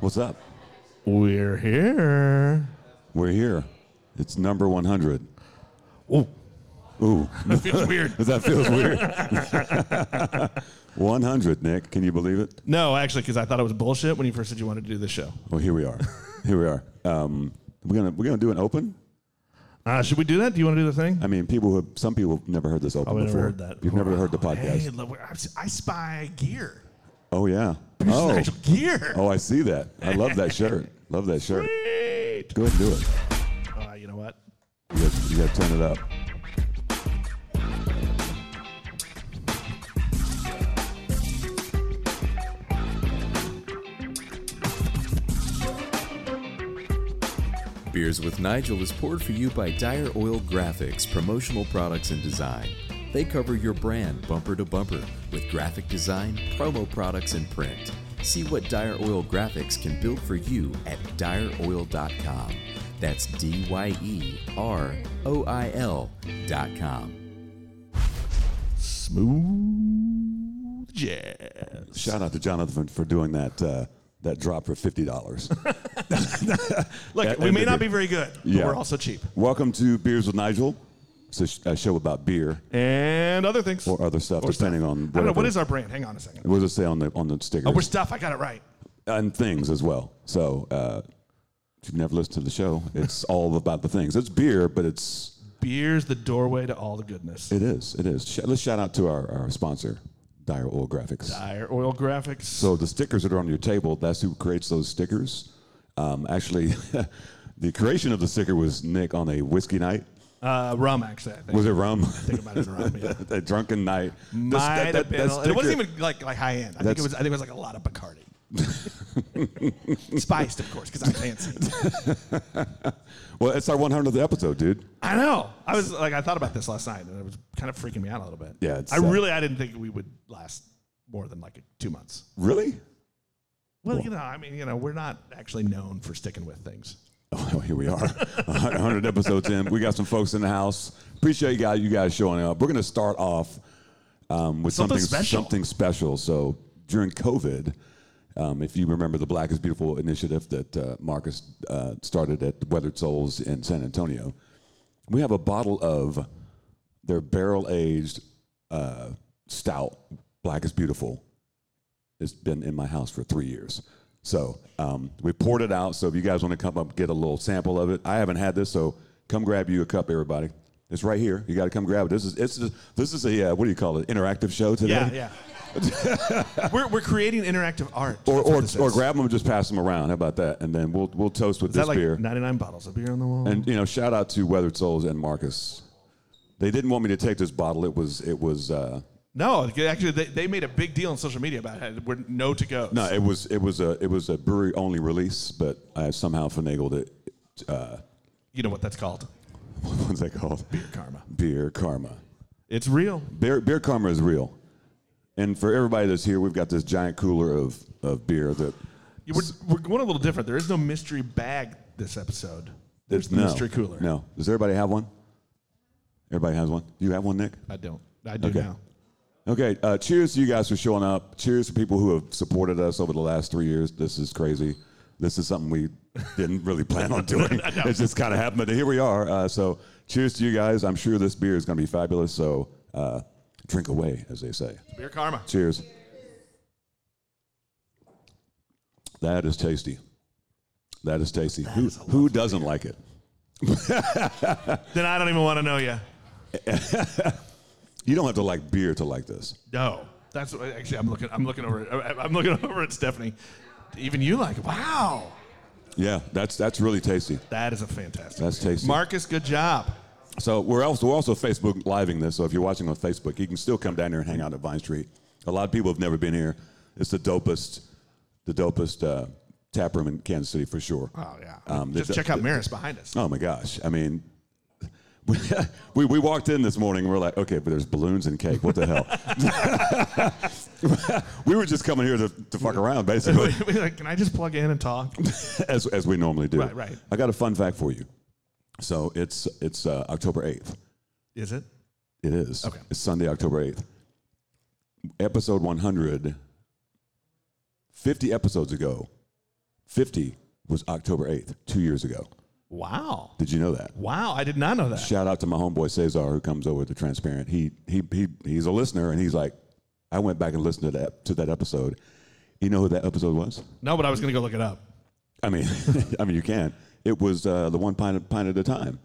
What's up? We're here. We're here. It's number 100. Ooh, Ooh, that feels weird. that feels weird. 100, Nick. Can you believe it? No, actually, because I thought it was bullshit when you first said you wanted to do this show. Well, here we are. Here we are. Um, we're gonna we're gonna do an open. Uh, should we do that? Do you want to do the thing? I mean, people who some people have never heard this open I've never before. heard that. You've never heard the Wow, podcast. Hey, look, we're- I s- I spy gear. Oh yeah. This is Oh. actual gear. oh, I see that. I love that shirt. Love that shirt. Wait. Go ahead and do it. Uh, you know what? You gotta, you gotta turn it up. Beers with Nigel is poured for you by Dire Oil Graphics, promotional products and design. They cover your brand bumper to bumper with graphic design, promo products, and print. See what Dire Oil Graphics can build for you at direoil.com. That's D Y E R O I L.com. Smooth jazz. Shout out to Jonathan for doing that uh, that drop for fifty dollars. Look, That we may ended not it. be very good, but Yeah. we're also cheap. Welcome to Beers with Nigel. It's a, sh- a show about beer And other things. or other stuff, Or stuff. depending on I don't know. whatever- What is our brand? Hang on a second. What does it say on the on the sticker? Oh, we're stuff. I got it right. and things as well. So uh, if you've never listened to the show, it's all about the things. It's beer, but it's Beer's the doorway to all the goodness. it is it is. Sh- let's shout out to our, our sponsor, Dire Oil Graphics. Dire oil graphics. So the stickers that are on your table, that's who creates those stickers. Um, actually, the creation of the sticker was Nick on a whiskey night. uh, rum, actually, I think. Was it rum? I think it might have been rum, yeah. a drunken night. This- Might that- have that- been. that a- and it wasn't sticker- even like like high end. I think it That's- was. I think it was like a lot of Bacardi, spiced, of course, because I'm fancy. Well, it's our 100th episode, dude. I know. I was like, I thought about this last night, and it was kind of freaking me out a little bit. Yeah, it's, I uh, really, I didn't think we would last more than like two months. Really? Well, you know, I mean, you know, we're not actually known for sticking with things. Oh, here we are. 100 episodes in. We got some folks in the house. Appreciate you guys, you guys showing up. We're going to start off um, with Something something, special. something special. So during COVID, um, if you remember the Black is Beautiful initiative that uh, Marcus uh, started at Weathered Souls in San Antonio, we have a bottle of their barrel aged uh, stout, Black is Beautiful. It's been in my house for three years. So um, we poured it out. So if you guys want to come up and get a little sample of it, I haven't had this, so come grab you a cup, everybody. It's right here. You got to come grab it. This is it's this is a uh, what do you call it? Interactive show today. Yeah, yeah. we're, we're creating interactive art. Or That's what or, this or is. grab them and just pass them around. How about that? And then we'll we'll toast with Is that this like beer. 99 bottles of beer on the wall? And you know, shout out to Weathered Souls and Marcus. They didn't want me to take this bottle. It was it was uh, no, actually, they, they made a big deal on social media about it. We're no to go. no, it was it was a it was a brewery only release, but I somehow finagled it. Uh, you know what that's called? what's that called? Karma. Beer Karma. It's real. Beer, beer Karma is real. And for everybody that's here, we've got this giant cooler of, of beer that Yeah, We're, we're going a little different. There is no mystery bag this episode. There's the no, mystery cooler. No. Does everybody have one? Everybody has one? Do you have one, Nick? I don't. I do Okay. now. Okay. Uh, cheers to you guys for showing up. Cheers to people who have supported us over the last three years. This is crazy. This is something we didn't really plan on doing. It's just kind of happened, but here we are. Uh, so, cheers to you guys. I'm sure this beer is going to be fabulous. So, uh, drink away, as they say. Beer karma. Cheers. That is tasty. That is tasty. who who doesn't like it? Then I don't even want to know you. You don't have to like beer to like this. No, that's what, actually I'm looking. I'm looking over. I- I'm looking over at Stephanie. Even you like. Wow, Yeah, that's that's really tasty. that is a fantastic. That's tasty. Marcus, good job. So we're also we're also Facebook living this. So if you're watching on Facebook, you can still come down here and hang out at Vine Street. A lot of people have never been here. It's the dopest, the dopest uh, tap room in Kansas City for sure. Oh yeah. Um, Just the- check out Maris behind us. Oh my gosh! I mean, we, we, we walked in this morning. We're like, okay, but there's balloons and cake. What the hell? we were just coming here to, to fuck around, basically, We're like, Can I just plug in and talk? as, as we normally do. Right, right. I got a fun fact for you. So it's it's uh, October eighth. Is it? It is. Okay. It's Sunday, October eighth. Episode one hundred. Fifty episodes ago, 50 was October 8th, two years ago. Wow. Did you know that? Wow. I did not know that. Shout out to my homeboy Cesar who comes over to Transparent. He he he he's a listener and he's like, I went back and listened to that to that episode. You know who that episode was? No, but I was going to go look it up. I mean, I mean you can. It was uh, the one pint pint at a time.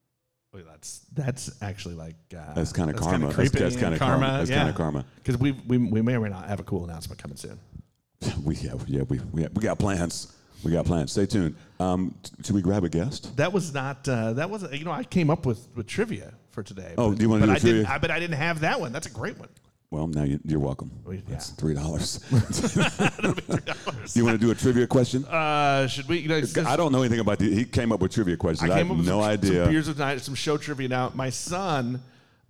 Wait, that's that's actually like uh, That's kinda karma. That's- creepy that's kinda and karma. That's kinda karma. Because we, we we may or may not have a cool announcement coming soon. We yeah yeah we we, we got plans. We got plans. Stay tuned. Um, t- should we grab a guest? That was not uh, that was you know I came up with, with trivia for today. Oh, but- do you wanna but do I trivia? Didn't, I, but I didn't have that one. That's a great one. Well, now you, you're welcome. We- That's Oh, yeah. three dollars. you want to do a trivia question? Uh, should we? You know, it's I don't know anything about. The, he came up with trivia questions. I, came have up with no some, idea. Some beers with night, some show trivia. Now, my son,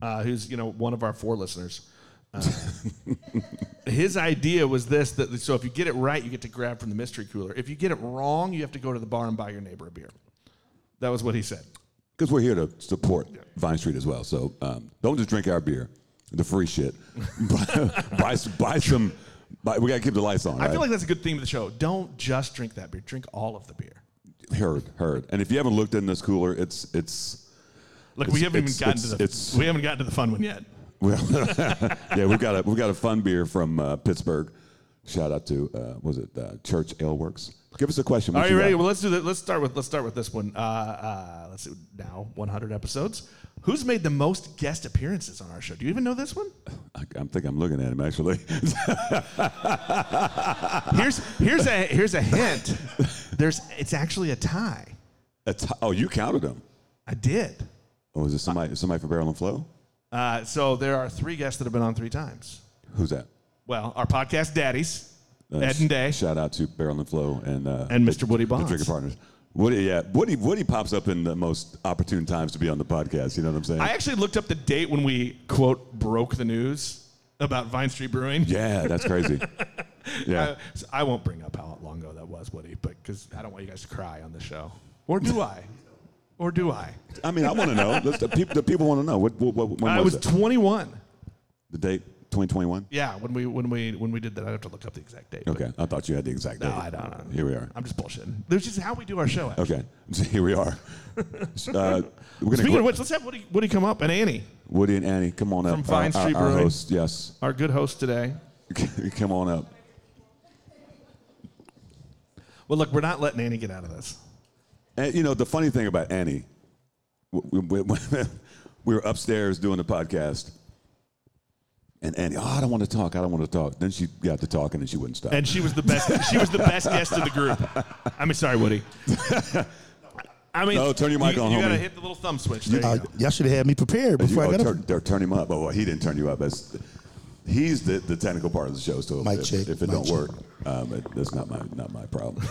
uh, who's you know one of our four listeners, uh, his idea was this: that so if you get it right, you get to grab from the mystery cooler. If you get it wrong, you have to go to the bar and buy your neighbor a beer. That was what he said. because we're here to support Vine Street as well. So um, don't just drink our beer, the free shit. buy, buy, some- buy some. Buy, we gotta keep the lights on. Right? I feel like that's a good theme of the show. Don't just drink that beer; drink all of the beer. heard, heard. And if you haven't looked in this cooler, it's it's. Look, It's- we haven't even it's- gotten it's- to it's- the we haven't gotten to the fun one yet. Well, yeah, we've got a we've got a fun beer from uh, Pittsburgh. Shout out to uh, what was it uh, Church Ale Works? Give us a question. What Are you ready? got? Well, let's do that. Let's start with let's start with this one. Uh, uh, let's see. Now, 100 episodes. Who's made the most guest appearances on our show? Do you even know this one? I, I think I'm looking at him actually. Here's here's a here's a hint. There's it's actually a tie. That's, oh, you counted him. I did. Oh, is it somebody somebody from Barrel and Flow? Uh, so there are three guests that have been on three times. Who's that? Well, our podcast daddies, Uh, Ed and Day. Shout out to Barrel and Flow and uh, And Mr. Woody the Bonds. Drinking Partners. Woody, yeah, Woody, Woody pops up in the most opportune times to be on the podcast. You know what I'm saying? I actually looked up the date when we quote broke the news about Vine Street Brewing. yeah, that's crazy. yeah, Uh, so I won't bring up how long ago that was, Woody, but because I don't want you guys to cry on the show. Or do I? Or do I? I mean, I want to know. Let's- the, peop- the people want to know. What, what, what when I was, was it? 21. the date 2021. Yeah, when we when we when we did that, I'd have to look up the exact date. but Okay, I thought you had the exact date. No, I don't know. Here we are. I'm just bullshitting. This is how we do our show. Actually. Okay, so here we are. Uh, we're gonna Speaking gra- of which, let's have Woody, Woody come up and Annie, Woody and Annie, come on up. From Vine our, Street our, our Brewing. host, yes, our good host today. come on up. Well, look, we're not letting Annie get out of this. And you know the funny thing about Annie, we, we, we, we were upstairs doing the podcast, and Annie, oh, I don't want to talk, I don't want to talk. Then she got to talking, and she wouldn't stop. And she was the best. she was the best guest of the group. I mean, sorry, Woody. I mean, No, turn your mic you, on, You gotta homie. hit the little thumb switch. There Uh, you go. y'all should have had me prepared You- before oh, I got turn, tur- turn him up. Oh, well, he didn't turn you up. That's, he's the, the technical part of the show. So Mic if, check, if it mic don't check. work, um, it, that's not my not my problem.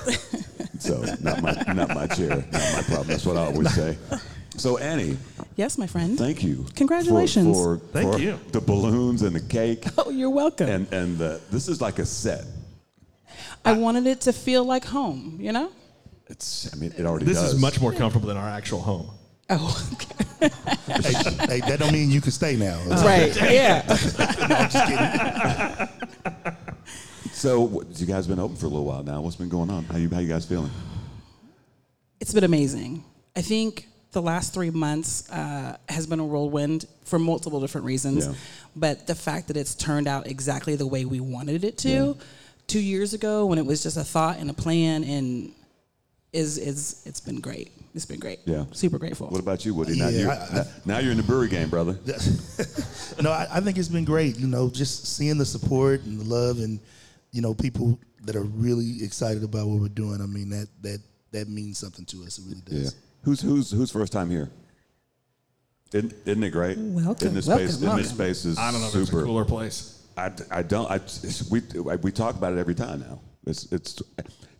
so not my not my chair, not my problem. That's what I always say. So Annie, Yes, my friend. thank you. for- Congratulations. for, Thank for you. The balloons and the cake. Oh, you're welcome. and and the, this is like a set. I wanted it to feel like home, you know? It's I mean it already This does. is much more comfortable than our actual home. Oh, okay. a. hey, hey, that don't mean you can stay now. right. Yeah. No, I'm just kidding. So what- you guys been open for a little while now. What's been going on? How you how you guys feeling? It's been amazing. I think the last three months uh, has been a whirlwind for multiple different reasons, Yeah. but the fact that it's turned out exactly the way we wanted it to two years ago when it was just a thought and a plan and is is it's been great. It's been great. Yeah. Super grateful. What about you, Woody? Now, Yeah, you're, I- I- now you're in the brewery game, brother. no, I, I think it's been great. You know, just seeing the support and the love, and you know, people that are really excited about what we're doing. I mean, that that that means something to us. It really does. Yeah. Who's who's who's first time here? Isn't, isn't it great? Welcome, In this welcome, space, in welcome. this space is I don't know if it's a super. cooler place. I, I don't. I, it's- we I- we talk about it every time now. It's it's.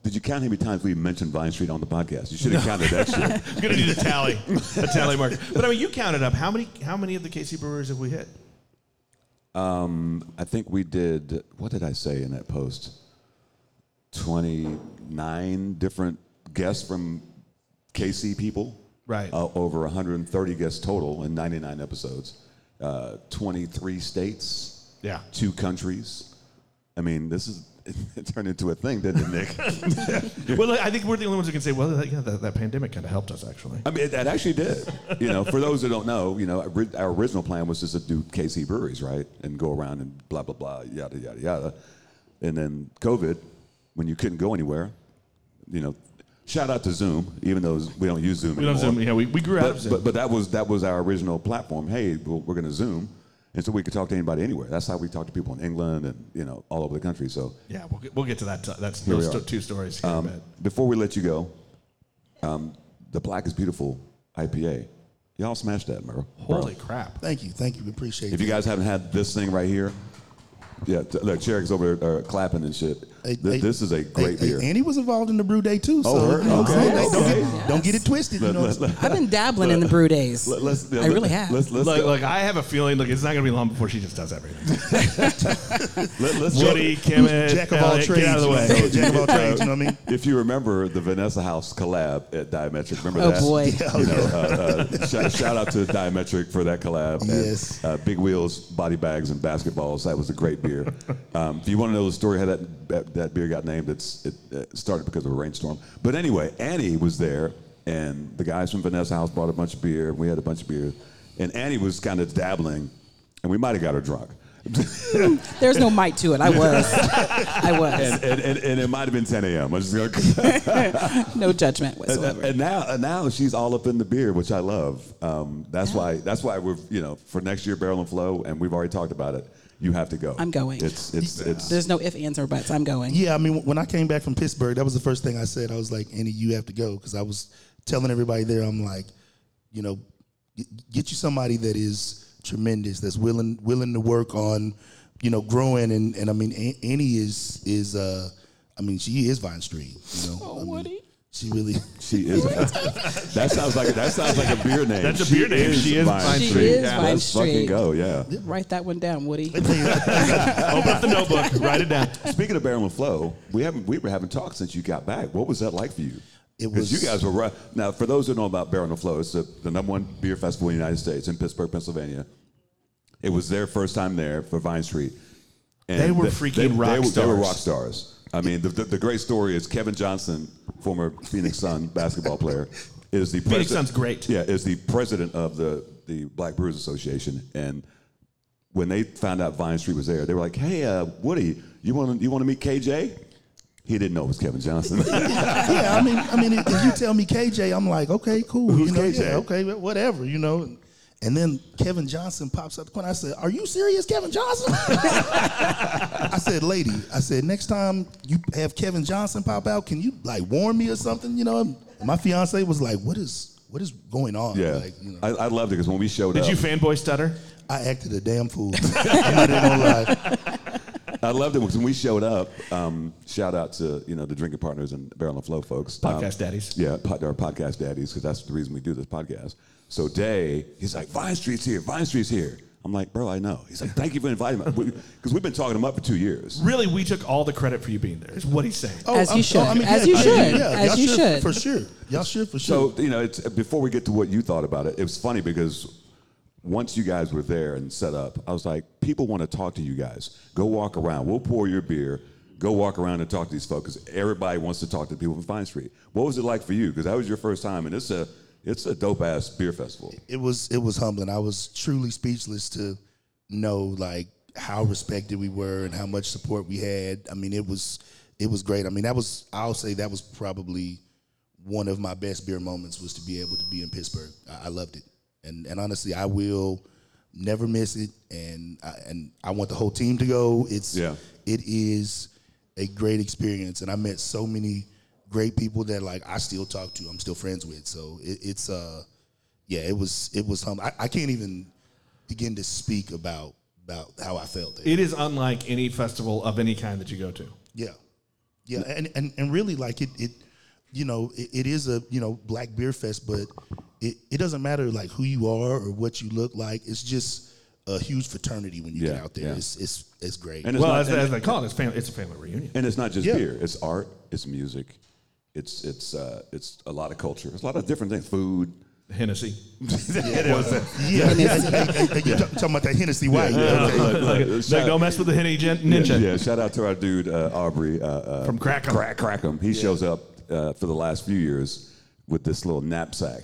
Did you count how many times we mentioned Vine Street on the podcast? You should have counted that shit. I'm gonna need a tally, a tally mark. But I mean, you counted up how many how many of the KC Brewers have we hit? Um, I think we did. What did I say in that post? Twenty nine different guests from KC people. Right. Uh, over 130 guests total in 99 episodes. Uh, 23 states. Yeah. Two countries. I mean, this is it turned into a thing, didn't it, Nick? Well, I think we're the only ones who can say, well, that, yeah, that, that pandemic kind of helped us, actually. I mean, it, it actually did. You know, for those who don't know, you know, ori- our original plan was just to do KC breweries, right, and go around and blah blah blah, yada yada yada, and then COVID, when you couldn't go anywhere, you know, shout out to Zoom, even though we don't use Zoom We anymore. don't Zoom. Yeah, we, we grew out of But, Zoom. but but that was that was our original platform. Hey, we're, we're going to Zoom, and so we could talk to anybody anywhere. That's how we talked to people in England and you know all over the country. So yeah, we'll get, we'll get to that. t- that's Here we those are. Um, sto- two stories. Here, but before we let you go, um, the Black is Beautiful IPA, y'all smashed that, Merle. holy crap. Thank you, thank you, we appreciate If it. you guys haven't had this thing right here, yeah, t- look, Cherrick's over there uh, clapping and shit. Hey, Th- hey, this is a great hey, hey, beer. and he was involved in the brew day too. So Oh, her? you know what I'm Okay. saying? Don't, Okay. Get, don't get it twisted. You know what I'm saying? I've been dabbling in the brew days. Let- let's- I really have. Let's let's Look, go. look, I have a feeling, look, it's not going to be long before she just does everything. Let, us Woody, Kemet, Jack of all Elliot, trades. get out of the you know what I'm way. saying? Jack of all trades. You know what I mean? If you remember the Vanessa House collab at Diametric, remember Oh that? boy. You know, uh, uh, shout, shout out to Diametric for that collab. And, Yes. uh, Big Wheels, Body Bags, and Basketballs. That was a great beer. Um, if you want to know the story how that that, that beer got named, it's it uh, started because of a rainstorm. But anyway, Annie was there, and the guys from Vanessa House brought a bunch of beer, and we had a bunch of beer, and Annie was kind of dabbling, and we might have got her drunk. There's no mic to it. I was. I was. And, and, and, and it might have been 10 a.m. I'm just gonna- No judgment And- whatsoever. And now, and now she's all up in the beer, which I love. Um, that's why. That's why we're you know for next year barrel and flow, and we've already talked about it. You have to go. I'm going. It's it's it's. There's no if, ands, or buts. I'm going. Yeah, I mean, when I came back from Pittsburgh, that was the first thing I said. I was like, Andy, you have to go because I was telling everybody there, I'm like, you know, g- get you somebody that is tremendous, that's willing willing to work on, you know, growing. And, and I mean, A- Annie is is uh, I mean, she is Vine Street. You know, I mean, Oh, Woody. she really. She is. that sounds like that sounds like a beer name. That's a beer name. She is Vine She Street. is Vine Let's fucking Street. go. Yeah. Write that one down, Woody. Open up the notebook, write it down. Speaking of barrel and flow, we haven't we were having talks since you got back. What was that like for you? It Because was- you guys were right. Now, for those who know about Barrel and Flow, it's the, the number one beer festival in the United States in Pittsburgh, Pennsylvania. It was their first time there for Vine Street. And They were th- freaking rock they were- They were stars. rock stars. I mean, the, the, the great story is Kevin Johnson, former Phoenix Sun basketball player, is the Phoenix presi- Sun's great. Yeah, is the president of the the Black Brewers Association, and when they found out Vine Street was there, they were like, "Hey, uh, Woody, you want to you want to meet KJ?" He didn't know it was Kevin Johnson. yeah, I mean, I mean, if if you tell me KJ, I'm like, okay, cool. Who's you know, KJ? Yeah, okay, wh- whatever, you know. And then Kevin Johnson pops up the corner. I said, "Are you serious, Kevin Johnson?" I said, "Lady, I said next time you have Kevin Johnson pop out, can you like warn me or something?" You know, and my fiance was like, "What is what is going on?" yeah, like, you know, I, I loved it because when we showed Did up, you fanboy stutter? I acted a damn fool. I'm not even gonna lie. I loved it because when we showed up. Um, shout out to you know the drinking partners and Barrel and Flow folks, Um, Podcast daddies. Yeah, pod, our podcast daddies, because that's the reason we do this podcast. So Day, he's like, Vine Street's here, Vine Street's here. I'm like, bro, I know. He's like, thank you for inviting me, because we've been talking him up for two years. Really, we took all the credit for you being there, is what he's saying. Oh, As you should. As you yeah, should. yeah, As y'all you should. for sure. Y'all should for sure. So you know, it's, before we get to what you thought about it, it was funny because once you guys were there and set up, I was like, people want to talk to you guys. Go walk around. We'll pour your beer. Go walk around and talk to these folks. 'cause Everybody wants to talk to the people from Vine Street. What was it like for you? Because that was your first time, and it's a it's a dope ass beer festival. it was it was humbling. I was truly speechless to know like how respected we were and how much support we had. I mean, it was it was great. I mean, that was I'll say that was probably one of my best beer moments was to be able to be in Pittsburgh. I, I loved it, and and honestly, I will never miss it. And I, and I want the whole team to go. It's Yeah. it is a great experience, and I met so many great people that like I still talk to. I'm still friends with. So it, it's uh yeah, it was it was hum. I, I can't even begin to speak about about how I felt. there. It is unlike any festival of any kind that you go to. Yeah, yeah, and and, and really, like it, it, you know, it, it is a you know black beer fest, but it, it doesn't matter like who you are or what you look like. It's just a huge fraternity when you get Yeah, out there. yeah. It's it's it's great. And it's Well, not- as, and- as they call it, it's, family, it's a family reunion. And it's not just Yeah. beer. It's art. It's music. It's it's uh, it's a lot of culture. It's a lot of different things. Food. Hennessy. Yeah, you ta- talking about that Hennessy White? Okay. Like, don't mess with the Henny gen- Yeah, Ninja. yeah, shout out to our dude uh, Aubrey uh, uh, From Crackham. Crack Crackham. He shows up uh, for the last few years with this little knapsack,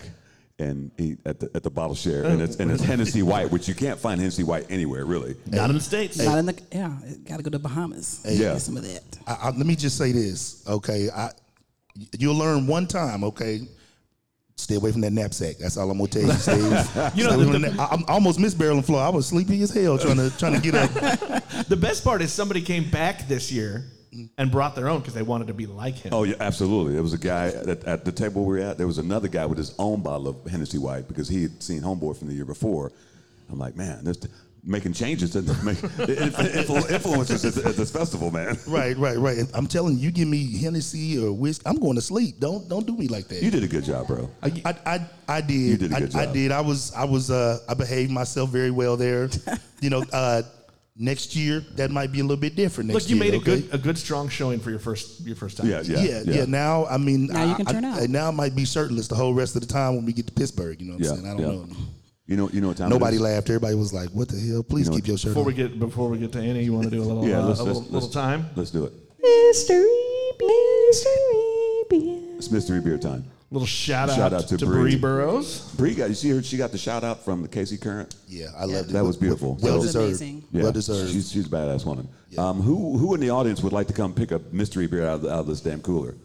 and he at the at the bottle share, and it's and it's Hennessy White, which you can't find Hennessy White anywhere really. Not in the States. Not in the yeah. Got to go to Bahamas. Yeah. Get some of that. I, I, let me just say this, okay? I, you'll learn one time, okay? Stay away from that knapsack. That's all I'm gonna tell you, Steve. you know, know, the- I, I'm- I almost missed barreling floor. I was sleepy as hell trying to trying to get up. The best part is somebody came back this year and brought their own because they wanted to be like him. Oh yeah, absolutely. There was a guy at, at the table we were at. There was another guy with his own bottle of Hennessy White because he had seen Homeboy from the year before. I'm like, man, this making changes to make, influ- influences at, at this festival, man. right, right, right. I'm telling you, you give me Hennessy or whiskey, I'm going to sleep. Don't don't do me like that. You did a good job, bro. I, I, I did. You did a good I, I job. did. I was I was uh, I behaved myself very well there. you know, uh, next year that might be a little bit different. Next Look, you year, made a okay? good a good strong showing for your first your first time. Yeah, yeah, yeah, yeah, Now, I mean, Now I, you can I- turn out. I- now I might be shirtless the whole rest of the time when we get to Pittsburgh. You know what I'm Yeah, saying? I don't yeah. know. You know, you know what time it Nobody is? laughed. Everybody was like, "What the hell? Please keep your shirt." Before we on. get before we get to Annie, you want to do a little Yeah, uh, let's, a let's, little, little let's- time. Let's do it. It's mystery beer time. Little shout, Shout out, out to, to Bree. Bree. Burrows. Bree got you see her. She got the shout out from the Casey Current. yeah, I loved it. That was beautiful. Well That was deserved. amazing. Well deserved. She's, she's a badass woman. Um, who who in the audience would like to come pick up mystery beer out of, out of this damn cooler?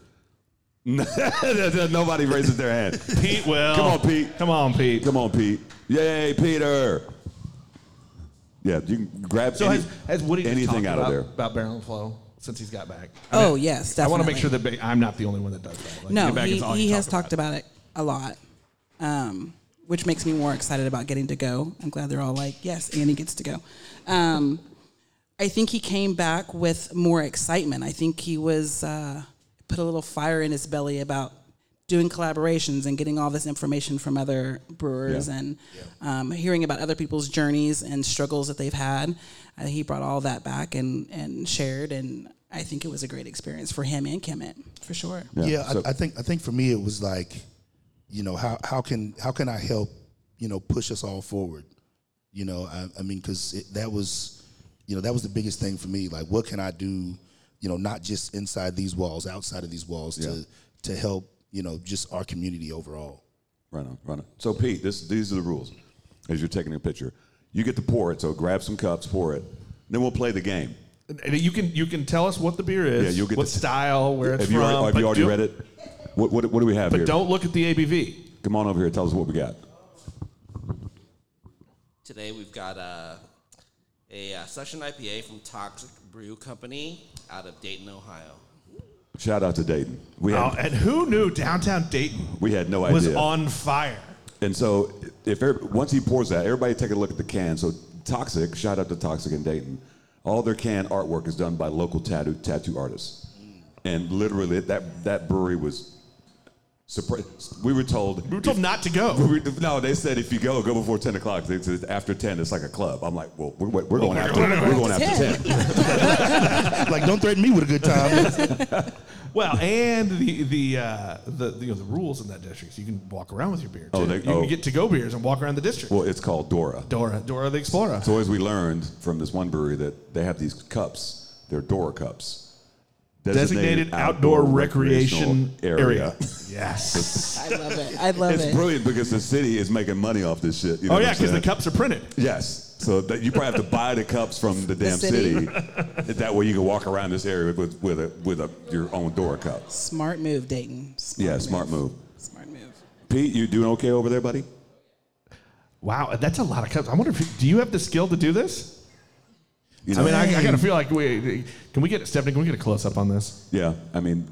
Nobody raises their hand. Pete will. Come on, Pete. Come on, Pete. Come on, Pete. Yay, Peter. Yeah, you can grab So any- has, has Woody just anything talked out about, of there. about Barrel and Flow since he's got back? Oh, yes, I want to make definitely. sure that ba- I'm not the only one that does that. Like, No, get back he, is all he you has talk talked about it a lot, um, which makes me more excited about getting to go. I'm glad they're all like, yes, Annie gets to go. Um, I think he came back with more excitement. I think he was uh, put a little fire in his belly about doing collaborations and getting all this information from other brewers Yeah. and um, hearing about other people's journeys and struggles that they've had. Uh, he brought all that back and, and shared, and I think it was a great experience for him and Kemet, for sure. yeah, so- I, I think I think for me it was like, you know, how how can how can I help? You know, push us all forward. You know, I, I mean, because that was, you know, that was the biggest thing for me. Like, what can I do? You know, not just inside these walls, outside of these walls, to to help. You know, just our community overall. Right on, right on. So Pete, this, these are the rules. As you're taking your picture, you get to pour it. So grab some cups, pour it. Then we'll play the game. about. And you can you can tell us what the beer is. Yeah, you'll get what the- style, where it's have from. you already, have you but already do- read it? What, what, what do we have But here? don't look at the ABV. Come on over here. Tell us what we got. Today we've got uh, a uh, session IPA from Toxic Brew Company out of Dayton, Ohio. Shout out to Dayton. We had, Oh, and who knew downtown Dayton we had no was idea. on fire? and so if every- once he pours that, everybody take a look at the can. So Toxic, shout out to Toxic and Dayton. All their can artwork is done by local tattoo tattoo artists, and literally that that brewery was. Surprised. We were told. We were told not to We go. were- No, they said if you go, go before ten o'clock. They said after ten, it's like a club. I'm like, well, we're, we're Oh going after we're going after ten. like, don't threaten me with a good time. Well, and the the uh, the you know the rules in that district. You can walk around with your beer. Too. Oh, they- you oh. can get to go beers and walk around the district. Well, it's called Dora. Dora, Dora the Explorer. So as we learned from this one brewery that they have these cups, they're Dora cups. Designated outdoor, recreation recreational area. Yes. I love it. I love It's it. brilliant because the city is making money off this shit. you know oh what yeah, I'm because the saying? cups are printed. Yes. So that you probably have to buy the cups from the damn city. city. that way you can walk around this area with with a with a your own Dora cup. Smart move, Dayton. Smart Yeah, smart move. Smart move. Pete, you doing okay over there, buddy? Wow, that's a lot of cups. I wonder if do you have the skill to do this? You I mean, I, I gotta feel like we can we get Stephanie? Can we get a close up on this yeah. I mean,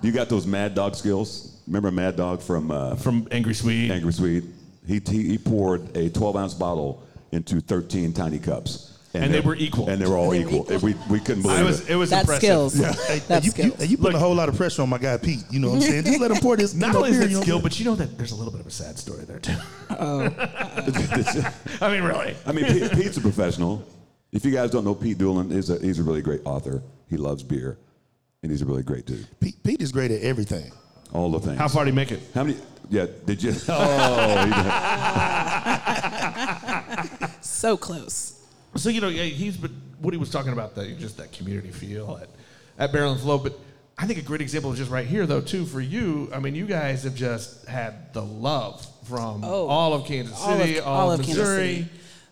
you got those Mad Dog skills. Remember Mad Dog from uh, from Angry Swede? Angry Sweet. He, he, he poured a 12 ounce bottle into 13 tiny cups. And they they're- were equal. And they were all They were equal. equal. And we, we couldn't believe I was it. it was That's impressive. skills. That's you, you, skills. and you put a whole lot of pressure on my guy Pete. You know what I'm saying? Just let him pour this. Not you know, only is beer, that you know what I'm skill, but you know that there's a little bit of a sad story there too. I mean, really. I mean, Pete, Pete's a professional. If you guys don't know Pete Doolin, he's a, he's a really great author. He loves beer, and he's a really great dude. Pete, Pete is great at everything. All the things. How far do you make it? How many? Yeah, did you? Oh, he- So close. So you know, yeah, he's but what he was talking about that just that community feel at at Barrel and Flow. But I think a great example is just right here though too for you. I mean, you guys have just had the love from Oh. all of Kansas City, all of, Missouri.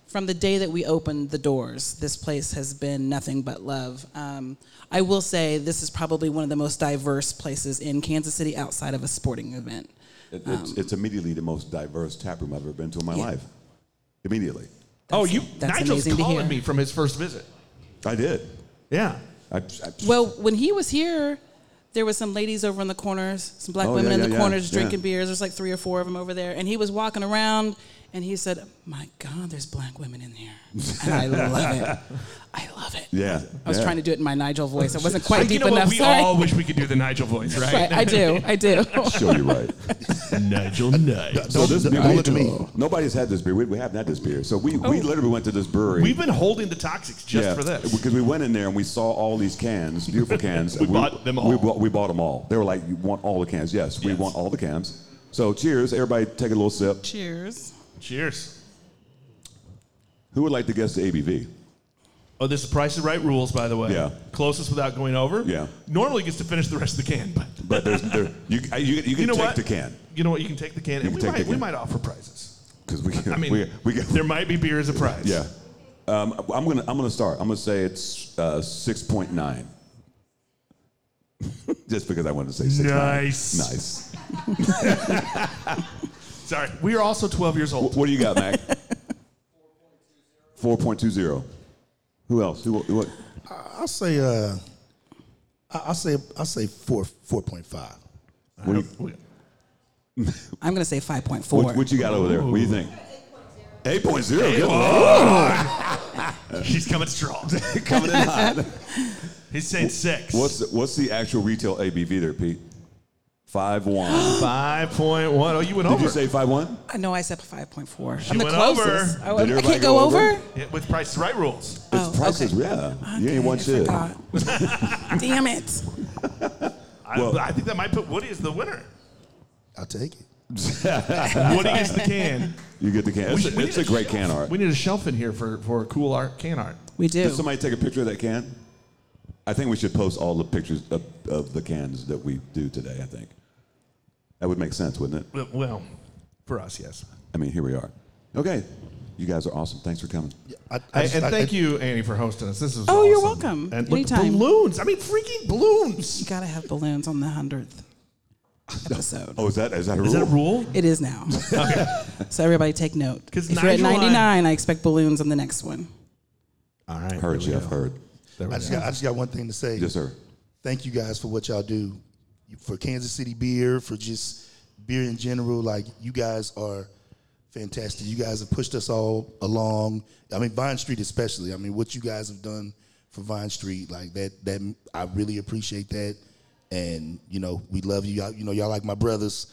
From the day that we opened the doors, this place has been nothing but love. Um, I will say this is probably one of the most diverse places in Kansas City outside of a sporting event. Um, it- it's, Um, it's immediately the most diverse taproom I've ever been to in my Yeah. life. Immediately, Oh, you that's Nigel's amazing to calling hear. me from his first visit. I did. Yeah. I, I- Well, when he was here, there was some ladies over in the corners, some black Oh, women yeah, in yeah, the yeah, corners yeah. drinking beers. There's like three or four of them over there, and he was walking around, and he said, "My God, there's black women in here," and I love it. I love it. yeah. I was yeah. trying to do it in my Nigel voice. It wasn't quite you deep know what? enough. We Sorry. all wish we could do the Nigel voice, right? Right, I do. I do. Show you right. Nigel Nice. So this Don't- beer, don't we- look at me. Oh. nobody's had this beer. We, we haven't had this beer. So we, we literally went to this brewery. We've been holding the toxics just for this. Because we went in there and we saw all these cans, beautiful cans. We bought them We all. bought, we bought them all. They were like, you want all the cans? Yes, we Yes. want all the cans. So cheers. Everybody take a little sip. Cheers. Cheers. Who would like to guess the ABV? Oh, this is Price is Right rules, by the way. Yeah. Closest without going over. Yeah. Normally gets to finish the rest of the can, but But there's, there, you, you, you can you know take what? the can. You know what? You can take the can, can and we take the might, we can. might offer prizes. Because we, I mean, we, we got, there might be beer as a prize. yeah. Um, I'm gonna I'm gonna start. I'm gonna say it's uh, six point nine. Just because I wanted to say six. Nice. Nice. Sorry. We are also 12 years old. What do you got, Mac? Four point two zero. Who else? Who? who I'll say uh, I- I'll say I'll say four four point five. what, We- I'm gonna say 5.4. What, what you got over there? What do you think? 8.0. Good He's coming strong. lord. Coming in hot. He's saying six. What's the, what's the actual retail ABV there, Pete? 5.1. 5.1. Oh, you went Did over. you say 5.1? I know I said 5.4. I'm the went closest. over. Oh, Did I everybody can't go go over? over. Yeah, with Price is Right rules. Oh, it's prices, okay. yeah. You Okay, ain't one I shit. forgot. Damn it. I, Well- I think that might put Woody as the winner. I'll take it. Woody is the can. You get the can. It's, a, it's a great can art. We need a shelf in here for, for cool art, can art. We do. Did somebody take a picture of that can? I think we should post all the pictures of, of the cans that we do today, I think. That would make sense, wouldn't it? Well- Well, for us, yes. I mean, here we are. Okay. You guys are awesome. Thanks for coming. I, Hey, and thank you, Annie, for hosting us. This is Oh, you're awesome. welcome. And look, Anytime. balloons. I mean, freaking balloons. you gotta have balloons on the hundredth episode. Oh, is that is that a Is that a rule? rule? It is now. so everybody take note. 'Cause If you're at Nigel, I- 99, I expect balloons on the next one. All right. Heard, there we Jeff. go. Heard. There we I just, go. got, I just got one thing to say. Yes, sir. Thank you guys for what y'all do, for Kansas City beer, for just beer in general. Like you guys are fantastic. You guys have pushed us all along. I mean Vine Street especially. I mean what you guys have done for Vine Street, like that. That I really appreciate that. And you know we love you. Y'all, you know y'all like my brothers.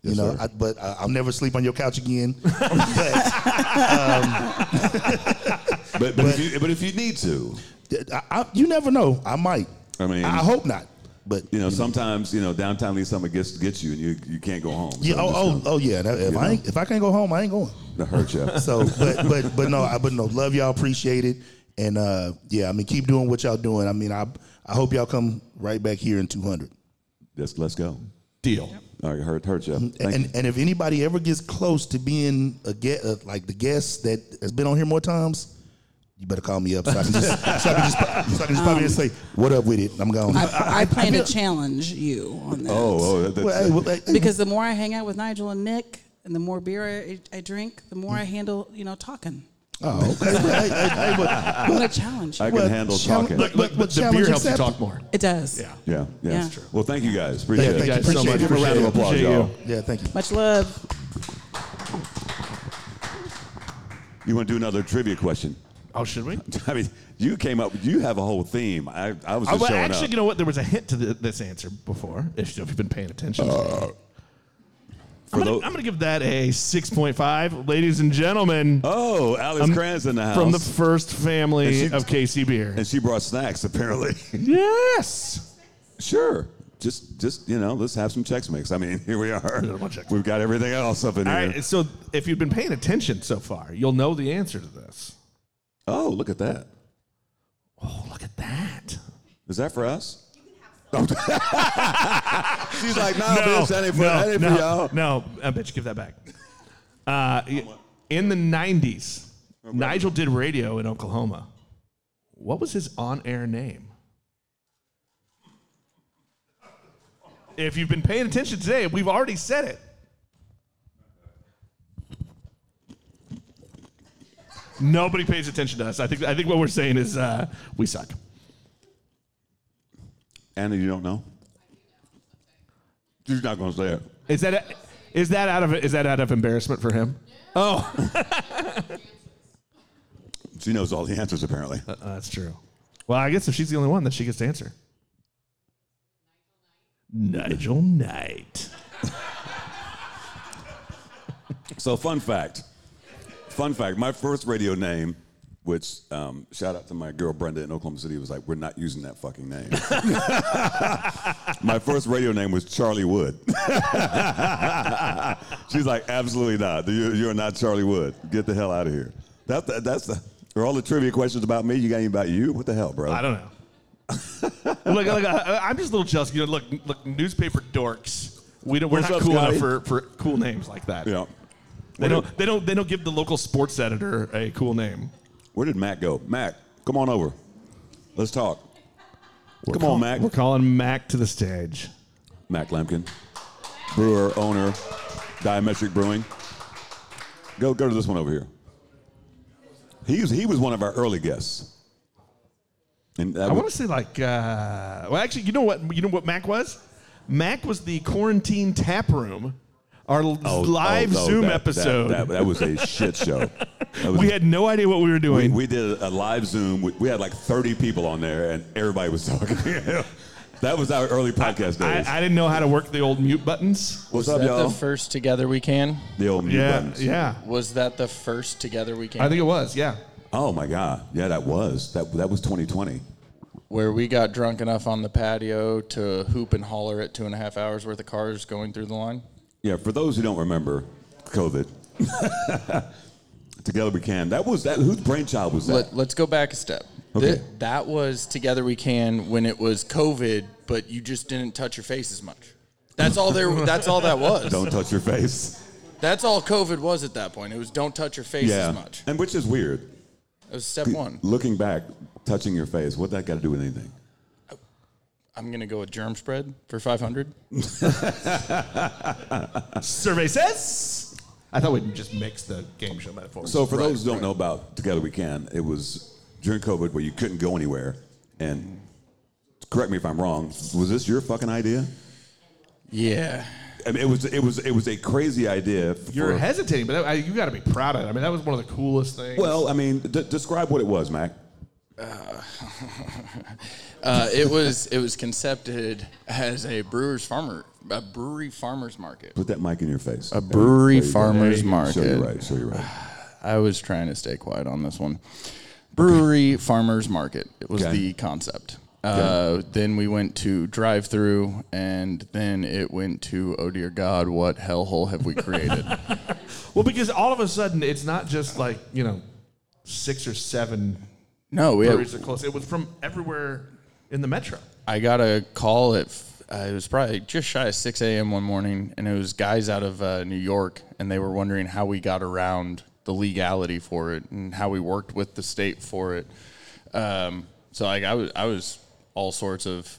You know, sir. I, but I, I'll never sleep on your couch again. um, But, but, if you, but if you need to, I, I, you never know. I might. I mean- I hope not. But you know, sometimes you know downtown Lee Summit gets gets you, and you you can't go home. So yeah. I'm Oh, just oh, gonna- oh, yeah. that- If I ain't, if I can't go home, I ain't going. that hurt you. So, but but but no, I but no, love y'all, appreciate it, and uh, yeah, I mean, keep doing what y'all doing. I mean, I I hope y'all come right back here in 200. Just let's go. Deal. All right, hurt hurt you. Thank Mm-hmm. And you. and if anybody ever gets close to being a guest, uh, like the guest that has been on here more times, you better call me up so I can just so I can just, so I can just pop in and say what up with it. I'm gone. I, I plan to challenge you on that. Oh, oh, that, that's, Well, hey, well, hey, Because the more I hang out with Nigel and Nick, and the more beer I, I drink, the more I handle, you know, talking. oh, okay. Well, hey, hey, hey, but- I'm gonna challenge I you. can well, handle challenge- talking. look, Look, but, But- but the challenge beer helps you accepted. talk more. It does. Yeah. yeah, yeah, Yeah. That's true. Well, thank you guys. Appreciate Thank it. you guys so Appreciate it. much. Give them a round of Appreciate it. applause, Appreciate y'all. Yeah, thank you. Much love. You want to do another trivia question? Oh, should we? I mean, you came up. You have a whole theme. I, I was just Oh, well, showing actually, up. you know what? There was a hint to the, this answer before, if, if you've been paying attention. Uh, for I'm tho- going to give that a 6.5. Ladies and gentlemen, oh, Alice I'm- Kranz in the house from the first family And she- of KC Beer. and she brought snacks apparently. Yes. sure. just just you know, let's have some checks mix. I mean, here we are. Little Chex Mix. We've got everything else up in All here. right. So if you've been paying attention so far, you'll know the answer to this. oh, look at that. Oh, look at that. Is that for us? She's like, nah, bitch, that ain't for, no, that ain't no, for y'all. No, uh, bitch, give that back. Uh, in the 90s, Oh, Nigel did radio in Oklahoma. What was his on air name? If you've been paying attention today, we've already said it. Nobody pays attention to us. I think, I think what we're saying is uh, we suck. Anna, you don't know? She's not going to say it. Is that, is that, out, of, is that out of embarrassment for him? Oh. She knows all the answers, apparently. Uh, that's true. Well, I guess if she's the only one, then she gets to answer. Nigel Knight. So, fun fact. Fun fact. My first radio name, which um, shout out to my girl Brenda in Oklahoma City, was like, we're not using that fucking name. my first radio name was Charlie Wood. She's like, absolutely not. You, you're not Charlie Wood. Get the hell out of here. That, that, that's the. Are all the trivia questions about me? You got any about you? What the hell, bro? I don't know. look, look, I, I'm just a little jealous. You know, look, look, newspaper dorks. We don't, we're What's not up, cool Scotty? enough for, for cool names like that. Yeah. They don't. They don't. They don't give the local sports editor a cool name. Where did Mac go? Mac, come on over. Let's talk. come on, Mac. We're calling Mac to the stage. Mac Lampkin, brewer, owner, Diametric Brewing. Go, go to this one over here. He was, he was one of our early guests. And that I was- want to say like, uh, well, actually, you know what? You know what Mac was? Mac was the quarantine tap room, our l- oh, live oh, no, Zoom that- that- episode. That, that was a shit show. That was- we had no idea what we were we, doing. we did a live Zoom. We, we had like 30 people on there, and everybody was talking. that was our early podcast days. I, I didn't know how to work the old mute buttons. What's Was up, that y'all? the first Together We Can? the old mute Yeah, buttons. yeah. Was that the first Together We Can? I think it was. Yeah. Oh my God! Yeah, that was that. That was 2020. where we got drunk enough on the patio to hoop and holler at two and a half hours worth of cars going through the line. Yeah, for those who don't remember, COVID. Together we can. That was that. Whose brainchild was that? Let, let's go back a step. Okay. Th- that was Together We Can when it was COVID, but you just didn't touch your face as much. That's all there. That's all that was. don't touch your face. That's all COVID was at that point. It was don't touch your face Yeah, as much. and which is weird. It was step one. Looking back, touching your face. What that got to do with anything? I'm gonna go with germ spread for 500. Survey says. I thought we'd just mix the game show metaphor. So for those who don't know about Together We Can, it was during COVID where you couldn't go anywhere. And correct me if I'm wrong. Was this your fucking idea? Yeah. I mean, it was. It was. It was a crazy idea. For, you're hesitating, but that, I, you got to be proud of it. I mean, that was one of the coolest things. Well, I mean, d- describe what it was, Mac. Uh, it was it was concepted as a brewer's farmer, a brewery farmers market. Put that mic in your face. A brewery farmer's Show market. you right. Show you right. I was trying to stay quiet on this one. Brewery farmers market. It was Okay. the concept. Uh, then we went to drive through, and then it went to oh dear God, what hellhole have we created? well, because all of a sudden, it's not just like you know, six or seven no, we breweries had, are close. It was from everywhere in the metro. I got a call at f- uh, it was probably just shy of six a.m. one morning, and it was guys out of uh, New York, and they were wondering how we got around the legality for it and how we worked with the state for it. Um, so like I was I was all sorts of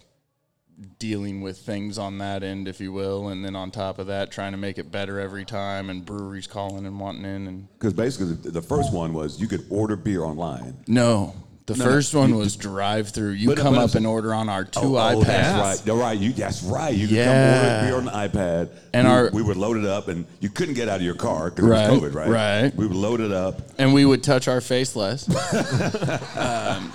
dealing with things on that end, if you will, and then on top of that, trying to make it better every time, and breweries calling and wanting in, and Because basically, the the first one was you could order beer online. no. The first one was drive through. You But- come but- up and order on our two Oh, iPads. That's right. You're right. You, that's right. You could Yeah. come order beer on the iPad. And we, our- we were loaded up, and you couldn't get out of your car because Right, it was COVID, right? right. We were loaded up. And we would touch our face less. Um,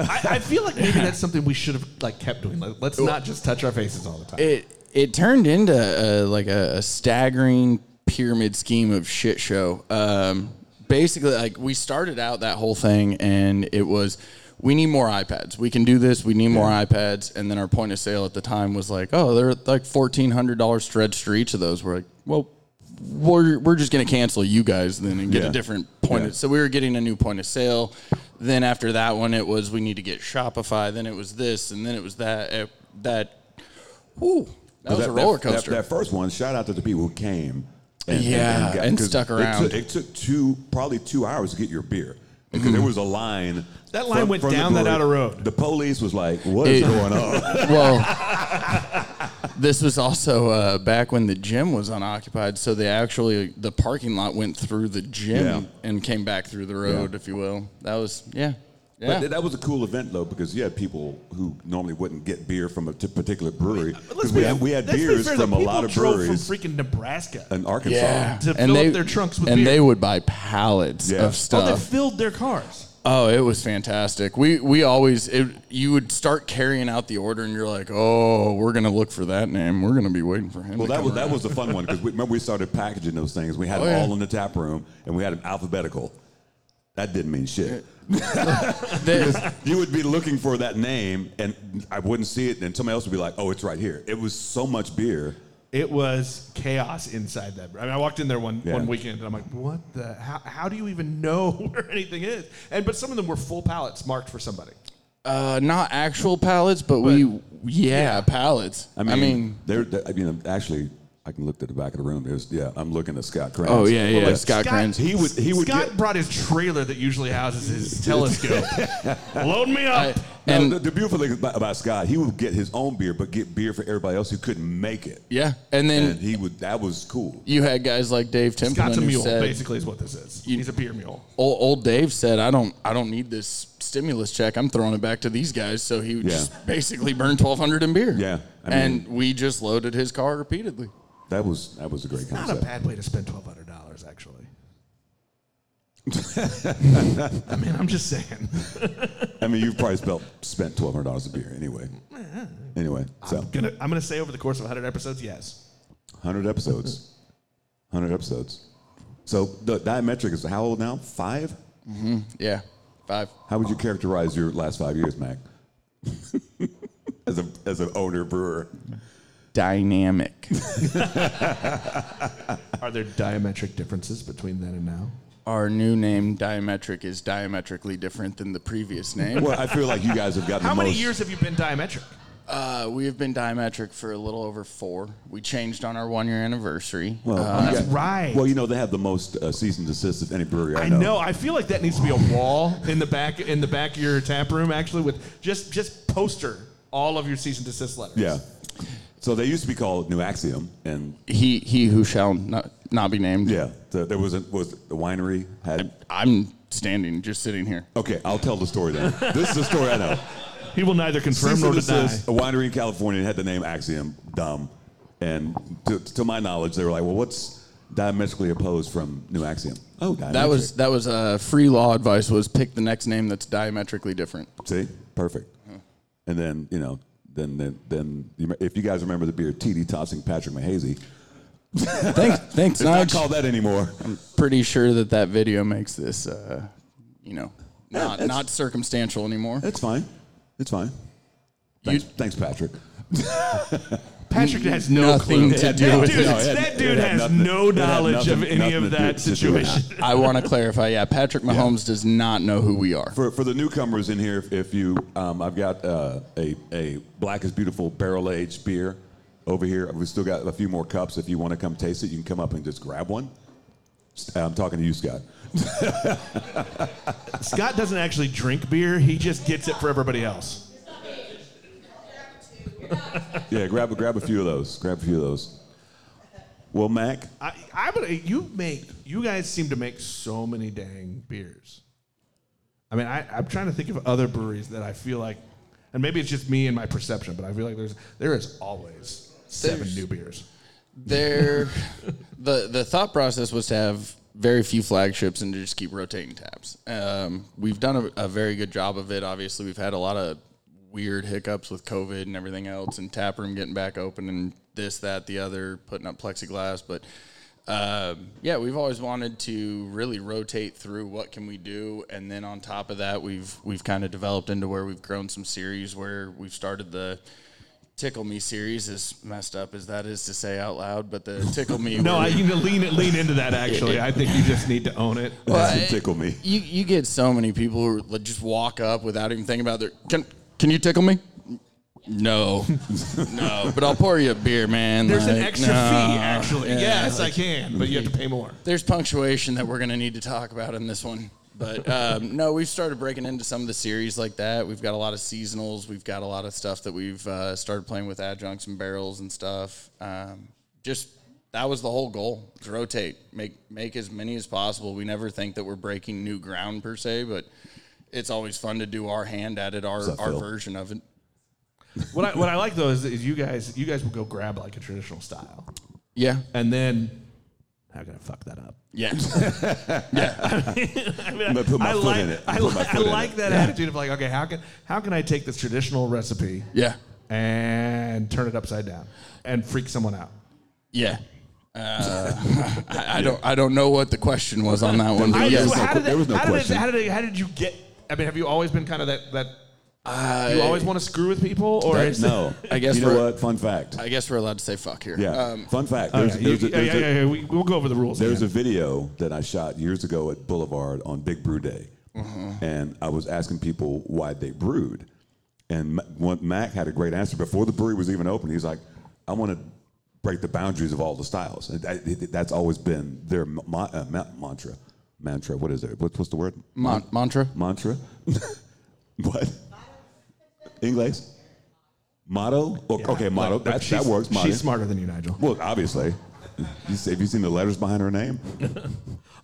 I, I feel like maybe that's something we should have like kept doing. Like, let's not just touch our faces all the time. it it turned into uh like a, a staggering pyramid scheme of shit show. Um, basically, like we started out that whole thing, and it was we need more iPads. We can do this. We need more iPads. And then our point of sale at the time was like, oh, they're like fourteen hundred dollars stretched for each of those. We're like, well, we're we're just gonna cancel you guys then and get Yeah. a different point. Yeah. Of, so we were getting a new point of sale. Then after that one, it was we need to get Shopify. Then it was this, and then it was that. It, that, whew, that But was a roller coaster. That, that first one, shout out to the people who came. Yeah, got- and 'cause stuck it around. took- It took, two, probably two hours to get your beer. Because Mm-hmm. there was a line. That line went down that brewery. outer road. The police was like, "What is It- going on?" well, this was also uh, back when the gym was unoccupied, so they actually the parking lot went through the gym Yeah. and came back through the road, if you will. That was yeah, yeah. But that was a cool event though, because you had people who normally wouldn't get beer from a t- particular brewery. But Because let's be- we had, we had let's be beers fair, from the a lot people of drove breweries from freaking Nebraska. in Arkansas. yeah, to fill up their trunks with and beer. they would buy pallets Yeah. of oh, they stuff. filled their cars. Oh, it was fantastic. We we always it, you would start carrying out the order, and you're like, oh, we're gonna look for that name. We're gonna be waiting for him. Well, to that come was that around." was a fun one because we, remember we started packaging those things. We had Oh, them yeah. all in the tap room, and we had them alphabetical. That didn't mean shit. They- you would be looking for that name, and I wouldn't see it, and somebody else would be like, "Oh, it's right here." It was so much beer. It was chaos inside that. I mean, I walked in there one, Yeah. one weekend and I'm like, what the? How, how do you even know where anything is? And but some of them were full pallets marked for somebody. Uh, not actual pallets, but, we yeah, pallets. I mean, they're, they I mean, actually, I can look to the back of the room. There's, yeah, I'm looking at Scott Krantz. oh yeah, yeah. Well, like Scott, Grimes. He would, he would. Scott get- brought his trailer that usually houses his telescope. Load me up. No, and the, the beautiful thing about, about Scott, he would get his own beer, but get beer for everybody else who couldn't make it, yeah, and then and he would. That was cool. you had guys like Dave Scott's Templeman a who mule, said, basically, is what this is. He's a beer mule. old, old Dave said, I don't, I don't need this stimulus check. I'm throwing it back to these guys. So he would Yeah. just basically burned 1,200 in beer. Yeah, I and we just loaded his car repeatedly. That was that was a great Not a concept. bad way to spend twelve hundred dollars, actually. I mean, I'm just saying. I mean, you've probably spelt, spent twelve hundred dollars a beer anyway. Anyway, so Gonna- I'm gonna say over the course of 100 episodes, yes. hundred episodes, hundred episodes. So the diametric is how old now? Five. Yeah, five. How would you characterize your last five years, Mac? as a as an owner brewer, Dynamic. Are there diametric differences between then and now? Our new name, Diametric, is diametrically different than the previous name. well, I feel like you guys have gotten How the many most- years have you been diametric? Uh, we have been diametric for a little over four. We changed on our one year anniversary. Well, Uh, you that's right. Well, you know they have the most uh, cease and desist of any brewery I, I know. I feel like that needs to be a wall in the back in the back of your tap room, actually, with just just poster all of your cease and desist letters. Yeah. So they used to be called New Axiom, and he he who shall not, not be named. yeah, the, there was a, was the winery had. I'm standing, just sitting here. Okay, I'll tell the story then. this is a story I know. He will neither confirm Cease and nor deny. desist, a winery in California had the name Axiom, dumb. And to, to my knowledge, they were like, well, what's diametrically opposed from New Axiom? Oh, diametric. That was that was uh, free law advice was pick the next name that's diametrically different. See? Perfect. And then, you know, then, then, then you, me- if you guys remember the beer TD Tossing Patrick Mahazy, Thanks, it's thanks, not Nudge. called that anymore. Pretty sure that that video makes this, uh, you know, not not circumstantial anymore. It's fine. It's fine. Thanks, thanks Patrick. Patrick has no Nothing clue. to that, do dude, with it. No, it had- that dude it had has nothing- no it had knowledge of nothing- any nothing of to that do- to do with situation. I want to clarify. Yeah, Patrick Mahomes does not know who we are. For, for the newcomers in here, if- if you, um, I've got uh, a, a Black is Beautiful barrel aged beer over here. We've still got a few more cups. If you want to come taste it, you can come up and just grab one. S- I'm talking to you, Scott. Scott doesn't actually drink beer; he just gets it for everybody else. Yeah, grab, a- grab a few of those. Grab a few of those. Well, Mac, I, I would. You make. You guys seem to make so many dang beers. I mean, I, I'm trying to think of other breweries that I feel like, and maybe it's just me and my perception, but I feel like there's there is always seven There's- new beers. There, the the thought process was to have very few flagships and to just keep rotating tabs. Um, we've done a, a very good job of it. Obviously, we've had a lot of weird hiccups with COVID and everything else, and tap room getting back open and this, that, the other, putting up plexiglass. But Um, yeah, we've always wanted to really rotate through what can we do, and then on top of that, we've we've kind of developed into where we've grown some series where we've started the tickle me series. As messed up as that is to say out loud, but the tickle me. No, where I we- need to lean lean into that. Actually, I think you just need to own it. That's what tickle me. You you get so many people who like, just walk up without even thinking about their can can you tickle me? No, no. But I'll pour you a beer, man. There's an Like, extra no. fee, actually. Yeah, yes, like, I can, but you have to pay more. there's punctuation that we're going to need to talk about in this one. But um, no, we've started breaking into some of the series like that. We've got a lot of seasonals. We've got a lot of stuff that we've uh, started playing with adjuncts and barrels and stuff. Um, just that was the whole goal: to rotate, make make as many as possible. We never think that we're breaking new ground per se, but it's always fun to do our hand at it, our What's up, our Phil? version of it. What I, what I like though is, is you guys you guys will go grab like a traditional style, Yeah, and then how can I fuck that up? yeah. I mean, gonna put my I foot like, in it. I, Put my like- I foot in like it. that attitude of like, okay, how can how can I take this traditional recipe Yeah. and turn it upside down and freak someone out? Yeah. Uh, I, I don't. I don't know what the question was on that one. But I- yes, so how did there was no how did it- question. how did it- how did you get? I mean, have you always been kind of that that? you always want to screw with people, or is No, I guess you know we're- what? Fun fact. I guess we're allowed to say fuck here. yeah, Um, fun fact. Okay, There's, you- there's, a, Oh, yeah, there's, yeah, a, yeah, yeah, we, we'll go over the rules. there's a again. video that I shot years ago at Boulevard on Big Brew Day, Mm-hmm. and I was asking people why they brewed, and Ma- one, Mac had a great answer before the brewery was even open. He's like, "I want to break the boundaries of all the styles." And that- that's always been their ma- ma- uh, ma- mantra. Mantra. What is it? What's, what's the word? mon- mantra. mantra. what? English? Motto? Oh, okay, motto. Look, look, That, that she's- works. Motto. She's smarter than you, Nigel. Well, obviously. You see- Have you seen the letters behind her name?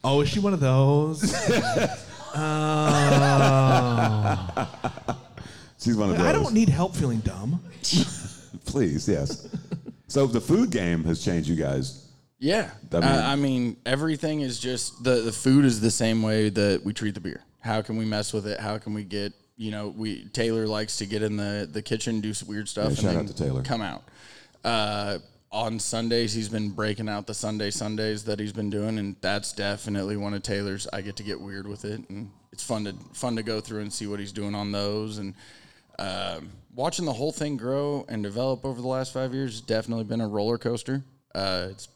Oh, is she one of those? Oh. She's one of those. I don't need help feeling dumb. Please, yes. so the food game has changed you guys. Yeah. That Uh, mean- I mean, everything is just the, the food is the same way that we treat the beer. How can we mess with it? How can we get, you know, we Taylor likes to get in the, the kitchen, do some weird stuff, Yeah, shout out to Taylor. come out. Uh, on Sundays, he's been breaking out the Sunday Sundays that he's been doing, and that's definitely one of Taylor's. I get to get weird with it, and it's fun to fun to go through and see what he's doing on those, and um, watching the whole thing grow and develop over the last five years has definitely been a roller coaster. Uh, it's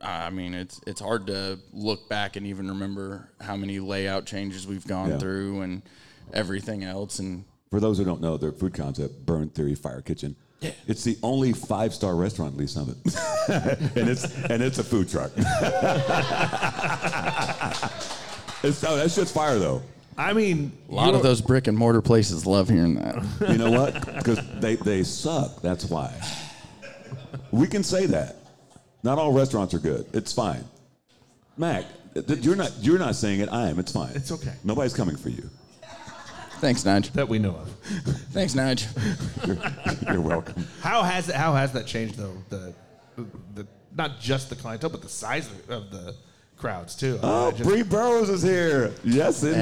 I mean, it's it's hard to look back and even remember how many layout changes we've gone Yeah. through and everything else. And For those who don't know, their food concept, Burn Theory Fire Kitchen. Yeah. It's the only five star restaurant in Lee Summit. and it's and it's a food truck. it's, oh, that shit's fire though. I mean, a lot of those brick and mortar places love hearing that. You know what? Because they, they suck. That's why. We can say that. Not all restaurants are good. It's fine. Mac, th- th- you're not you're not saying it. I am. It's fine. It's okay. Nobody's coming for you. Thanks, Nige. that we know of. Thanks, Nige. You're welcome. How has how has that changed though? The the not just the clientele, but the size of, of the crowds too. I mean, I Oh, just- Bree Burrows is here. Yes, indeed.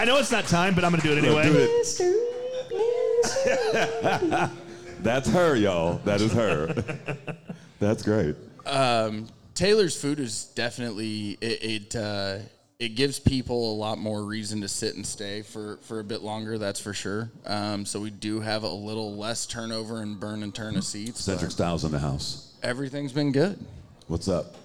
I know it's not time, but I'm gonna do it Let's do anyway. it. That's her, y'all. That is her. That's great. Um, Taylor's food is definitely it. it uh, it gives people a lot more reason to sit and stay for, for a bit longer. That's for sure. Um, so we do have a little less turnover and burn and turn of seats. but Cedric Styles in the house. Everything's been good. What's up?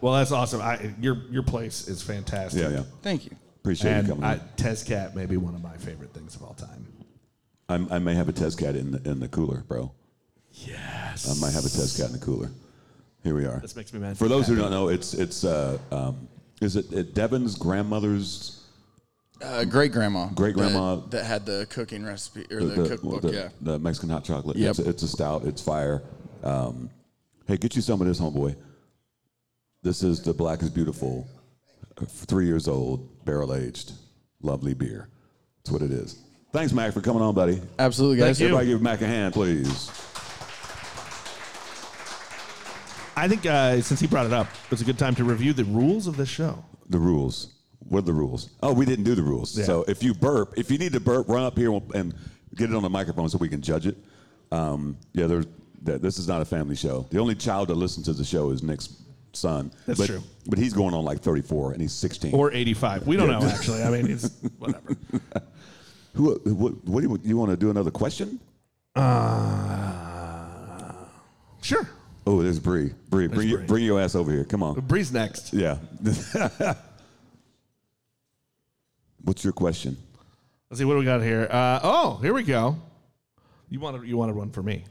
Well, that's awesome. I, your your place is fantastic. Yeah, yeah. Thank you. Appreciate you And coming. I, in. Tezcat may be one of my favorite things of all time. I'm, I may have a Tezcat in the, in the cooler, bro. Yes. I might have a Tezcat in the cooler. Here we are. This makes me mad. For those who don't know, it's it's uh, um, is it, it Devin's grandmother's Uh, great grandma. Great-grandma. That, that had the cooking recipe or Uh, the, the, cookbook. the- yeah. the Mexican hot chocolate. Yep. It's, a, it's a stout. It's fire. Um, hey, get you some of this, homeboy. This is the Black is Beautiful, uh, three years old, barrel aged, lovely beer. That's what it is. Thanks, Mac, for coming on, buddy. Absolutely, guys. Everybody give Mac a hand, please. I think uh, since he brought it up, it's a good time to review the rules of this show. The rules. What are the rules? Oh, we didn't do the rules. Yeah. So if you burp, if you need to burp, run up here and get it on the microphone so we can judge it. Um, yeah, there's that this is not a family show. The only child that listens to the show is Nick's son. That's but, true. But he's going on like 34 and he's 16. or 85. We don't know actually. I mean, it's whatever. Who, what, what do you, you want to do another question? uh, Sure. Oh, there's Bree. Bree, bring, your- Bree. bring your ass over here. Come on. Bree's next. Yeah. What's your question? Let's see what do we got here. Uh, oh, here we go. You wanted you wanted one for me.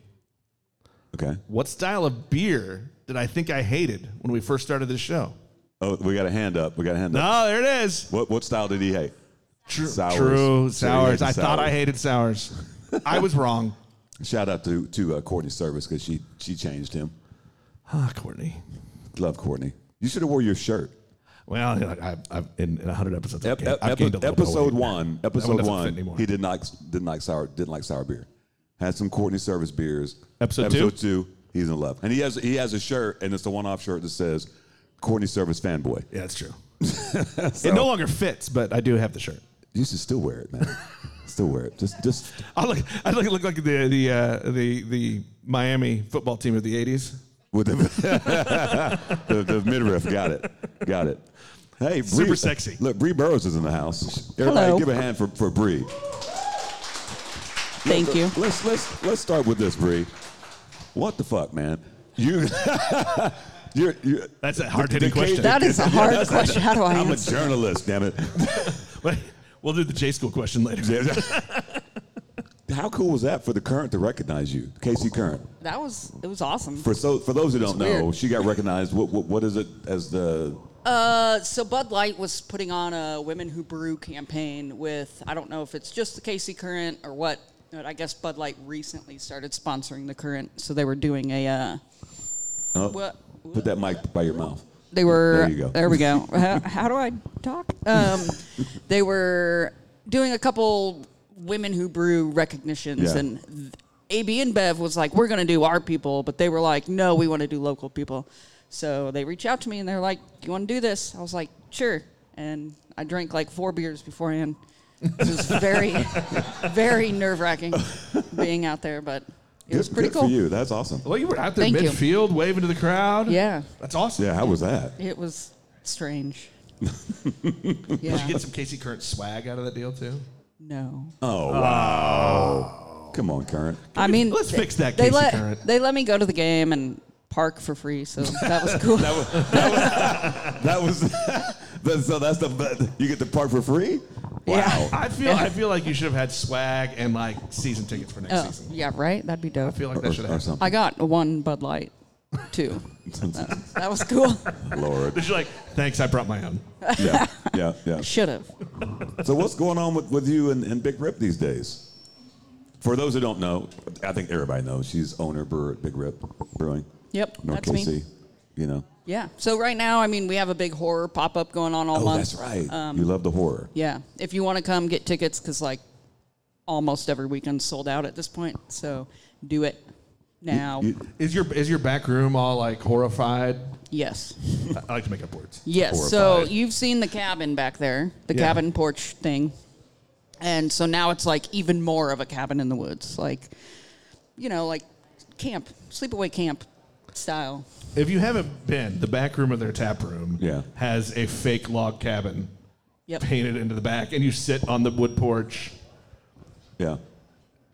Okay. What style of beer did I think I hated when we first started this show? Oh, we got a hand up. We got a hand up. Oh, there it is. What, what style did he hate? True, Sours. True. So you Sours. hated I thought I sours. hated sours. I was wrong. Shout out to, to uh, Courtney Service because she, she changed him. Ah, Courtney. Love Courtney. You should have wore your shirt. Well, you know, I've, I've in, in 100 episodes, I've Ep- gained, ep- I've epi- gained a little bit of episode weight. one. That Episode doesn't fit one. anymore. he did not didn't like sour didn't like sour beer. Had some Courtney Service beers. Episode two. He's in love, and he has he has a shirt, and it's a one off shirt that says Courtney Service fanboy. Yeah, that's true. It no longer fits, but I do have the shirt. You should still wear it, man. still wear it. Just just I look, I look, look like the the uh, the the Miami football team of the '80s. with the the, the midriff. Got it. Got it. Hey, Bree, Super sexy. Look, Bree Burrows is in the house. Everybody, Hello. give a hand for for Bree. Thank you. Let's let's let's start with this, Bree. What the fuck, man? You you're, you're That's a hard-hitting The- the question. case- That is a hard that's- question. How do I I'm answer? a journalist, damn it. we'll do the J School question later. How cool was that for the current to recognize you, Casey Current? That was it was awesome. For so for those who don't It's know, weird. she got recognized. What, what what is it as the Uh, so Bud Light was putting on a Women Who Brew campaign with I don't know if it's just the Casey Current or what, but I guess Bud Light recently started sponsoring the Current, so they were doing a uh, oh, what. put that mic by your mouth? They were. There you go. we go. Uh-huh. how, how do I talk? Um, they were doing a couple women who brew recognitions, Yeah. and th- AB and Bev was like, "We're going to do our people," but they were like, "No, we want to do local people." So they reached out to me and they're like, "You want to do this?" I was like, "Sure," and I drank like four beers beforehand. It was very, very nerve wracking being out there, but it was pretty good cool. for you. That's awesome. Well, you were out there Thank you. midfield waving to the crowd. Yeah, that's awesome. Yeah, how was that? it was strange. yeah. Did you get some Casey Current swag out of that deal too? No. Oh wow! Come on, Current. I mean, let's they- fix that They Casey let Current. they let me go to the game and park for free, so that was cool. Oh, That was that, so. That's the but you get the part for free. yeah. I feel I feel like you should have had swag and like season tickets for next Oh, season. yeah, right. That'd be dope. I feel like that should or, or have. happened. I something. got one Bud Light, two. that, that was cool. Lord. But you're like, thanks, I brought my own. Yeah, yeah, yeah. Should have. So what's going on with, with you and, and Big Rip these days? For those who don't know, I think everybody knows she's owner brewer at Big Rip Brewing. Yep, North that's me. KC. You know. Yeah. So right now, I mean, we have a big horror pop up going on all Oh, month. Um, that's right. um, you love the horror. Yeah. If you want to come, get tickets because like almost every weekend's sold out at this point. So do it now. You- Is your is your back room all like horrified? yes. I- I like to make up words. Yes. So Horrified. you've seen the cabin back there, the Yeah. cabin porch thing. And so now it's like even more of a cabin in the woods, like, you know, like camp, sleepaway camp style. If you haven't been, the back room of their tap room Yeah. has a fake log cabin Yep. painted into the back, and you sit on the wood porch, yeah.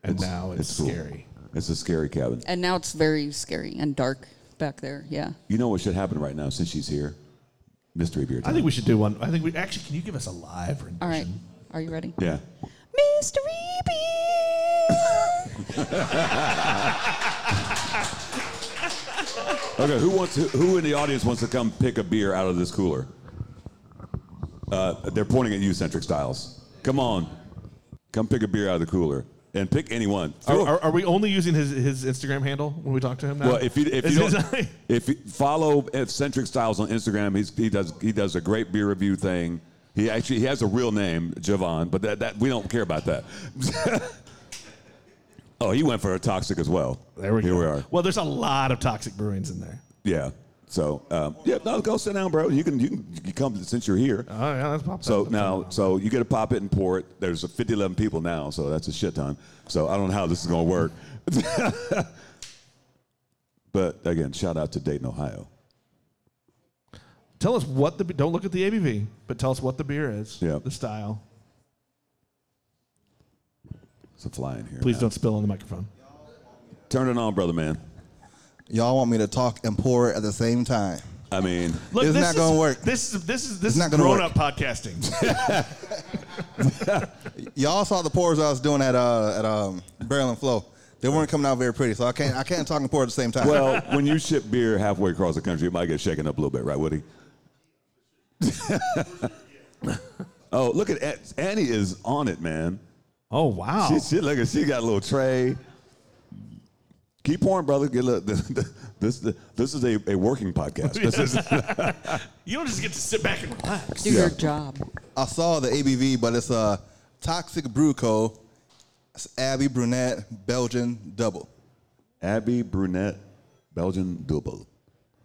and now it's, cool. scary. It's a scary cabin. And now it's very scary and dark back there. Yeah. You know what should happen right now since she's here? Mystery beer. I Time. think we should do one. I think we actually. Can you give us a live rendition? All right. Are you ready? Yeah. Mystery beer. Okay. Who wants? Who, who in the audience wants to come pick a beer out of this cooler? Uh, they're pointing at you, Centric Styles. Come on, come pick a beer out of the cooler and pick anyone. Are, Throw- are, are we only using his, his Instagram handle when we talk to him now? Well, if you if Is you his- don't, if you follow Eccentric Styles on Instagram, he's, he does he does a great beer review thing. He actually he has a real name, Javon, but that, that we don't care about that. oh, he went for a toxic as well. there we Here go. we are. Well, there's a lot of toxic brewings in there. Yeah. So um, yeah, no, go sit down, bro. You can you can you come since you're here. Oh yeah, that's pop. So now, so you get to pop it and pour it. There's 50, 11 people now, so that's a shit ton. So I don't know how this is going to work. But again, shout out to Dayton, Ohio. Tell us what the don't look at the ABV, but tell us what the beer is. Yeah. The style. It's a fly in here. Please now. don't spill on the microphone. turn it on, brother man. Y'all want me to talk and pour at the same time. I mean, Look, It's this not is- gonna work. This is this is this It's is not gonna grown work. up podcasting. Y'all saw the pours I was doing at uh at um Barrel and Flow. They weren't coming out very pretty, so I can't I can't talk and pour at the same time. well, when you ship beer halfway across the country, it might get shaken up a little bit, right, Woody? oh, look at Ed- Annie is on it, man. oh wow. She, she look at she got a little tray. Keep pouring, brother. Get look, this this, this is a, a working podcast. This is you don't just get to sit back and relax. Do your job. I saw the ABV, but it's a Toxic Brew Co. It's Abbey Brunette Belgian Double. Abby Brunette, Belgian double,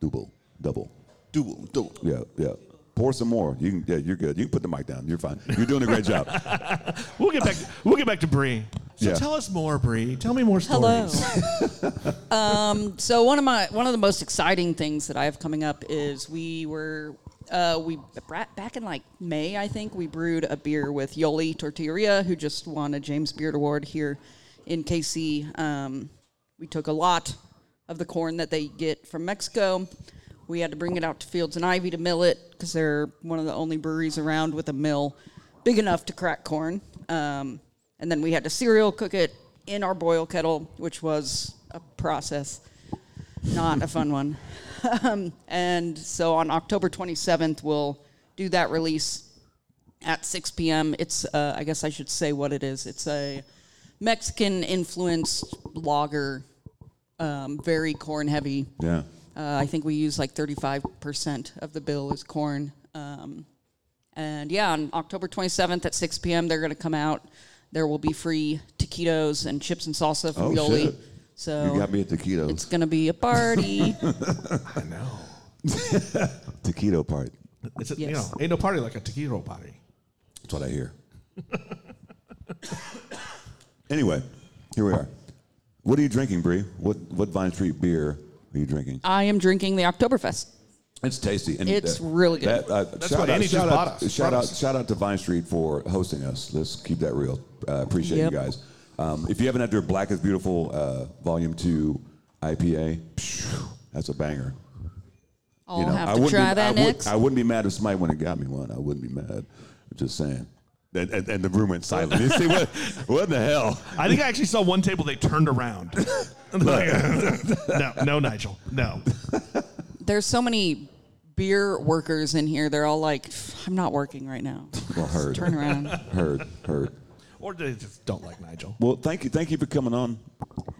double, double. Double, double. Yeah, yeah. Pour some more. You can. Yeah, you're good. You can put the mic down. You're fine. You're doing a great job. We'll get back we'll get back to Bree. So Yeah. tell us more, Bree. Tell me more Hello. stories. um, so one of my one of the most exciting things that I have coming up is we were uh, we bra- back in like May I think we brewed a beer with Yoli Tortilleria who just won a James Beard Award here in KC. Um, we took a lot of the corn that they get from Mexico. We had to bring it out to Fields and Ivy to mill it because they're one of the only breweries around with a mill big enough to crack corn. Um, and then we had to cereal cook it in our boil kettle, which was a process, not a fun one. um, and so on October 27th, we'll do that release at 6 p.m. It's, uh, I guess I should say what it is. It's a Mexican influenced lager, um, very corn heavy. Yeah. Uh, I think we use like 35% of the bill is corn. Um, and yeah, on October 27th at 6 p.m., they're going to come out. There will be free taquitos and chips and salsa from Oh, Yoli. shit. So You got me at it's taquitos. going to be a party. Taquito part. It's a, you know, Yes. ain't no party like a tequila party. That's what I hear. anyway, here we are. What are you drinking, Bree? What what Vine Street beer are you drinking? I am drinking the Oktoberfest. It's tasty. And It's really good. uh, shout what out, Annie just shout bought out, us. Shout Brought out, us. shout out to Vine Street for hosting us. Let's keep that real. Uh, appreciate Yep. you guys. Um, if you haven't had their Black is Beautiful uh, Volume Two IPA, phew, that's a banger. I'll You know, have I to wouldn't try be, I that would- next. I wouldn't be mad if somebody went and got me one. I wouldn't be mad. I'm just saying. And, and, and the room went silent. You see what? What in the hell? I think I actually saw one table they turned around. no, no, Nigel. No. There's so many beer workers in here. They're all like, "Pff, I'm not working right now. Well, heard, Turn around. heard, heard. Or they just don't like Nigel. Well, thank you, thank you for coming on.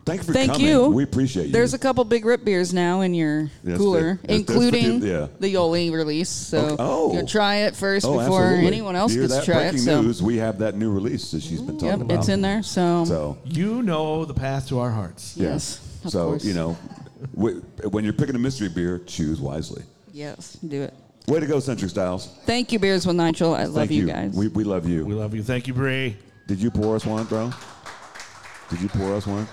Thank you for Thank coming. you. We appreciate you. There's a couple big rip beers now in your Yes, there- cooler, that's- that's including the- yeah. the Yoli release. So Okay. Oh. you'll try it first Oh, before absolutely. anyone else you hear gets to that? try it. Breaking So news: We have that new release that she's been talking yep, about. it's in there. So, So You know the path to our hearts. yeah. Um, yes, of so course. you know, wh- when you're picking a mystery beer, choose wisely. yes, do it. Way to go, Centric Styles. Thank you, beers with Nigel. I love Thank you, guys. We, we love you. We love you. Thank you, Bree. Did you pour us one, bro? Did you pour us one?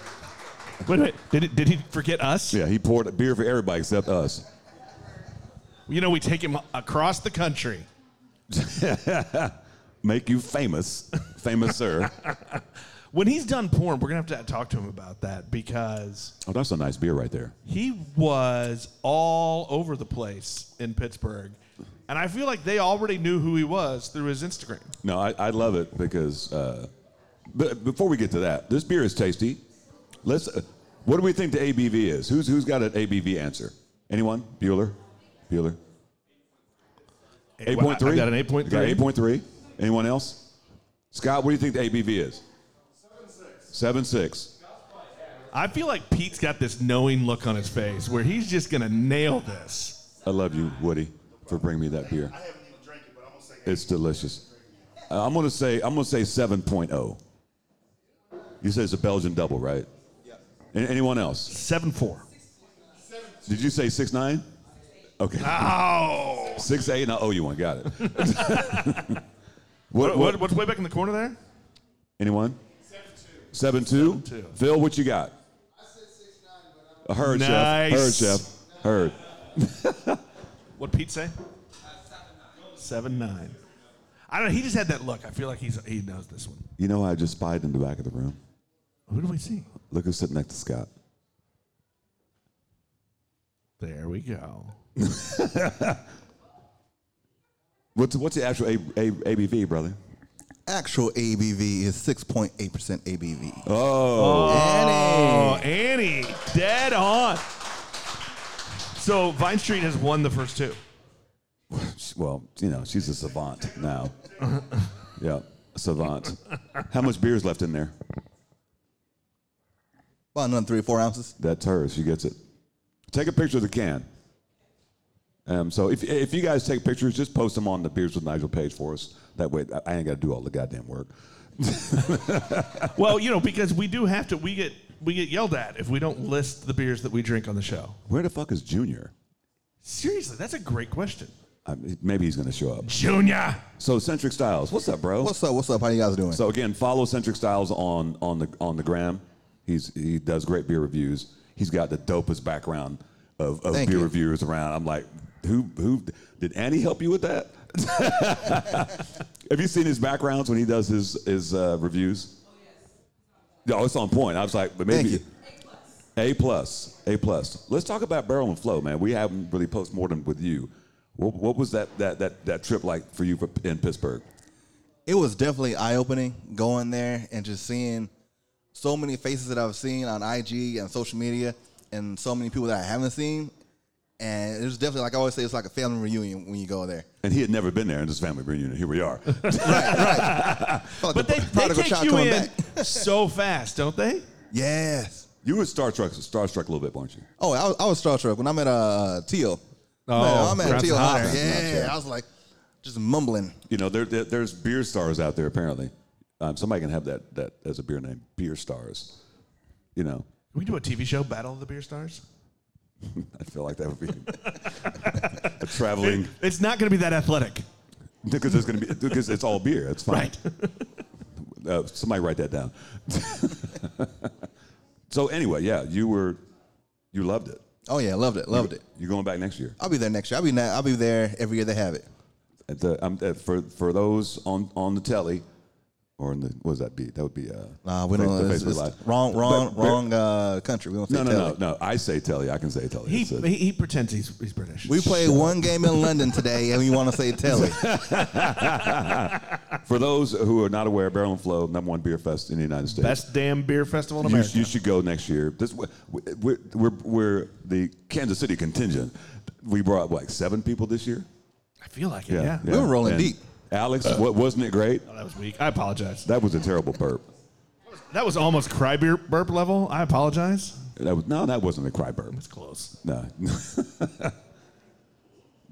Wait, wait. Did, it, did he forget us? Yeah, he poured a beer for everybody except us. You know, we take him across the country. Make you famous, famous sir. When he's done porn, we're going to have to talk to him about that because Oh, that's a nice beer right there. he was all over the place in Pittsburgh. And I feel like they already knew who he was through his Instagram. No, I, I love it because. Uh, but before we get to that, this beer is tasty. Let's. Uh, what do we think the ABV is? Who's who's got an ABV answer? Anyone? Bueller. Bueller. Eight point three. I got an 8.3. Eight point three. Anyone else? Scott, what do you think the ABV is? Seven six. Seven six. I feel like Pete's got this knowing look on his face where he's just going to nail this. I love you, Woody, for bringing me that beer. haven't even drank it, but I'm gonna say It's delicious. Uh, I'm gonna say I'm gonna say 7.0. You said it's a Belgian double, right? Yeah. Anyone else? 7 4. Did you say six nine? Okay. Oh. Six eight, and I owe you one. Got it. What, what, what's way back in the corner there? Anyone? Seven two. Seven two. Phil, what you got? Heard, Nice. Chef. Heard, Chef. Heard. What Pete say? Seven nine. I don't. know. He just had that look. I feel like he's he knows this one. You know, I just spied in the back of the room. Who do we see? Look who's sitting next to Scott. There we go. What's, what's the actual A, A, ABV, brother? Actual ABV is 6.8% ABV. Oh. Oh, Annie, dead on. So Vine Street has won the first two. Well, you know, she's a savant now. yeah, savant. How much beer is left in there? About another three or four ounces. That's hers. She gets it. Take a picture of the can. Um, so if, if you guys take pictures, just post them on the Beers with Nigel page for us. That way, I- I ain't got to do all the goddamn work. Well, you know, because we do have to. We get we get yelled at if we don't list the beers that we drink on the show. Where the fuck is Junior? Seriously, that's a great question. I Um, maybe he's going to show up. Junior. So Centric Styles, what's up, bro? What's up? What's up? How you guys doing? So again, follow Centric Styles on on the on the gram. He's he does great beer reviews. He's got the dopest background of, of Thank beer you. reviewers around. I'm like, who who did Annie help you with that? Have you seen his backgrounds when he does his his uh, reviews? Yeah, oh, it's on point. I was like, but Thank maybe you. A plus, A plus. Let's talk about Barrel and Flow, man. We haven't really post mortem with you. What, what was that, that that that trip like for you in Pittsburgh? it was definitely eye opening going there and just seeing so many faces that I've seen on IG and social media, and so many people that I haven't seen. And it was definitely like I always say, it's like a family reunion when you go there. And he had never been there in his family reunion. Here we are. Oh, Felt like But the they, they pro- prodigal take child you coming in back. so fast, don't they? Yes. You were starstruck, starstruck a little bit, weren't you? Oh, I was, I was starstruck when I met uh, Teal. Oh, I'm at Grant Teal Hunter. Hoffman. Yeah, I was like just mumbling. You know, there, there, there's beer stars out there. Apparently, um, somebody can have that that as a beer name, beer stars. You know, Can we do a TV show, Battle of the Beer Stars? I feel like that would be a traveling It's not going to be that athletic. because it's going to be because it's all beer. It's fine. Right. Uh, somebody write that down. so anyway, yeah, you were you loved it. Oh yeah, loved it, loved it. You're going back next year. I'll be there next year. I'll be na- I'll be there every year they have it. At the, um, uh, for for those on on the telly or in the what does that be? That would be uh, Nah, we fa- don't. the it's- Facebook it's Live. Wrong, wrong, But- but- wrong uh, country. We don't say No, no, telly. no, no. I say telly. I can say telly. He, Oh, It's a- he, he pretends he's, he's British. We played one game in London today, and we want to say telly. for those who are not aware, Barrel and Flow, number one beer fest in the United States. Best damn beer festival in you, America. you should go next year. This we're, we're, we're, we're the Kansas City contingent. We brought like seven people this year. I feel like it, yeah. We were rolling deep. Uh. Alex, what wasn't it great? Oh, that was weak. I apologize. That was a terrible burp. That was almost cry beer burp level. I apologize. That was, no, that wasn't a cry burp. It's close. No.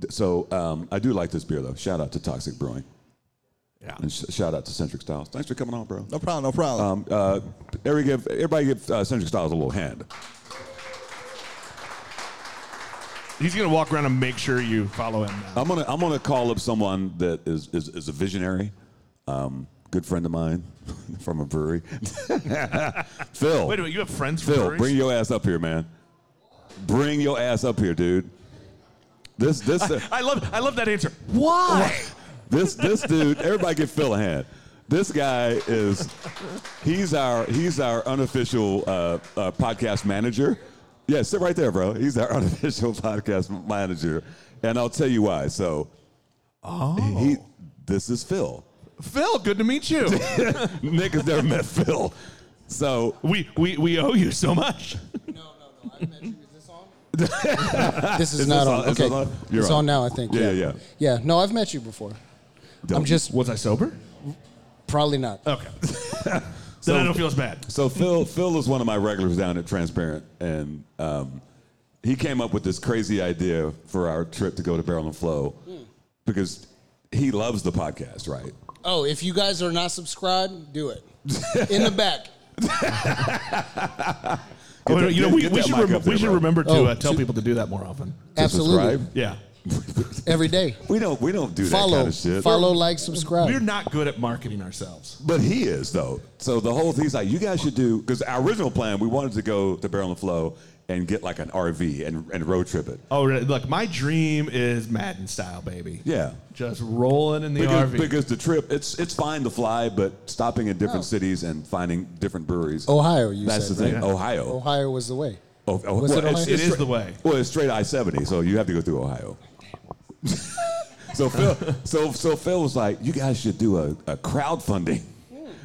so um, I do like this beer though. Shout out to Toxic Brewing Yeah. and sh- shout out to Centric Styles. Thanks for coming on, bro. No problem, no problem. Um, uh, everybody give, everybody give uh, Centric Styles a little hand. He's going to walk around and make sure you follow him now. I'm gonna I'm gonna call up someone that is is, is a visionary, um, good friend of mine from a brewery. Phil, Wait a minute. You have friends from Phil, breweries? bring your ass up here, man. Bring your ass up here, dude. This this I love I love that answer. Why? this this dude. Everybody give Phil a hand. This guy is he's our he's our unofficial uh, uh, podcast manager. Yeah, sit right there, bro. He's our unofficial podcast manager, and I'll tell you why. So, oh, he this is Phil. Phil, good to meet you. Nick has never met Phil. So we, we we owe you so much. This is, Is not this on. on- is Okay, this on? You're it's on. on now. I think. Yeah, Yeah, yeah, yeah. No, I've met you before. I'm just Was I sober? probably not. Okay. then I don't feel as bad. So Phil Phil is one of my regulars down at Transparent, and um, he came up with this crazy idea for our trip to go to Barrel and Flow Hmm. because he loves the podcast, right? Oh, if you guys are not subscribed, do it in the back. Oh, that- you know, get- we, get we that should mic rem- up we there, should bro. remember to Oh, uh, tell to- people to do that more often. Absolutely. Subscribe. Yeah. every day. We don't we don't do that Follow, kind of shit. follow, like, subscribe. We're not good at marketing ourselves. But he is though. So the whole thing's like you guys should do because our original plan we wanted to go to Barrel and Flow and get like an RV and, and road trip it. Oh, really? look, my dream is Madden style, baby. Yeah. Just rolling in the Because, RV. because the trip it's it's fine to fly, but stopping in different cities and finding different breweries. Oh. Ohio, you that's said. the thing. right? Ohio. Ohio was the way. Oh, oh, Was it it's- Ohio? it's it is straight- the way. Well, it's straight I seventy, so you have to go through Ohio. so Phil, so so Phil was like, "You guys should do a, a crowdfunding."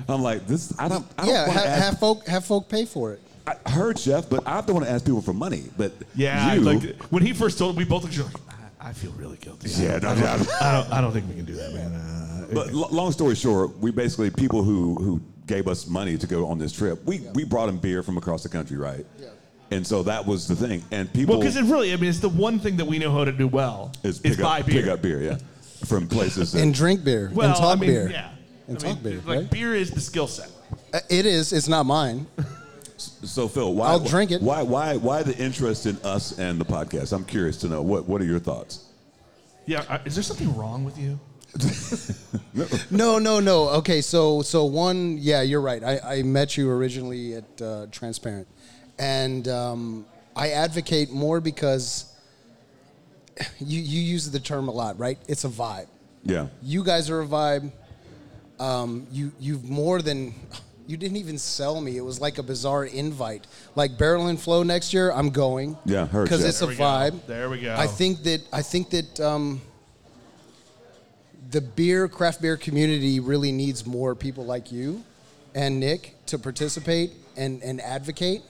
I'm like, "This, I don't, I don't Yeah, want ha- to ask." have folk have folk pay for it. I heard Jeff, but I don't want to ask people for money. But Yeah, you, like when he first told, we both looked at each other like, I, I feel really guilty. Yeah, no, I yeah. don't, I don't, I don't think we can do that, man. Uh, But lo- long story short, we basically people who who gave us money to go on this trip. We we brought them beer from across the country, right? Yeah. And so that was the thing. And people well, because it really, I mean, it's the one thing that we know how to do well is is, pick buy up, beer. pick up beer, yeah, from places. That, And drink beer. Well, and talk I mean, beer. yeah, And I mean, talk beer, Like right? beer is the skill set. Uh, It is. It's not mine. so Phil, why I'll drink it. Why why why the interest in us and the podcast? I'm curious to know what what are your thoughts? Yeah, uh, is there something wrong with you? No, no, no. Okay, so so one, yeah, you're right. I, I met you originally at uh, Transparent, and um, I advocate more because you you use the term a lot, right? It's a vibe. Yeah. You guys are a vibe. Um, you you've more than you didn't even sell me. It was like a bizarre invite. Like Barrel and Flow next year, I'm going. Yeah, heard because you. it's There a we go. vibe. There we go. I think that I think that um, the beer craft beer community really needs more people like you and Nick to participate and and advocate.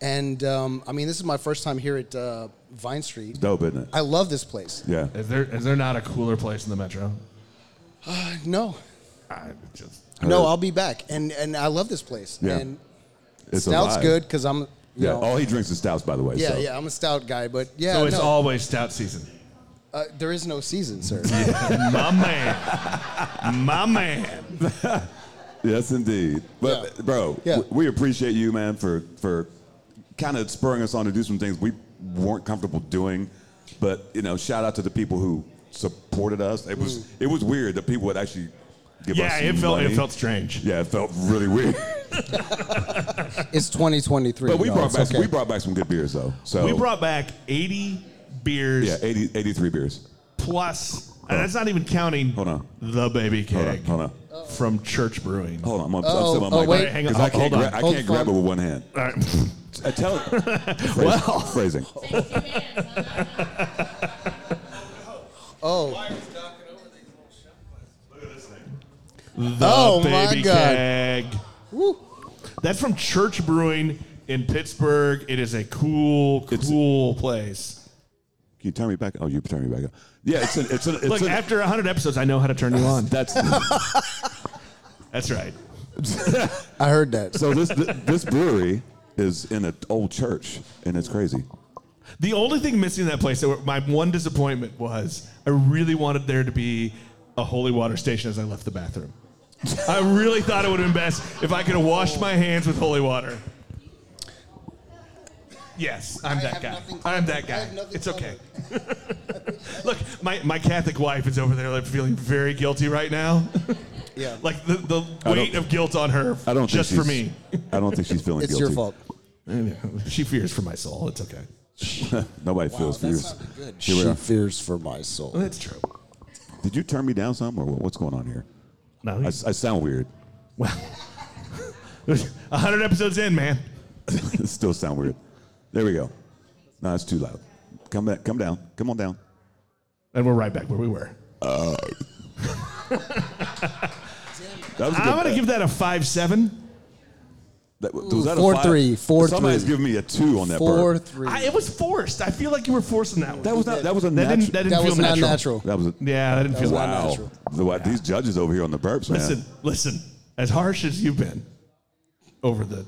And um, I mean, this is my first time here at uh, Vine Street. Dope, isn't it? I love this place. yeah. Is there is there not a cooler place in the metro? Uh, No, I just no, I'll be back. And and I love this place. Yeah. And It's a stout's vibe. good because I'm. You Yeah. Know, All he drinks is stouts, by the way. yeah, so. yeah, I'm a stout guy, but yeah, so it's no, always stout season. uh, there is no season, sir. My man, my man. Yes, indeed. But Yeah. bro, Yeah. w- we appreciate you, man, for for kind of spurring us on to do some things we weren't comfortable doing. But you know, shout out to the people who supported us. It Mm. was it was weird that people would actually give us. Yeah, it felt money. it felt strange. Yeah, it felt really weird. It's 2023. but we y'all. brought It's back okay. we brought back some good beers though. So We brought back eighty beers yeah 80, 83 beers. plus. And that's not even counting Hold on. the baby Hold keg on, hold on, from Church Brewing. hold on. I'm gonna Oh, I'm oh, my wait. Hang on, because I can't hold on. gra- I Hold can't the grab it phone. with one hand. All right. I tell phrasing, well phrasing. Oh, The Oh, my baby God. keg. That's from Church Brewing in Pittsburgh. It is a cool, cool place. Can you turn me back? Oh, you turn me back up. Yeah, it's an, it's an, it's Look, an, after 100 episodes, I know how to turn you on. that's That's right. I heard that. so this th- this brewery is in an old church, and it's crazy. The only thing missing in that place, that were- my one disappointment was I really wanted there to be a holy water station as I left the bathroom. I really thought it would have been best if I could have washed my hands with holy water. Yes, I'm I that have guy. nothing I'm colored. that I guy. have nothing It's colored. okay. Look, my, my Catholic wife is over there like, feeling very guilty right now. Yeah. like the, the don't- weight of guilt on her I don't just think for she's- me. I don't think she's feeling It's guilty. your fault. she fears for my soul. It's okay. Nobody feels for yours. Here we are. fears for my soul. That's true. Did you turn me down some, or what's going on here? No, I, he's- s- I sound weird. Well, 100 episodes in, man. Still sound weird. There we go. No, it's too loud. Come back. Come down. Come on down. And we're right back where we were. That was a I'm going to give that a 5 7. that, was that a Four, five? three, four, Somebody's three. giving me a two on that. Four, burp. three. I, it was forced. I feel like you were forcing that one. That was not. That was a that natural. didn't, that didn't that feel was not natural. natural. that was a, Yeah, that didn't feel was not wow. natural. The- wow, These judges over here on the burps, man. Listen, listen. As harsh as you've been over the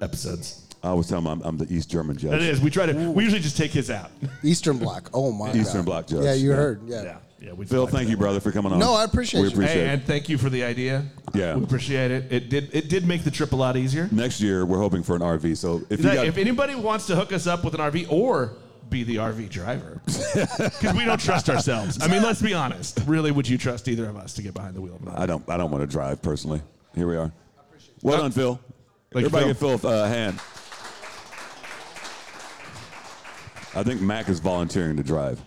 episodes, I was telling them I'm, I'm the East German judge. that is. We try to. We usually just take his out. Eastern Bloc. Oh my. Eastern God. Bloc judge. Yeah, you Yeah. heard. Yeah. yeah. We Phil, thank you, brother, for coming on. No, I appreciate we you. appreciate Hey, it. and thank you for the idea. Yeah. we appreciate it. It did. It did make the trip a lot easier. Next year, we're hoping for an RV. So if you Like, got, if anybody wants to hook us up with an RV or be the RV driver because we don't trust ourselves. I mean, let's be honest. Really, would you trust either of us to get behind the wheel? of an RV? I don't. I don't want to drive personally. Here we are. Well done, Phil. Thank you, Everybody give Phil a uh, hand. I think Mac is volunteering to drive.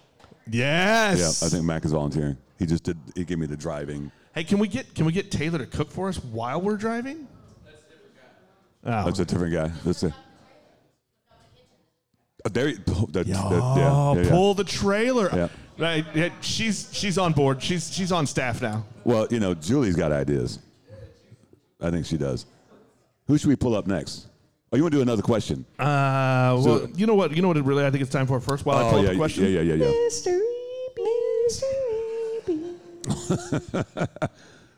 Yeah, Yes. I think Mac is volunteering. He just did. He gave me the driving. Hey, can we get can we get Taylor to cook for us while we're driving? Oh. That's a different guy. That's a. Oh, there, you- oh, that, that- yeah, Oh, yeah, yeah. pull the trailer. Yeah. Right, yeah, she's she's on board. She's she's on staff now. Well, you know, Julie's got ideas. I think she does. Who should we pull up next? Oh, you want to do another question? Uh, well, So- you know what? You know what? it Really, I think it's time for first. While I pull Oh, yeah, up the question, yeah, yeah, yeah, yeah.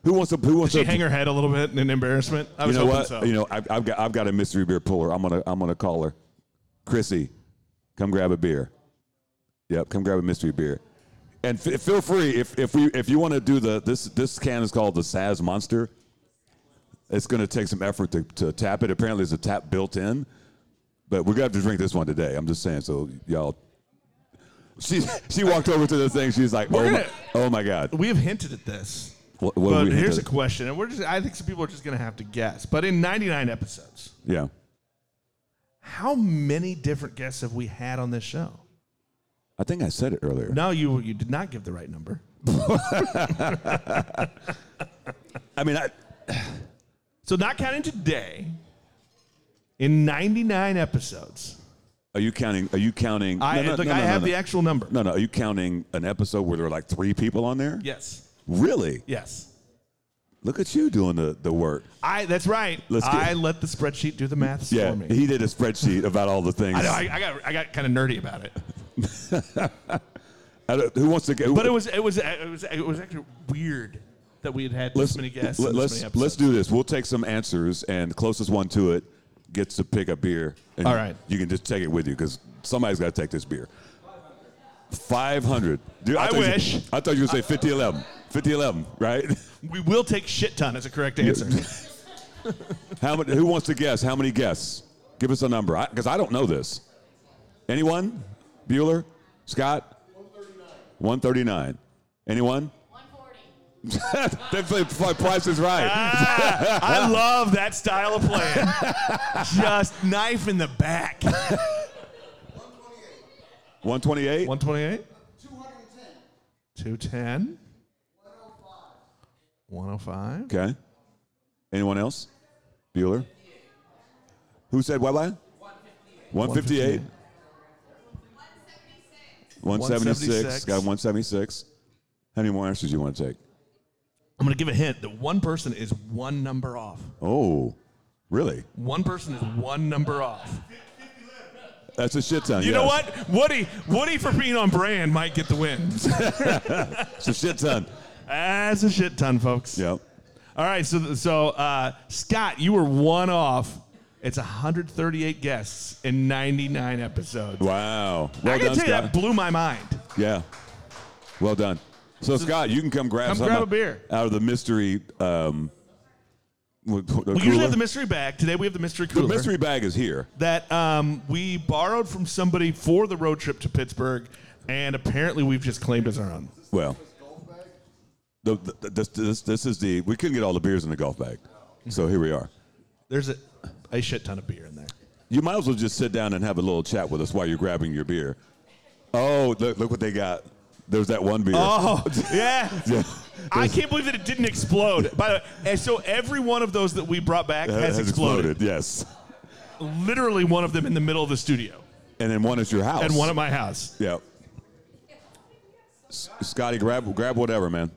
Who wants to? Who wants Did she to? hang her head a little bit in embarrassment? I you was know hoping what? so. You know, I've, I've got I've got a mystery beer puller. I'm gonna I'm gonna call her, Chrissy. Come grab a beer. Yep, come grab a mystery beer. And f- feel free if if we if you want to do the this this can is called the Saz Monster. It's gonna take some effort to, to tap it. Apparently, there's a tap built in, but we're gonna have to drink this one today. I'm just saying. So y'all. She she walked over to the thing. She's like, oh, my, gonna- oh my god. we have hinted at this, What- what but we here's hinted- a question, and we're just—I think some people are just going to have to guess. But in 99 episodes, Yeah. how many different guests have we had on this show? I think I said it earlier. No, you you did not give the right number. I mean, I, So not counting today, in 99 episodes, are you counting? Are you counting? no, I no, look, no, I no, have no. the actual number. No, no. Are you counting an episode where there are like three people on there? Yes, Really? yes. Look at you doing the, the work. I that's right. Let's get- I let the spreadsheet do the math Yeah. for me. He did a spreadsheet about all the things. I know. I, I got I got kind of nerdy about it. I don't- who wants to go? But it was it was it was it was actually weird that we had had this many guests. and Let, this us many episodes. let's do this. We'll take some answers, and the closest one to it gets to pick a beer. And All right. You can just take it with you because somebody's got to take this beer. 500. Dude, I thought you- wish. I thought you were going to say 50 11. 50 11, right? We will take shit ton as a correct answer. How many, who wants to guess? How many guests? Give us a number, because I, don't know this. Anyone? Bueller? Scott? 139. Anyone? 140. the price is right. Ah, I love that style of playing. Just knife in the back. 128? 128? 210. 105. Okay. Anyone else? Bueller? Who said bye bye? 158. 176. Got 176. How many more answers do you want to take? I'm going to give a hint that one person is one number off. Oh, really? One person is one number off. That's a shit ton. You know what? Woody, Woody for being on brand might get the win. It's a shit ton. That's a shit ton, folks. Yep. All right, so so uh, Scott, you were one off. It's 138 guests in 99 episodes. Wow. Well I gotta done, tell you, that Scott. blew my mind. yeah. Well done. So, Scott, you can come grab Come some grab out- a beer. out of the mystery. Um, we We usually have the mystery bag. Today we have the mystery cooler. mystery bag is here. that um, we borrowed from somebody for the road trip to Pittsburgh, and apparently we've just claimed as our own. Well, the, the, this, this, this is the we couldn't get all the beers in the golf bag, so here we are. There's a, a shit ton of beer in there. You might as well just sit down and have a little chat with us while you're grabbing your beer. Oh, look, look what they got. There's that one beer. Oh, yeah. Yeah. I can't believe that it didn't explode. By the way, and so every one of those that we brought back It has, exploded. Yes. Literally one of them in the middle of the studio And then one is your house. and one at my house. Yeah. S- Scotty, grab grab whatever, man.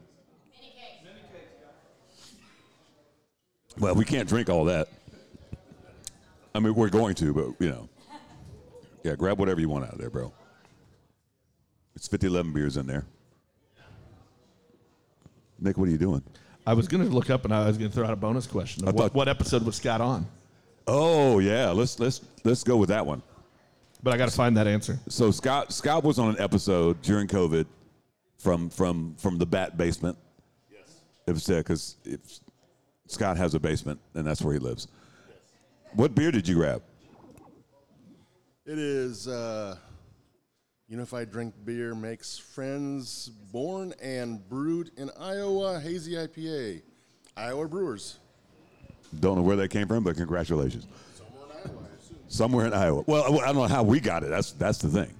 Well, we can't drink all that. I mean, we're going to, but you know. Yeah, grab whatever you want out of there, bro. It's 50 11 beers in there. Nick, what are you doing? I was going to look up and I was going to throw out a bonus question. I Of what, thought- what episode was Scott on? Oh yeah, let's let's let's go with that one. But I got to find that answer. So Scott Scott was on an episode during COVID from from from the bat basement. Yes. It was said because Scott has a basement and that's where he lives. What beer did you grab? It is uh, Unified Drink Beer makes friends born and brewed in Iowa, hazy IPA. Iowa Brewers. Don't know where that came from, but congratulations. Somewhere in Iowa. Well, I don't know how we got it. That's that's the thing.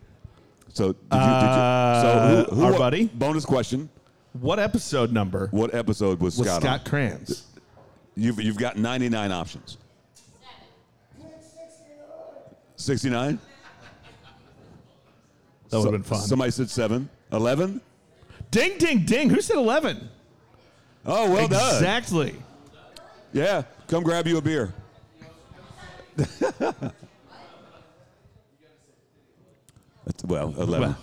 So, did you, did you, Uh, our wa- buddy? Bonus question: What episode number What episode was was Scott? Scott on? Kranz? You've you've got ninety nine options. Sixty nine. That would have been fun. Somebody said seven. Eleven. ding, ding, ding. Who said 11? Oh, well done. exactly. Yeah, come grab you a beer. That's- well, eleven.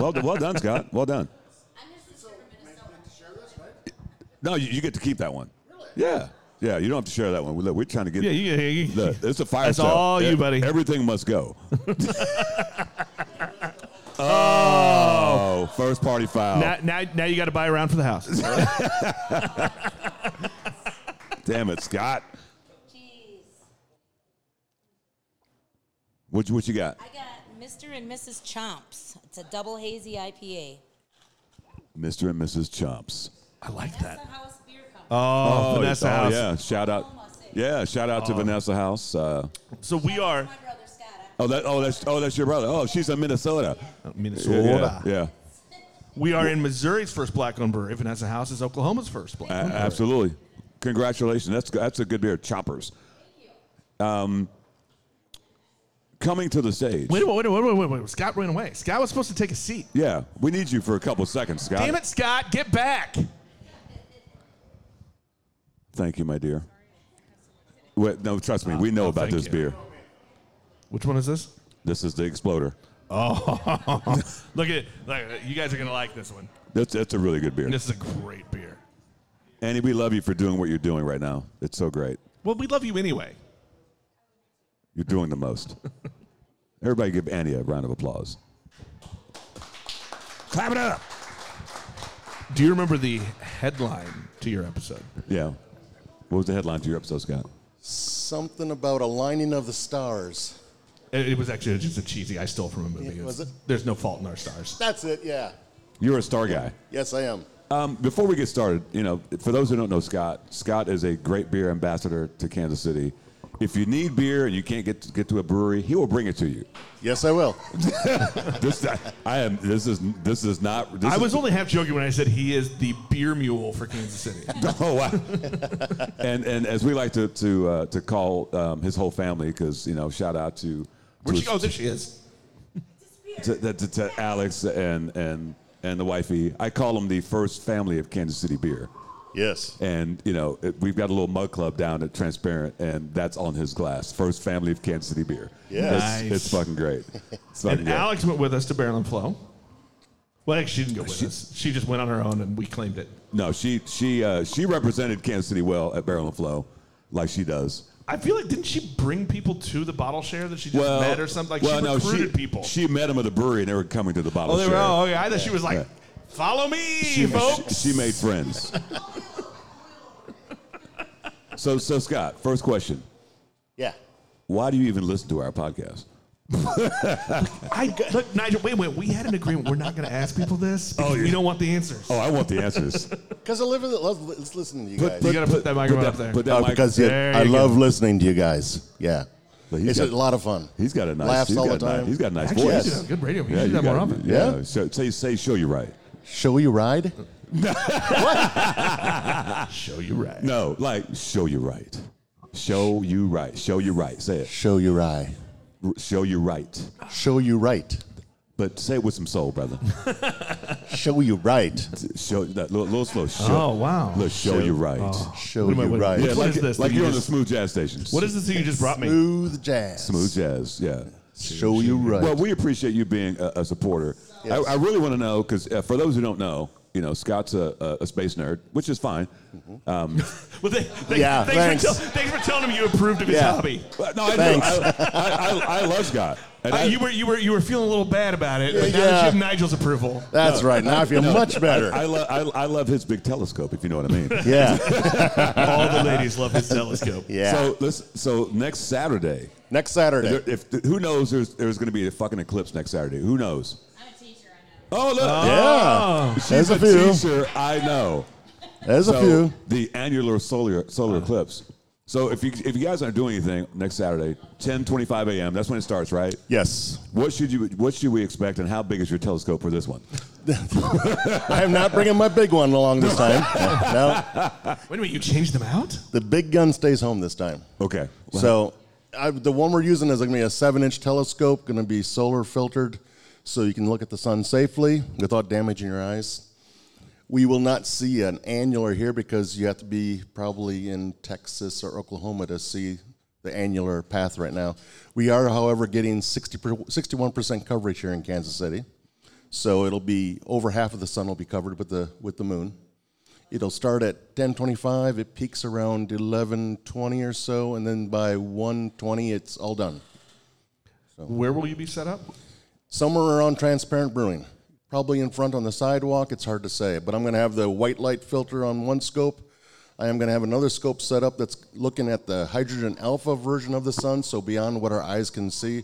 Well, well done, Scott. Well done. No, you, you get to keep that one. Yeah, yeah. You don't have to share that one. Look, we're trying to get. Yeah, you, you, Look, it's a fire That's sale. all you, E- buddy. Everything must go. oh, first party foul. now, now, now you got to buy around for the house. Damn it, Scott. What you, what you got? I got Mr. and Mrs. Chomps. It's a double hazy IPA. Mr. and Mrs. Chumps. I like That's that. a house beer company. Oh, Vanessa oh, House. Oh. Yeah, shout out. Yeah, shout out to Vanessa House. Uh, So we That's are. My brother Scott. I- oh, that, oh, that's oh, that's your brother. Oh, she's in Minnesota. Uh, Minnesota. Yeah, yeah. We are in Missouri's first black-owned brewery. Vanessa House is Oklahoma's first A- black-owned brewery. absolutely. Congratulations. That's that's a good beer. Choppers. Um, coming to the stage. Wait, wait, wait, wait, wait, wait, wait. Scott ran away. Scott was supposed to take a seat. Yeah, we need you for a couple seconds, Scott. Damn it, Scott, get back. Thank you, my dear. Wait, no, trust me. We know about Oh, thank this you. beer. Which one is this? This is the Exploder. Oh, look at it. Look at it. You guys are going to like this one. That's that's a really good beer. This is a great beer. Andy, we love you for doing what you're doing right now. It's so great. Well, we love you anyway. You're doing the most. Everybody give Andy a round of applause. Clap it up. Do you remember the headline to your episode? Yeah. What was the headline to your episode, Scott? Something about aligning of the stars. It, it was actually just a cheesy I stole from a movie. Yeah, was It's- it? There's no fault in our stars. That's it, yeah. You're a star guy. Yes, I am. Um, before we get started, you know, for those who don't know Scott, Scott is a great beer ambassador to Kansas City. If you need beer and you can't get to, get to a brewery, he will bring it to you. Yes, I will. This I, I am. This is this is not. This I is- was only half joking when I said he is the beer mule for Kansas City. Oh wow! and and as we like to to uh, to call um, his whole family because you know shout out to Where'd to she go? Oh, There she is. to, to, to, to Alex and and and the wifey. I call them the first family of Kansas City beer. Yes. And you know it, we've got a little mug club down at Transparent, and that's on his glass. First family of Kansas City beer. Yes. It's- it's, Nice. fucking great. It's fucking And great. Alex went with us to Barrel and Flow. Well, actually, she didn't go with us. She just went on her own, and we claimed it. no, she she uh, she represented Kansas City well at Barrel and Flow, like she does. I feel like didn't she bring people to the bottle share that she just met or something? Like well, she no, recruited she, people. She met him at the brewery, and they were coming to the bottle. oh, they were. share. Oh, okay. I thought she was like, Yeah. "Follow me, she, folks." she made friends. so, so Scott, first question: Yeah. Why do you even listen to our podcast? I look, Nigel. Wait, wait. We had an agreement. We're not going to ask people this. Because yeah. we don't want the answers. Oh, I want the answers. Because I live in the, love, let's listen to you guys. gotta put that microphone up there. Put that Oh, Uh, mic- because yeah, There I you go. love listening to you guys. Yeah. But he's It's got- a lot of fun. he's got a nice. Laughs he's all got the a ni- time. he's got a nice Actually, voice. you should have good radio. You should you do that more got- often. Yeah. Yeah. So, say say show you right. Show you ride? Show you right. No, like show you right. Show you right. Show you right. Say it. Show you ride. R- show you right. Show you right. But say it with some soul, brother. Show you right. show that little, little slow. Show, Oh wow. Look, show you right. Show Wait a minute, you wait. right. Which Yeah, one like, is this? like that you're you on the just- smooth jazz stations. What is this thing you just brought me? Smooth jazz. smooth jazz? Yeah. Show you right. Well, we appreciate you being a, a supporter. I, I really want to know because uh, for those who don't know, You know, Scott's a, a, a space nerd, which is fine. Um, Well, they, they, Yeah, thanks, For thanks. tell, thanks for telling him you approved of his Yeah. hobby. Well, no, I do. Thanks. I, I, I, I love Scott. And Uh, I- you were you were you were feeling a little bad about it, but now Yeah. that you have Nigel's No, approval. I- no, I, I, lo- I, I love his big telescope, if you know what I mean. Yeah. All the ladies love his telescope. Yeah. So listen, so next Saturday. Next Saturday. There, if who knows? There's there's going to be a fucking eclipse next Saturday. Who knows? I'm a teacher. I know. Oh Yeah. look. She's There's a a, few. teacher. I know. There's a So, few. The annular solar solar eclipse. So if you if you guys aren't doing anything next Saturday, 10:25 a.m. That's when it starts, right? Yes. What should you What should we expect, and how big is your telescope for this one? I am not bringing my big one along this time. no. Wait a minute, you changed them out? The big gun stays home this time. Okay. So I, the one we're using is going to be a seven-inch telescope, going to be solar filtered, so you can look at the sun safely without damaging your eyes. We will not see an annular here because you have to be probably in Texas or Oklahoma to see the annular path right now. We are, however, getting 60 per, 61% coverage here in Kansas City. So it'll be over half of the sun will be covered with the with the moon. It'll start at 10:25. It peaks around 11:20 or so, and then by 1:20, it's all done. Where will you be set up? Somewhere around Transparent Brewing, probably in front on the sidewalk. It's hard to say, but I'm going to have the white light filter on one scope. I am going to have another scope set up that's looking at the hydrogen alpha version of the sun, so beyond what our eyes can see.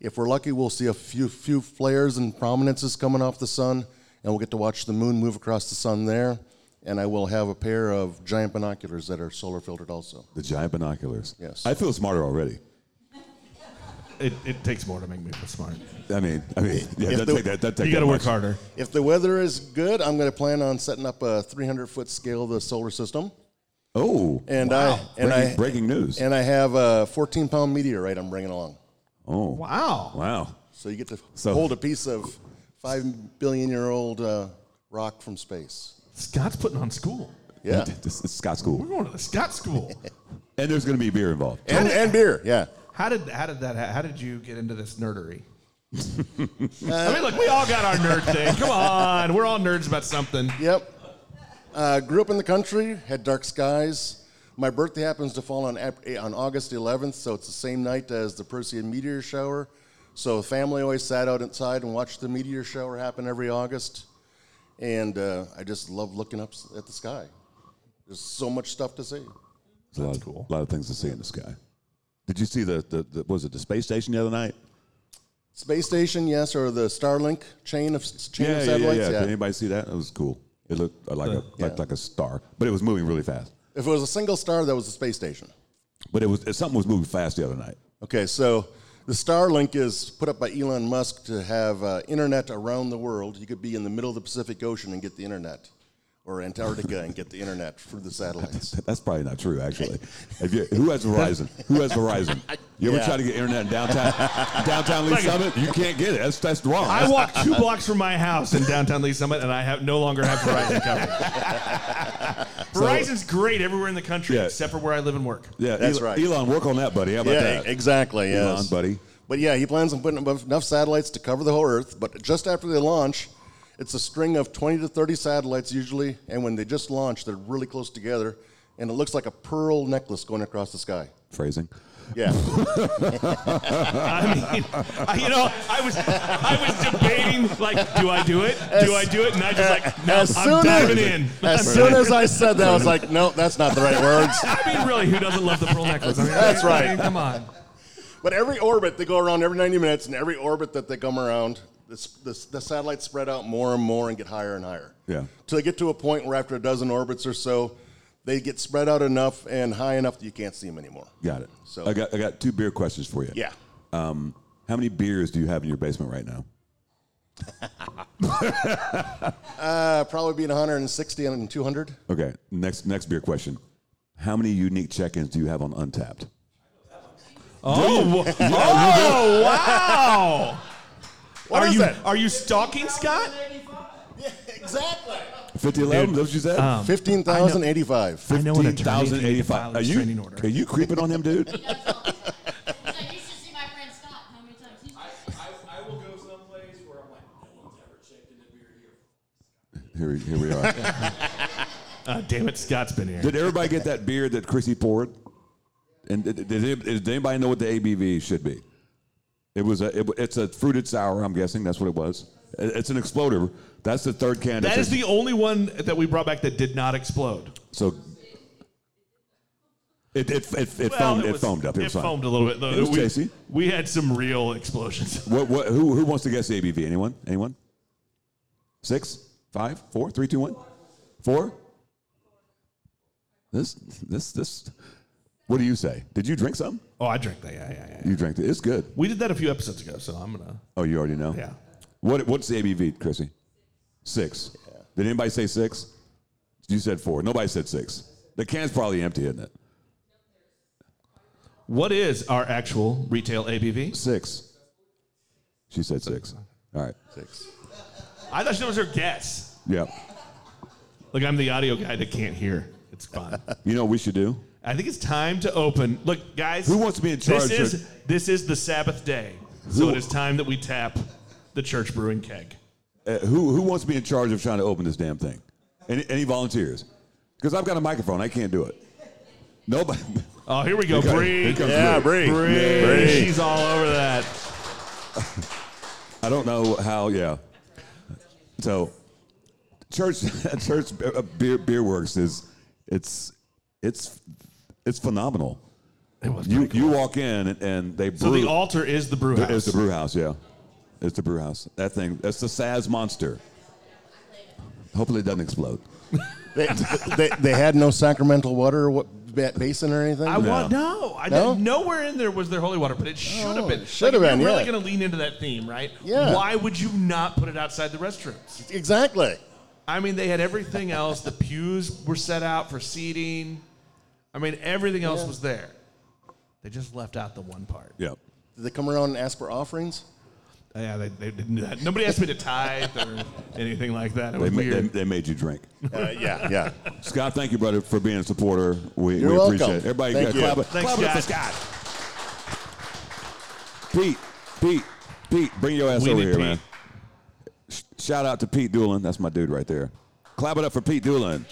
If we're lucky, we'll see a few few flares and prominences coming off the sun, and we'll get to watch the moon move across the sun there. And I will have a pair of giant binoculars that are solar filtered also. The giant binoculars. Yes. I feel smarter already. It, it takes more to make me feel smart. I mean, I mean, yeah, If that the- take that. That take You gotta that work much. harder. If the weather is good, I'm going to plan on setting up a 300 foot scale of the solar system. Oh, And wow. I and breaking, I breaking news. And I have a 14 pound meteorite I'm bringing along, oh, wow, wow. so you get to So- hold a piece of five billion year old uh, rock from space. Scott's putting on school. Yeah. this is Scott's school, We're going to the Scott school. and there's going to be beer involved. And, and beer, yeah. How did how did that ha- how did you get into this nerdery? I mean, look, we all got our nerd thing. Come on, we're all nerds about something. Yep. Uh, grew up in the country, had dark skies. My birthday happens to fall on, Ap- on August 11th, so it's the same night as the Perseid meteor shower. So the family always sat out inside and watched the meteor shower happen every August. And uh, I just love looking up s- at the sky. There's so much stuff to see. There's a lot of, cool. A lot of things to see in the sky. Did you see the, the, the what was it the space station the other night? Space station, yes, or the Starlink chain of, s- chain of yeah, yeah, satellites. yeah. Did anybody see that? It was cool. It looked uh, like a Yeah. like, like a star, but it was moving really fast. If it was a single star, that was the space station. But it was something was moving fast the other night. Okay, so the Starlink is put up by Elon Musk to have uh, internet around the world. You could be in the middle of the Pacific Ocean and get the internet, or Antarctica and get the internet through the satellites. That's probably not true, actually. If you, who has Verizon? Who has Verizon? You ever Yeah. try to get internet in downtown downtown Lee Like- Summit? You can't get it. That's that's wrong. I walk two blocks from my house in downtown Lee Summit, and I have no longer have Verizon coverage. Verizon's great everywhere in the country Yeah. except for where I live and work. Yeah, That's Elon, right. Elon, work on that, buddy. How about yeah, that? exactly. Elon, Yes. buddy. But yeah, he plans on putting up enough satellites to cover the whole Earth. But just after they launch, it's a string of 20 to 30 satellites usually, and when they just launch, they're really close together, and it looks like a pearl necklace going across the sky. Phrasing. Yeah. I mean, I, you know, I was I was debating like, do I do it? Do I do it? And I just like, no, as I'm soon diving as, in. as soon as I said that, I was like, no, that's not the right words. I mean, really, who doesn't love the pearl necklace? I mean, That's I mean, right. Come on. But every orbit they go around every 90 minutes, and every orbit that they come around, this, this, the satellites spread out more and more and get higher and higher. Yeah. Till they get to a point where after a dozen orbits or so, they get spread out enough and high enough that you can't see them anymore. Got it. So- I got I got two beer questions for you. Yeah. Um, how many beers do you have in your basement right now? Uh, probably being 160 and 200. Okay. Next next beer question. How many unique check-ins do you have on Untapped? Oh, wh- oh wow. What are is you that? are you stalking Scott? Exactly. 5011, that's what you said? um, 15,085. I know an attorney 15,085. Are restraining you, order. are you creeping on him, dude? Here, we- here we are. Uh, damn it, Scott's been here. Did everybody get that beer that Chrissy poured? And did, did, did anybody know what the ABV should be? It was a. It, it's a fruited sour. I'm guessing that's what it was. It- It's an exploder. That's the third can. That It's is a- the only one that we brought back that did not explode. So it it it, it Well, foamed. It, was- foamed up. It, was fine. foamed a little bit. Though. It was we, tasty. we had some real explosions. What, what, who, who wants to guess the ABV? Anyone? Anyone? Six, five, four, three, two, one, four. This, this, this. What do you say? Did you drink some? Oh, I drank that. Yeah, yeah, yeah. You drank it. It's good. We did that a few episodes ago, so I'm gonna. Oh, you already know. Yeah. What, what's the ABV, Chrissy? Six. Did anybody say six? You said four. Nobody said six. The can's probably empty, isn't it? What is our actual retail ABV? Six. She said six. All right. Six. I thought she was her guess. Yeah. Look, I'm the audio guy that can't hear. It's fine. You know what we should do? I think it's time to open. Look, guys. Who wants to be in charge This is of- this is the Sabbath day, so it is time that we tap the church brewing keg. Uh, who who wants to be in charge of trying to open this damn thing? Any, any volunteers? Because I've got a microphone, I can't do it. Nobody. Oh, here we go, Here comes- Bree. here comes Bree. Bree. Bree. She's all over that. I don't know how. Yeah. So, church church uh, beer beer works is it's it's it's phenomenal. you you walk in and, and they brew. So the altar is the brew house. It's the brew house. Yeah, it's the brew house. That thing. That's the Saz monster. Hopefully, it doesn't explode. They, they, they had no sacramental water or what, ba- basin or anything? I want no. I No? Oh, nowhere in there was there holy water, but it should have been. should have if been, You're really yeah. going to lean into that theme, right? Yeah. Why would you not put it outside the restrooms? Exactly. I mean, they had everything else. The pews were set out for seating. I mean, everything else Yeah. was there. They just left out the one part. Yeah. Did they come around and ask for offerings? Yeah, they, they didn't do that. Nobody asked me to tithe or anything like that. They, It was ma- they, weird. they made you drink. Uh, yeah, yeah. Scott, thank you, brother, for being a supporter. We, You're we welcome. appreciate it. Everybody, Thank you. clap, it- Thanks, clap it up for Scott. Pete, Pete, Pete, bring your ass We over need here, Pete. man. Sh- shout out to Pete Doolin. That's my dude right there. Clap it up for Pete Doolin.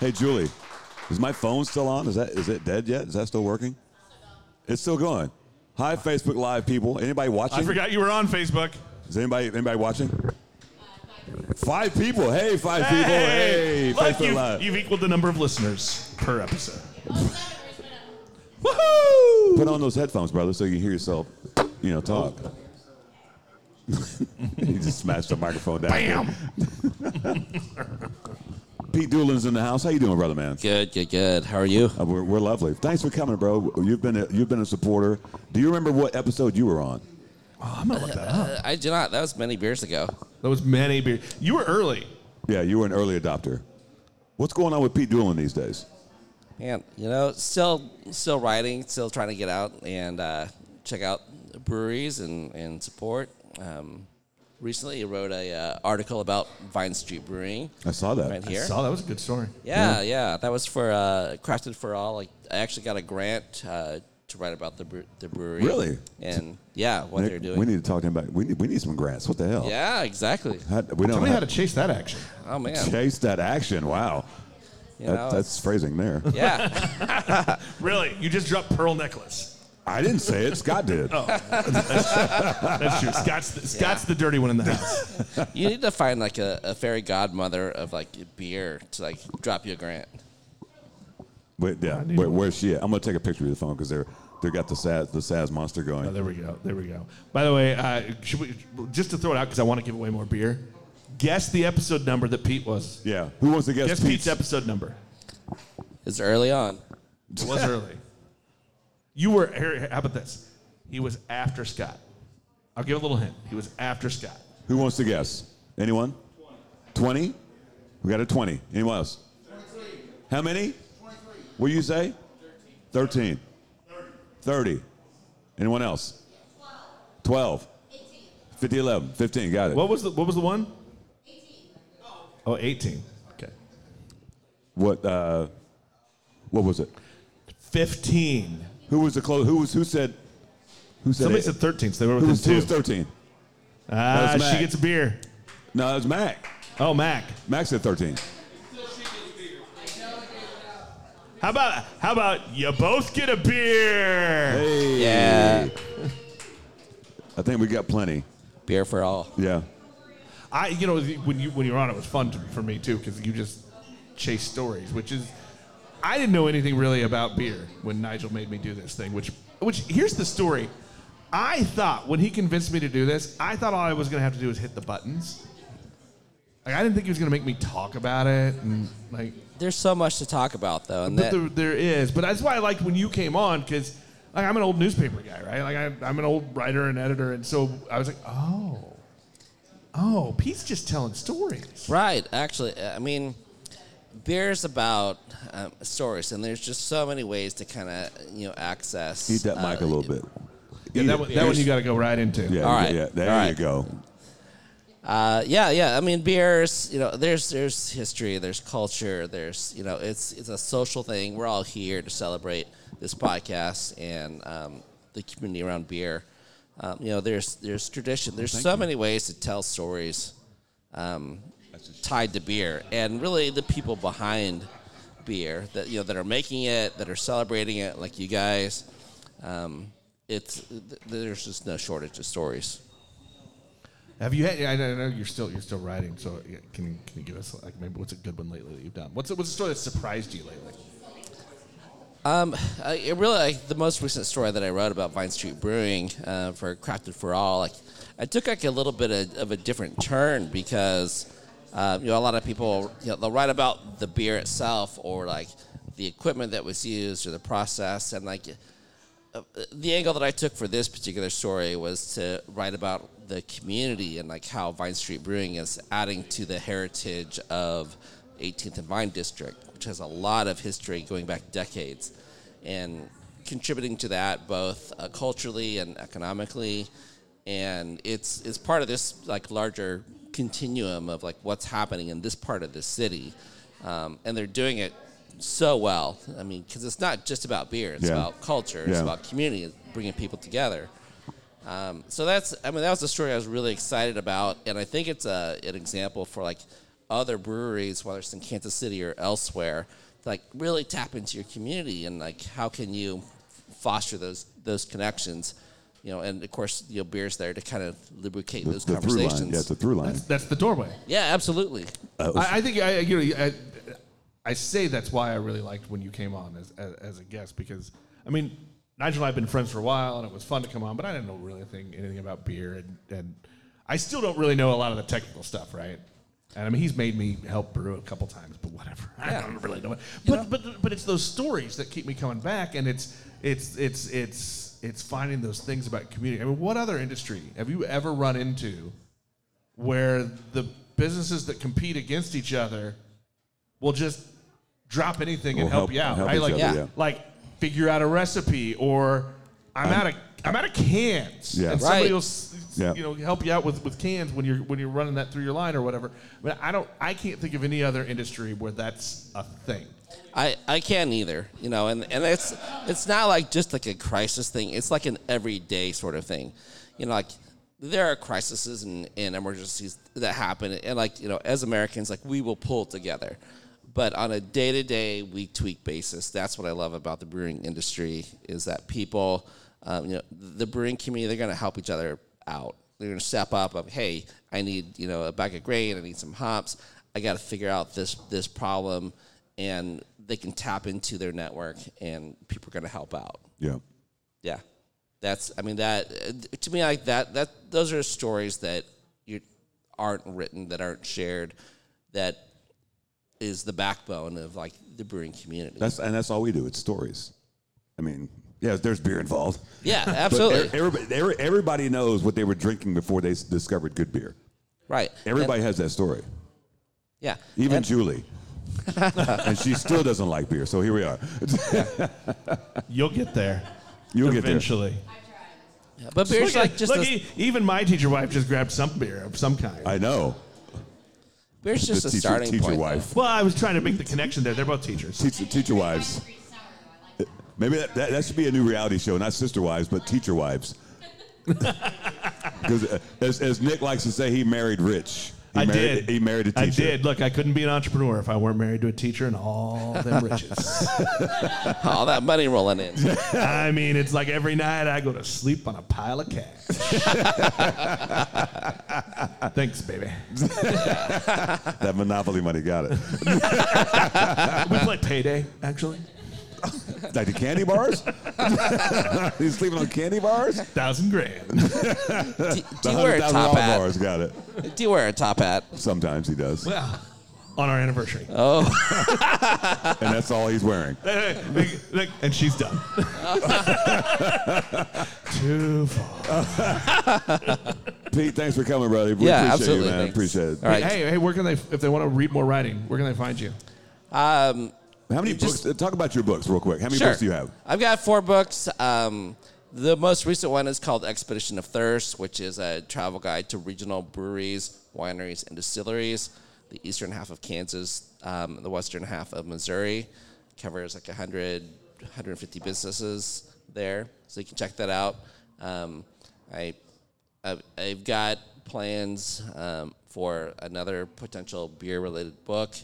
Hey, Julie, is my phone still on? Is that is it dead yet? Is that still working? It's still going. Hi, Facebook Live people. Anybody watching? I forgot you were on Facebook. Is anybody anybody watching? Five people. Hey, five Hey, people. Hey, look, Facebook Live. you've, you've equaled the number of listeners per episode. Woohoo! Put on those headphones, brother, so you can hear yourself, you know, talk. he just smashed the microphone down. Bam! Pete Doolin's in the house. How you doing, brother, man? Uh, Good, good, good. How are you? we're, we're lovely. Thanks for coming, bro. You've been a, you've been a supporter. Do you remember what episode you were on? I'm gonna look that up. Uh, I do not. That was many beers ago. Oh. That was many beers. You were early. Yeah, you were an early adopter. What's going on with Pete Doolin these days? Man, you know, still still writing, still trying to get out and uh, check out breweries and, and support. Um, recently, I wrote a uh, article about Vine Street Brewing. I saw that. Right here. I saw that was a good story. Yeah, yeah, that was for uh, Crafted for All. Like, I actually got a grant uh, to write about the bre- the brewery. Really? And yeah, what Nick, they're doing. We need to talk to him about. We need, we need some grants. What the hell? yeah, exactly. How- we don't Tell me how have to chase that action. Oh man. chase that action. Wow, You That- know, that's phrasing there. yeah. Really? You just dropped pearl necklace. Oh. I didn't say it. Scott did. That's true. Scott's the, Scott's the dirty one in the house. you need to find like a, a fairy godmother of like beer to like drop you a grant. Wait, yeah. Where, where's she at? I'm gonna take a picture of the phone because they're they got the Saz the Saz monster going. Oh, there we go. There we go. By the way, uh, should we just to throw it out because I want to give away more beer? Guess the episode number that Pete was. yeah. Who wants to guess, Guess, Pete's Pete's? episode number. It's early on. It was early. You were. Here, here, how about this? He was after Scott. I'll give a little hint. He was after Scott. Who wants to guess? Anyone? Twenty. We got a twenty. Anyone else? How many? What do you say? Thirteen. Thirty. Anyone else? Twelve. 50, 11, 15, got it. What was the What was the one? Oh, 18. Okay. What, uh, what was it? 15. Who was the close? Who was who said? Who said? Somebody it? said 13, so they were who within was, who two. was thirteen? Ah, That was she Mac. gets a beer. No, it was Mac. Oh, Mac. Mac said 13. How about how about you both get a beer? Hey. Yeah. I think we got plenty. Beer for all. Yeah. I, you know, when you when you were on, it was fun to, for me too because you just chase stories, which is I didn't know anything really about beer when Nigel made me do this thing. Which which here's the story. I thought when he convinced me to do this, I thought all I was gonna have to do was hit the buttons. Like I didn't think he was gonna make me talk about it and like. There's so much to talk about though, and But that, there, there is. But that's why I liked when you came on because like, I'm an old newspaper guy, right? Like I, I'm an old writer and editor, and so I was like, oh, oh, Pete's just telling stories. Right. Actually, uh, I mean, beer's about um, stories, and there's just so many ways to kind of you know access. Eat that uh, mic a little bit. Yeah, Eat that it. one, that one you got to go right into. Yeah, All right. yeah, there All you right. go. Uh, yeah, yeah. I mean, beers. You know, there's there's history, there's culture, there's you know, it's it's a social thing. We're all here to celebrate this podcast and um, the community around beer. Um, you know, there's there's tradition. There's so many ways to tell stories um, tied to beer, and really the people behind beer that you know that are making it, that are celebrating it, like you guys. Um, it's th- there's just no shortage of stories. Have you had? I know I know you're still you're still writing, so yeah, can you- can you give us like maybe what's a good one lately that you've done? What's a, what's a story that surprised you lately? Um, I, it really like the most recent story that I wrote about Vine Street Brewing uh, for Crafted for All. Like, I took like a little bit of, of a different turn because um, you know a lot of people you know, they'll write about the beer itself or like the equipment that was used or the process and like uh, the angle that I took for this particular story was to write about the community and like how Vine Street Brewing is adding to the heritage of 18th and Vine District, which has a lot of history going back decades, and contributing to that both uh, culturally and economically, and it's it's part of this like larger continuum of like what's happening in this part of the city, um, and they're doing it so well. I mean, because it's not just about beer; it's Yeah. about culture. It's Yeah. about community, it's bringing people together. Um, so that's, I mean, that was the story I was really excited about, and I think it's a, an example for like other breweries, whether it's in Kansas City or elsewhere, to, like really tap into your community and like how can you foster those those connections, you know, and of course, you know, beer's there to kind of lubricate those The through conversations. line. Yeah, it's a Uh, through line. That's, that's the doorway. yeah, absolutely. I, I think I, you know, I, I say that's why I really liked when you came on as, as, as a guest because I mean Nigel and I've been friends for a while and it was fun to come on, but I didn't know really anything, anything about beer and, and I still don't really know a lot of the technical stuff, right? And I mean he's made me help brew a couple times, but whatever. I don't really know it. But but but it's those stories that keep me coming back, and it's it's it's it's it's finding those things about community. I mean, what other industry have you ever run into? where the businesses that compete against each other will just drop anything and Will help, help- you out, help right? each Like, other, Yeah. yeah. like figure out a recipe, or I'm, out of I'm out of cans, Yeah. and somebody Right. will s- s- Yeah. you know help you out with, with cans when you're when you're running that through your line or whatever. But I don't, I can't think of any other industry where that's a thing. I, I can't either, you know, and, and it's it's not like just like a crisis thing. It's like an everyday sort of thing, you know. Like there are crises and, and emergencies that happen, and like you know, as Americans, like we will pull together, but on a day to day, week to week basis, that's what I love about the brewing industry is that people, um, you know, the brewing community, they're going to help each other out. They're going to step up of, hey, I need you know a bag of grain, I need some hops, I got to figure out this this problem and they can tap into their network and people are going to help out Yeah. yeah that's i mean that uh, to me like that that those are stories that you aren't written that aren't shared that is the backbone of like the brewing community That's and that's all we do. It's stories. I mean, yeah, there's beer involved. yeah But absolutely e- everybody, every- everybody knows what they were drinking before they s- discovered good beer. right Everybody And- has that story. yeah Even And- Julie. and she still doesn't like beer, so here we are. You'll get there. You'll get there. eventually. but beer's Look, like at- just look, a, e- even my teacher wife just grabbed some beer of some kind. I know. beer's just the a teacher, starting teacher point wife. well, I was trying to make the connection there. They're both teachers. Teacher, teacher wives. Maybe that, that, that should be a new reality show, not sister wives, but teacher wives. Because uh, as, as Nick likes to say, he married rich. He I married, did. He married a teacher. I did. Look, I couldn't be an entrepreneur if I weren't married to a teacher and all them riches. all that money rolling in. I mean, it's like every night I go to sleep on a pile of cash. Thanks, baby. that monopoly money got it. we play payday, actually. like the candy bars? He's sleeping on candy bars? Thousand grand. the do you wear a $100,000 top hat? bars got it. Do you wear a top hat? Sometimes he does. Well, on our anniversary. Oh. and that's all he's wearing. and she's done. Too far. Pete, thanks for coming, brother. We appreciate you, man. Appreciate it. Hey, hey, where can they, if they want to read more writing, where can they find you? Um, How many just- books? uh, Talk about your books real quick. How many Sure. books do you have? I've got four books. Um, the most recent one is called Expedition of Thirst, which is a travel guide to regional breweries, wineries, and distilleries. The eastern half of Kansas, um, the western half of Missouri, covers like 100, 150 businesses there. So you can check that out. Um, I, I've, I've got plans um, for another potential beer-related book.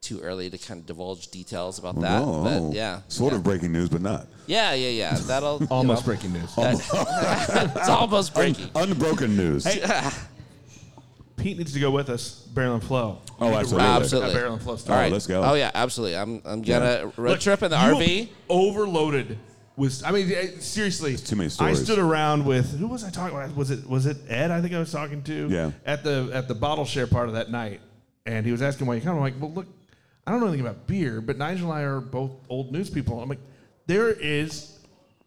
Too early to kind of divulge details about that, Oh, oh. but yeah, Sort yeah. of breaking news, but not. Yeah, yeah, yeah. That'll Almost you know. breaking news. That- it's almost breaking. Un- unbroken news. Hey, Pete needs to go with us, Barrel and Flow. We Oh, need absolutely. to road trip absolutely. that Barrel and Flow All story. right. Oh yeah, absolutely. I'm I'm Yeah. gonna road Look, trip in the you RV. Overloaded with. I mean, eh, seriously. Too many I stories. stood around with who was I talking? With? Was it was it Ed? I think I was talking to. Yeah. At the at the bottle share part of that night, and he was asking why you come. I'm like, well, look, I don't know anything about beer, but Nigel and I are both old news people. I'm like, there is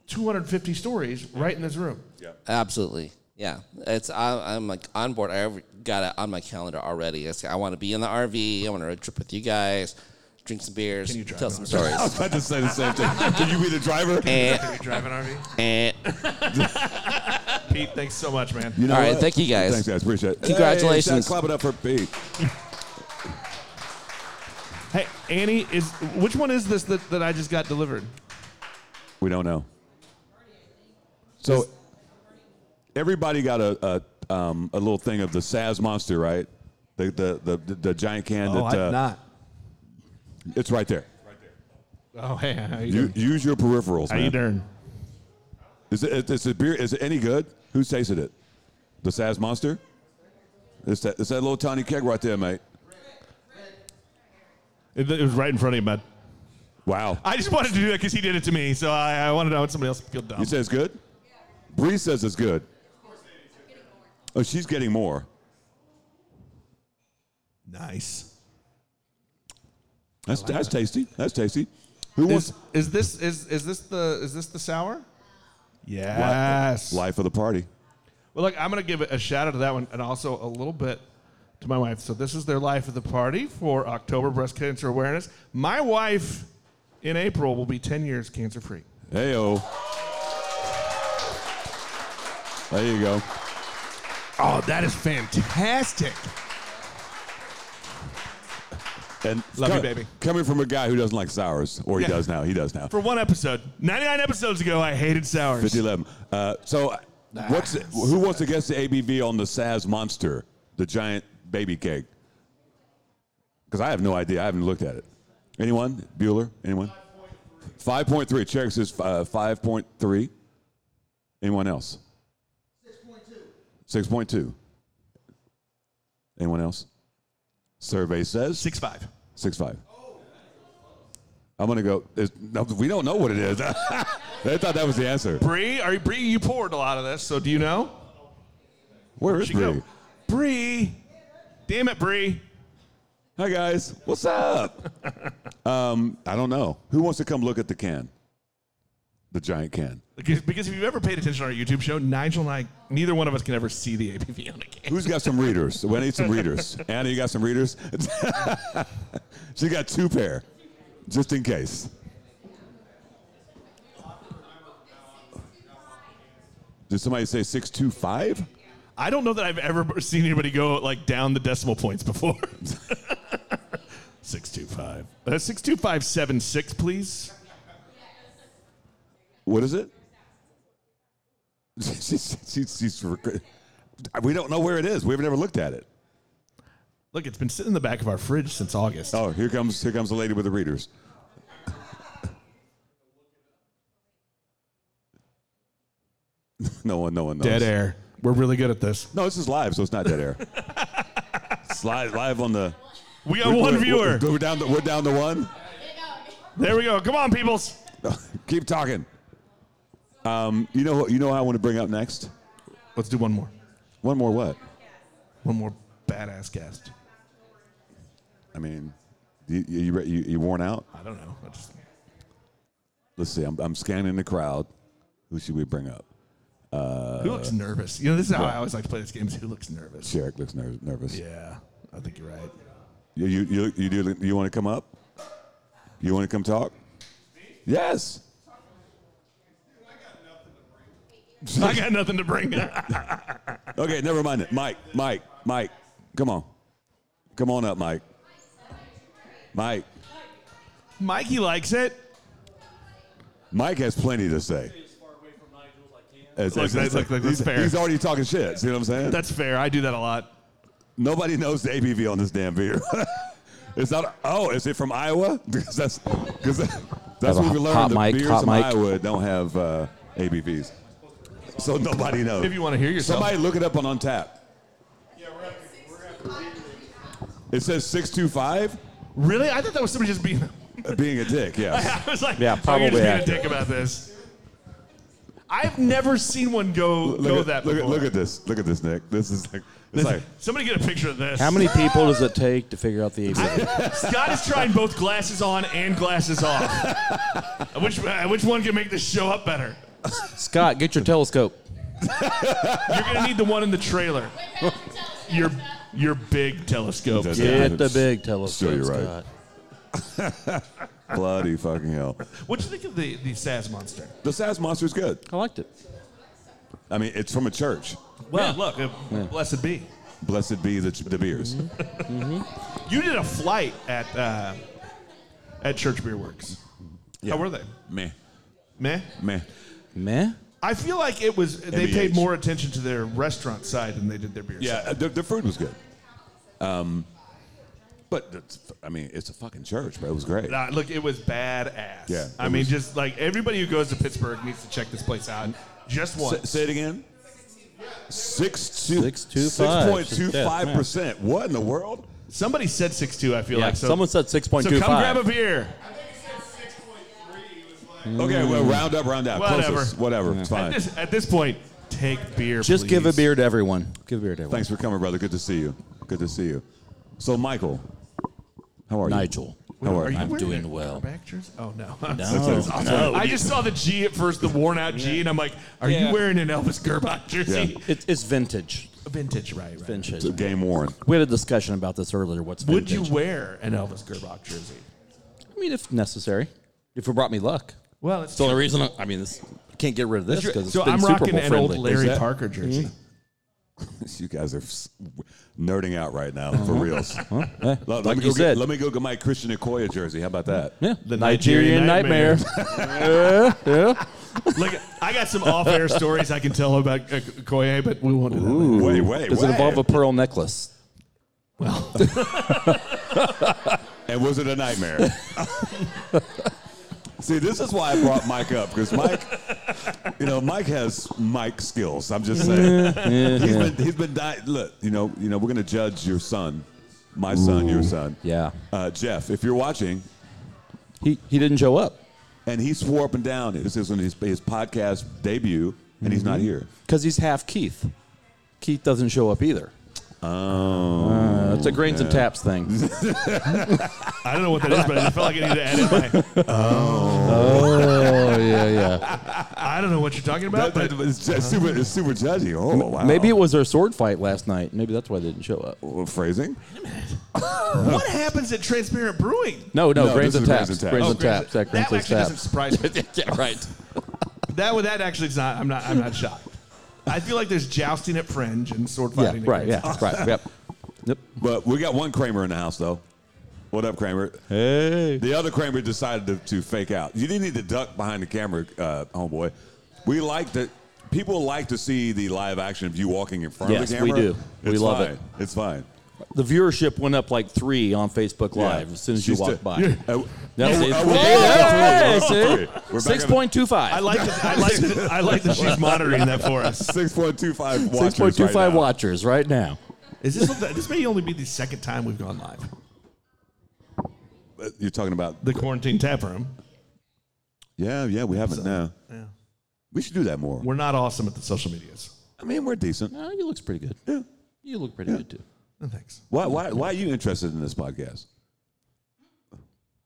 250 stories right in this room. Absolutely. Yeah. It's I, I'm like on board. I already got it on my calendar already. It's, I want to be in the RV. I want to road trip with you guys. Drink some beers. Can you drive tell some an RV? stories. I was about to say the same thing. Can you be the driver? And, Can you drive an RV? and Pete, thanks so much, man. You know All right, what? thank you guys. Thanks, guys. Appreciate it. Hey, Congratulations. shout- clap it up for Pete. Hey, Annie, is which one is this that, that I just got delivered? We don't know. So everybody got a a, um, a little thing of the Saz Monster, right? The the the, the, the giant can. Oh, that, uh, I've not. It's right there. Oh, hey, how you You, doing? use your peripherals, How man. you doing? Is it, is it beer? Is it any good? Who tasted it? The Saz Monster. It's that, it's that little tiny keg right there, mate. It, it was right in front of you, bud. Wow. I just wanted to do that because he did it to me, so I, I wanted to know somebody else feel dumb. You say it's good? Bree says it's good. Oh, she's getting more. nice. That's, that's tasty. That's tasty. Who wants Is, is this is is this the is this the sour? Li- Yes. life of the party? Well, look, I'm going to give a shout out to that one, and also a little bit to my wife. So this is their life of the party for October Breast Cancer Awareness. My wife, in April, will be 10 years cancer free. Heyo. There you go. Oh, that is fantastic. And Love you, baby. Coming from a guy who doesn't like sours, or he Yeah. does now. He does now. For one episode, 99 episodes ago, I hated sours. 5011. Uh, so, uh, what's who wants to guess the ABV on the Saz Monster, the giant baby cake? Because I have no idea. I haven't looked at it. Anyone? Bueller? Anyone? 5.3. Cherry says uh, 5.3. Anyone else? 6.2. 6.2. Anyone else? Survey says? 6.5. 6.5. I'm going to go. is- No, we don't know what it is. they thought that was the answer. Bree, are you Bree? You poured a lot of this, so do you know? Where is She go. Bree? Bree, damn it, Bree. Hi guys, what's up? um, I don't know. Who wants to come look at the can? The giant can. Because, because if you've ever paid attention to our YouTube show, Nigel and I, neither one of us can ever see the APV on a can. Who's got some readers? We need some readers. Anna, you got some readers? she got two pair, just in case. Did somebody say six two five? I don't know that I've ever seen anybody go like down the decimal points before. six two five. Uh, six two five seven six, please. What is it? she's, she's, she's, We don't know where it is. We've never looked at it. Look, it's been sitting in the back of our fridge since August. Oh, here comes here comes the lady with the readers. no one, no one knows. Dead air. We're really good at this. No, this is live, so it's not dead air. it's live, live on the. We got one viewer. We're, down. To, we're down to one. There we go. Come on, peoples. Keep talking. Um, you know, you know, what I want to bring up next. Let's do one more. One more what? One more badass guest. I mean, you you, you, you you worn out? I don't know. I just- Let's see. I'm, I'm scanning the crowd. Who should we bring up? Uh, who looks nervous? You know, this is how yeah. I always like to play this game. Is who looks nervous? Sherrick looks ner- nervous. Yeah, I think you're right. You you you, you do you want to come up? You want to come talk? Yes. I got nothing to bring. Okay, never mind it. Mike, Mike, Mike, come on, come on up, Mike. Mike, Mikey likes it. Mike has plenty to say. As- Look, as- that's- look, look, that's he's, fair. he's already talking shit. See what I'm saying? That's fair. I do that a lot. Nobody knows the ABV on this damn beer. it's not. Oh, is it from Iowa? Because that's because that's Have a what we hot- learned. hot the mic, beers hot from mic. Iowa don't have uh, ABVs, so nobody knows. If you wanna hear yourself. somebody look it up on Untap. It says six two five. Really? I thought that was somebody just being. Uh, Being a dick, yes. I was like, Yeah, Oh, probably, you're yeah. just being a dick about this. I've never seen one go go at, that. look, at, before. look at this. Look at this, Nick. This is like, it's like Somebody get a picture of this. How many people does it take to figure out the ABV? Scott is trying both glasses on and glasses off. Uh, which uh, which one can make this show up better? Scott, get your telescope. You're gonna need the one in the trailer. Your your big telescope. Get the big telescope. Still, you're right. Scott. bloody fucking hell. What do you think of the the Saz monster? The Sass Monster's good. I liked it. I mean, it's from a church. Well, look, uh, blessed be. Blessed be the, the beers. Mm-hmm. You did a flight at uh, at Church Beer Works. How were they? Meh. Meh. Meh. Meh? I feel like it was they NBH. paid more attention to their restaurant side than they did their beer. E Yeah, side. uh, their, their food was good. Um, but that's, I mean, it's a fucking church, bro. It was great. Nah, look, it was badass. Yeah, I it mean, was- just like everybody who goes to Pittsburgh needs to check this place out. Just Say, once. say it again. Six two Six two five. point two five percent. What in the world? Somebody said six two. I feel Yeah, like so. someone said six point so two come five. grab a beer. Okay, well, round up, round out. Whatever. Closest, whatever. It's At fine. this, at this point, take beer. Just please. give a beer to everyone. Give a beer to everyone. Thanks for coming, brother. Good to see you. Good to see you. So, Michael, how are you? Nigel. How are, you? I'm wearing doing your well. quarterback jersey? Oh no. That's No. awesome. I just saw the G at first, the worn out G, and I'm like, are Yeah. you wearing an Elvis Gerbach jersey? It's, it's vintage. Vintage, right? right. Vintage. It's a game worn. We had a discussion about this earlier. What's Would vintage? you wear an Elvis Gerbach jersey? I mean, if necessary. If it brought me luck. Well, it's It's the only reason. I, I mean, this, I can't get rid of this because it's so been I'm Super rocking Bowl an friendly. old Larry Is that- Parker jersey. You guys are s- nerding out right now, for reals. Uh-huh. Yeah, Let, let like me you go said. get, let me go get my Christian Okoye jersey. How about that? yeah. The The Nigerian Nigerian, nightmare. nightmare. Look, I got some off-air stories I can tell about uh, Koye, but we won't do that. later. Wait, wait, Does wait. it involve a pearl necklace? and was it a nightmare? See, this is why I brought Mike up because Mike, you know, Mike has Mike skills. I'm just saying, he's been he's been di- look, you know, you know, we're gonna judge your son, my son, your son, Yeah. uh, Jeff, if you're watching, He he didn't show up and he swore up and down this is on his his podcast debut, and he's Mm-hmm. not here. because he's half Keith. Keith doesn't show up either. Oh, it's a grains and taps thing. I don't know what that is, but I felt like I needed to edit my. oh yeah, yeah. I don't know what you're talking about, That, that, but it's, just super, it's super judgy. Oh wow, Maybe it was their sword fight last night. Maybe that's why they didn't show up. Well, phrasing. what happens at Transparent Brewing? No, no, No, grains this and is grains taps. and taps. Grains Oh, and Grains- taps. That that grains actually and doesn't taps. surprise me. yeah, right. That one- that actually is not. I'm not. I'm not shocked. I feel like there's jousting at Fringe and sword Yeah, fighting. at right. Grains. Yeah, right. Yep. Yep. But we got one Kramer in the house, though. What up, Kramer? Hey. The other Kramer decided to, to fake out. You didn't need to duck behind the camera, uh, homeboy. We liked it. people like to see the live action of you walking in front of Yes, the we camera. do. It's we love fine. it. It's fine. The viewership went up like three on Facebook Yeah. Live as soon as She's you still- walked by. Yeah. No, Oh, see, oh, it's- oh, we're back Hey, up to see? three. We're back up to- 6.25. I like that- I like that- I like that she's monitoring that for us. 6.25 watchers right 6.25 now. watchers right now. Is this this may only be the second time we've gone live? Uh, You're talking about the quarantine tap room. Yeah, yeah, we haven't. No, Yeah. we should do that more. We're not awesome at the social medias. I mean, we're decent. No, you looks pretty good. Yeah. You look pretty good too. thanks. Why, why, why are you interested in this podcast?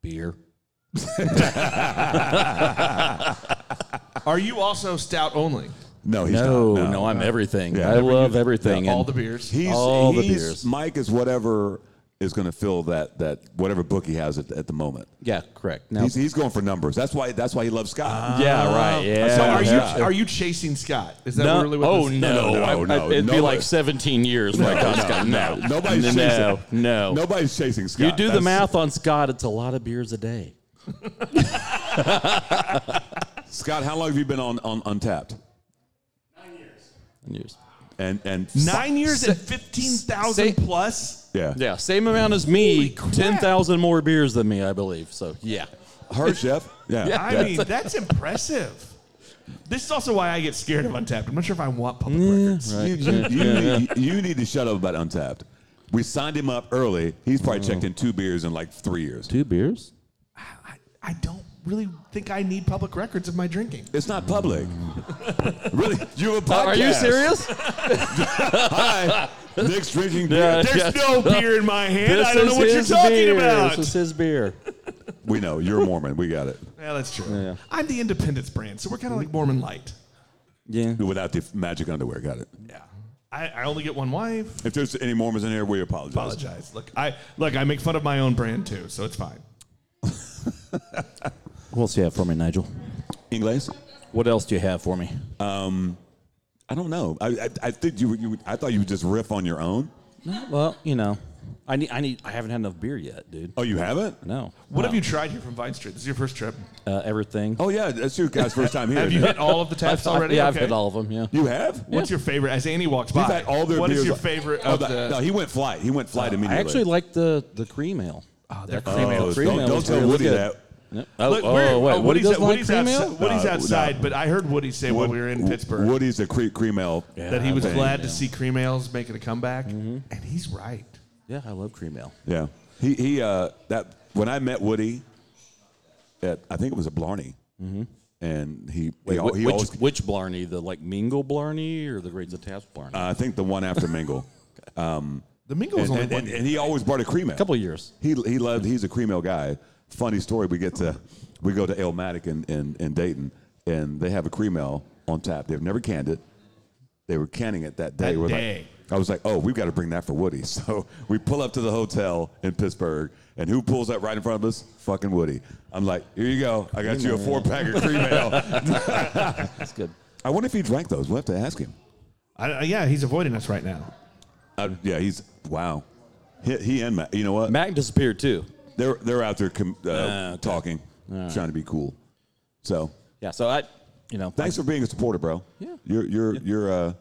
Beer. Are you also stout only? No, he's no, not. no, I'm everything. I love everything. Yeah, and He's, all the he's- beers. Mike is whatever is going to fill that that whatever book he has at, at the moment. Yeah, correct. Now, He's, he's going for numbers. That's why. That's why he loves Scott. Ah, Yeah, right, yeah. So are Yeah. you are you chasing Scott? Is that no, really what? oh this no, I- I- it'd be like 17 years when I No, got no, Scott. No, no. Nobody's no, chasing- no, nobody's chasing Scott. You do the That's- math on Scott; it's a lot of beers a day. Scott, how long have you been on, on Untapped? Nine years. And and Nine years and fifteen thousand plus. Yeah. Yeah, same amount as me. Ten thousand more beers than me, I believe. So yeah. Her chef. Yeah. I mean, that's impressive. This is also why I get scared of Untapped. I'm not sure if I want public Mm, records. You, you- you need, you need to shut up about Untapped. We signed him up early. He's probably checked in two beers in like three years. Oh. Two beers? I don't really think I need public records of my drinking. It's not public. really? You have a podcast? Are you serious? Hi. Nick's drinking beer. Yeah, There's yeah. no beer in my hand. This I don't know is what you're his talking beer. about. This is his beer. We know. You're Mormon. We got it. Yeah, that's true. I'm the Independence brand, so we're kind of like Mormon light. Yeah. Without the magic underwear. Got it. Yeah. I, I only get one wife. If there's any Mormons in here, we apologize. Apologize. Look, I look. I make fun of my own brand too, so it's fine. What else do you have for me, Nigel? Inglés. What else do you have for me? Um, I don't know. I, I, I think you, would- you. would- I thought you would just riff on your own. No, well, you know, I need, I need, I haven't had enough beer yet, dude. Oh, you haven't? No. What no. have you tried here from Vine Street? This is your first trip. Uh, everything. Oh yeah, that's your guys' first time here. Have you hit all of the taps I've- I've- already? Yeah, I've Okay. hit all of them. Yeah. You have? What's your favorite? As Annie walks by, You've had all their what beers. is your favorite Oh, of but- the? No, he went flight. He went flight I immediately. actually like the the cream ale. Oh, their cream Oh, ale. don't- don't tell Woody that. Oh, Look, oh, we're- wait. oh, Woody Woody's, doesn't out- like Woody's cream outside, ale? Woody's No, outside, no. but I heard Woody say when we were in Pittsburgh Woody's a cre- cream ale. that he was thing. glad to see cream ales making a comeback, Mm-hmm. and he's right. Yeah, I love cream ale. Yeah. He he uh that when I met Woody at I think it was a Blarney. Mm-hmm. And he Wait, he, al- which, he always which Blarney? The like Mingle Blarney or the Great Taps Blarney? uh, I think the one after Mingle. Um The Mingle was and, only and, one and, year. and he always brought a cream ale. Couple years. He he loved he's a cream ale guy. Funny story, we get to we go to Elmatic in, in, in Dayton and they have a cream ale on tap. They've never canned it. They were canning it that day. That We're like- day. I was like, oh, we've got to bring that for Woody. So we pull up to the hotel in Pittsburgh, and who pulls up right in front of us? Fucking Woody. I'm like, here you go. I got you a four pack of cream ale. That's good. I wonder if he drank those. We'll have to ask him. I, I- yeah, he's avoiding us right now. Uh, yeah, he's, wow. He, he and Mac, you know what? Mac disappeared too. They're, they're out there com- uh, Ah, okay. talking, All right. trying to be cool. So Yeah. So I, you know, thanks for being a supporter, bro. Yeah. You're, you're, you're, uh,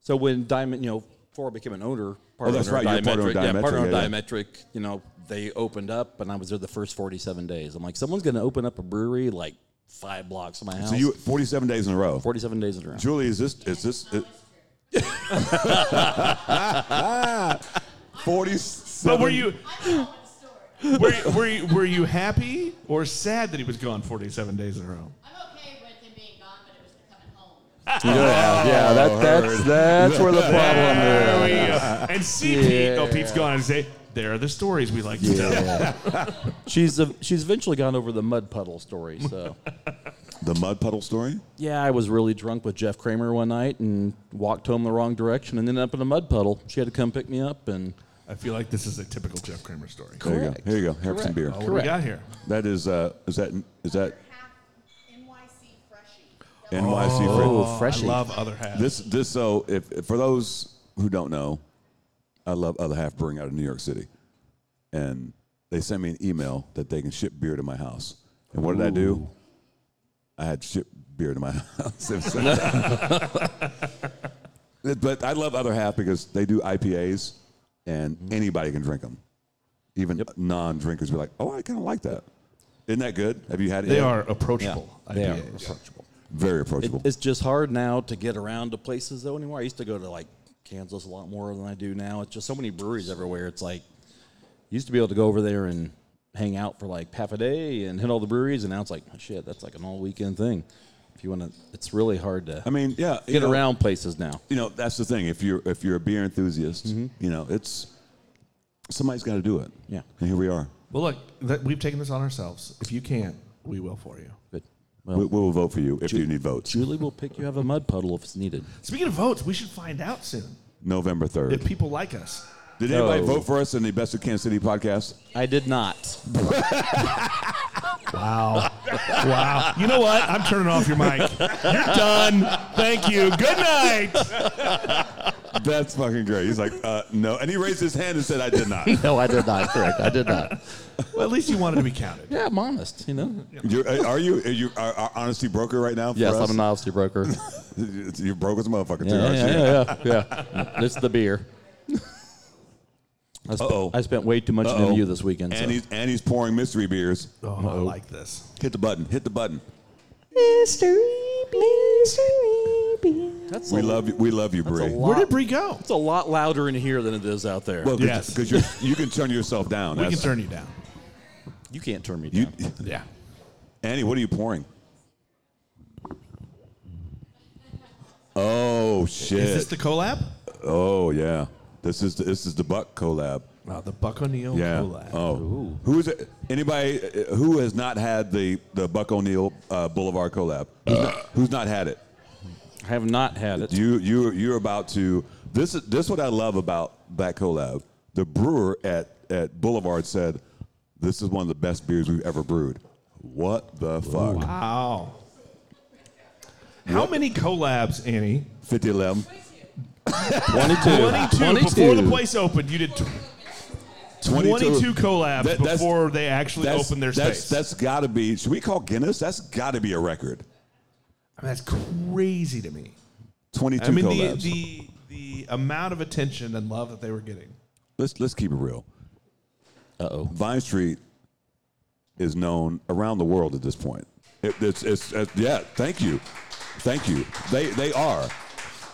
So when Diamond, you know, before I became an owner, Oh, part that's owner of right, you were part owner of Diametric, yeah, part Diametric, owner of yeah, yeah. Diametric, you know, they opened up, and I was there the first forty-seven days. I'm like, someone's going to open up a brewery like five blocks from my house. so you 47 days in a row. forty-seven days in a row. Julie, is this, is this, is, 47. But were you? Were you, were, you, were you happy or sad that he was gone 47 days in a row? yeah, Oh, yeah, that, that's that's where the problem There we is. go. And see Pete. Oh, Pete's gone. And say, there are the stories we like to tell. She's a, she's eventually gone over the mud puddle story. So the mud puddle story? yeah, I was really drunk with Jeff Kramer one night and walked home the wrong direction and ended up in a mud puddle. She had to come pick me up and I feel like this is a typical Jeff Kramer story. There you go. Here you go. Have some Correct. beer. Oh, what do we got here? That is, uh, is that, is that? NYC Freshie. Oh, NYC freshie. Freshie. I love other halves. This, this, so if, if- for those who don't know, I love Other Half Brewing out of New York City. And they sent me an email that they can ship beer to my house. And what did I do? I had shipped beer to my house. If so. but I love other half because they do IPAs and Mm-hmm. anybody can drink them. Even non drinkers be like, oh, I kind of like that. Isn't that good? Have you had it? They are approachable Yeah, they are IPAs. approachable. Very approachable. It- it's just hard now to get around to places though anymore. I used to go to like Kansas a lot more than I do now. It's just so many breweries everywhere. It's like you used to be able to go over there and hang out for like half a day and hit all the breweries, and now it's like oh, shit. That's like an all weekend thing. If you want to, it's really hard to. I mean, yeah, you get know- around places now. you know that's the thing if you're if you're a beer enthusiast Mm-hmm. you know it's somebody's got to do it yeah and here we are Well, look, that we've taken this on ourselves. If you can't, we will for you. Good. we, we'll vote for you if you need votes julie will pick you have a mud puddle if it's needed Speaking of votes, we should find out soon november 3rd if people like us. did anybody No. vote for us in the best of kansas city podcast Oh. i did not Wow. wow. You know what? I'm turning off your mic. You're done. Thank you. Good night. that's fucking great he's like uh, no and he raised his hand and said i did not no i did not correct i did not Well, at least you wanted to be counted. Yeah, I'm honest. You know, You're, uh, are you are you are, are honesty broker right now? For Yes, us? I'm an honesty broker. You're broke as a motherfucker, too, yeah, aren't yeah, you? yeah, yeah, yeah. It's the beer. I, sp- I spent way too much Uh-oh. on you this weekend. And so. he's and he's pouring mystery beers. Oh, I like this. Hit the button. Hit the button. That's we a- love you. We love you, that's a Bree. lot- Where did Bree go? It's a lot louder in here than it is out there. Well, because you can turn yourself down. We can That's- turn you down. You can't turn me You- down. yeah. Annie, what are you pouring? Oh shit! Is this the collab? Oh yeah, this is the, this is the Buck collab. Wow, Oh, the Buck O'Neill yeah. collab. Oh, who is it? Anybody uh, who has not had the the Buck O'Neill uh, Boulevard collab? Who's, not, who's not had it? I have not had it. You you you're about to. This is this is what I love about that collab. The brewer at at Boulevard said, "This is one of the best beers we've ever brewed." What the fuck? Wow. How many collabs, Annie? 50 of them. 22. 22. Before the place opened, you did tw- 22, collabs That- that's- before they actually that's- opened their that's- space. that's got to be. Should we call Guinness? That's got to be a record. I mean, that's crazy to me. 22 I mean, the, collabs. the, the amount of attention and love that they were getting. let's let's keep it real. Uh oh. Vine Street is known around the world at this point. It, it's, it's, uh, yeah. Thank you, thank you. They they are,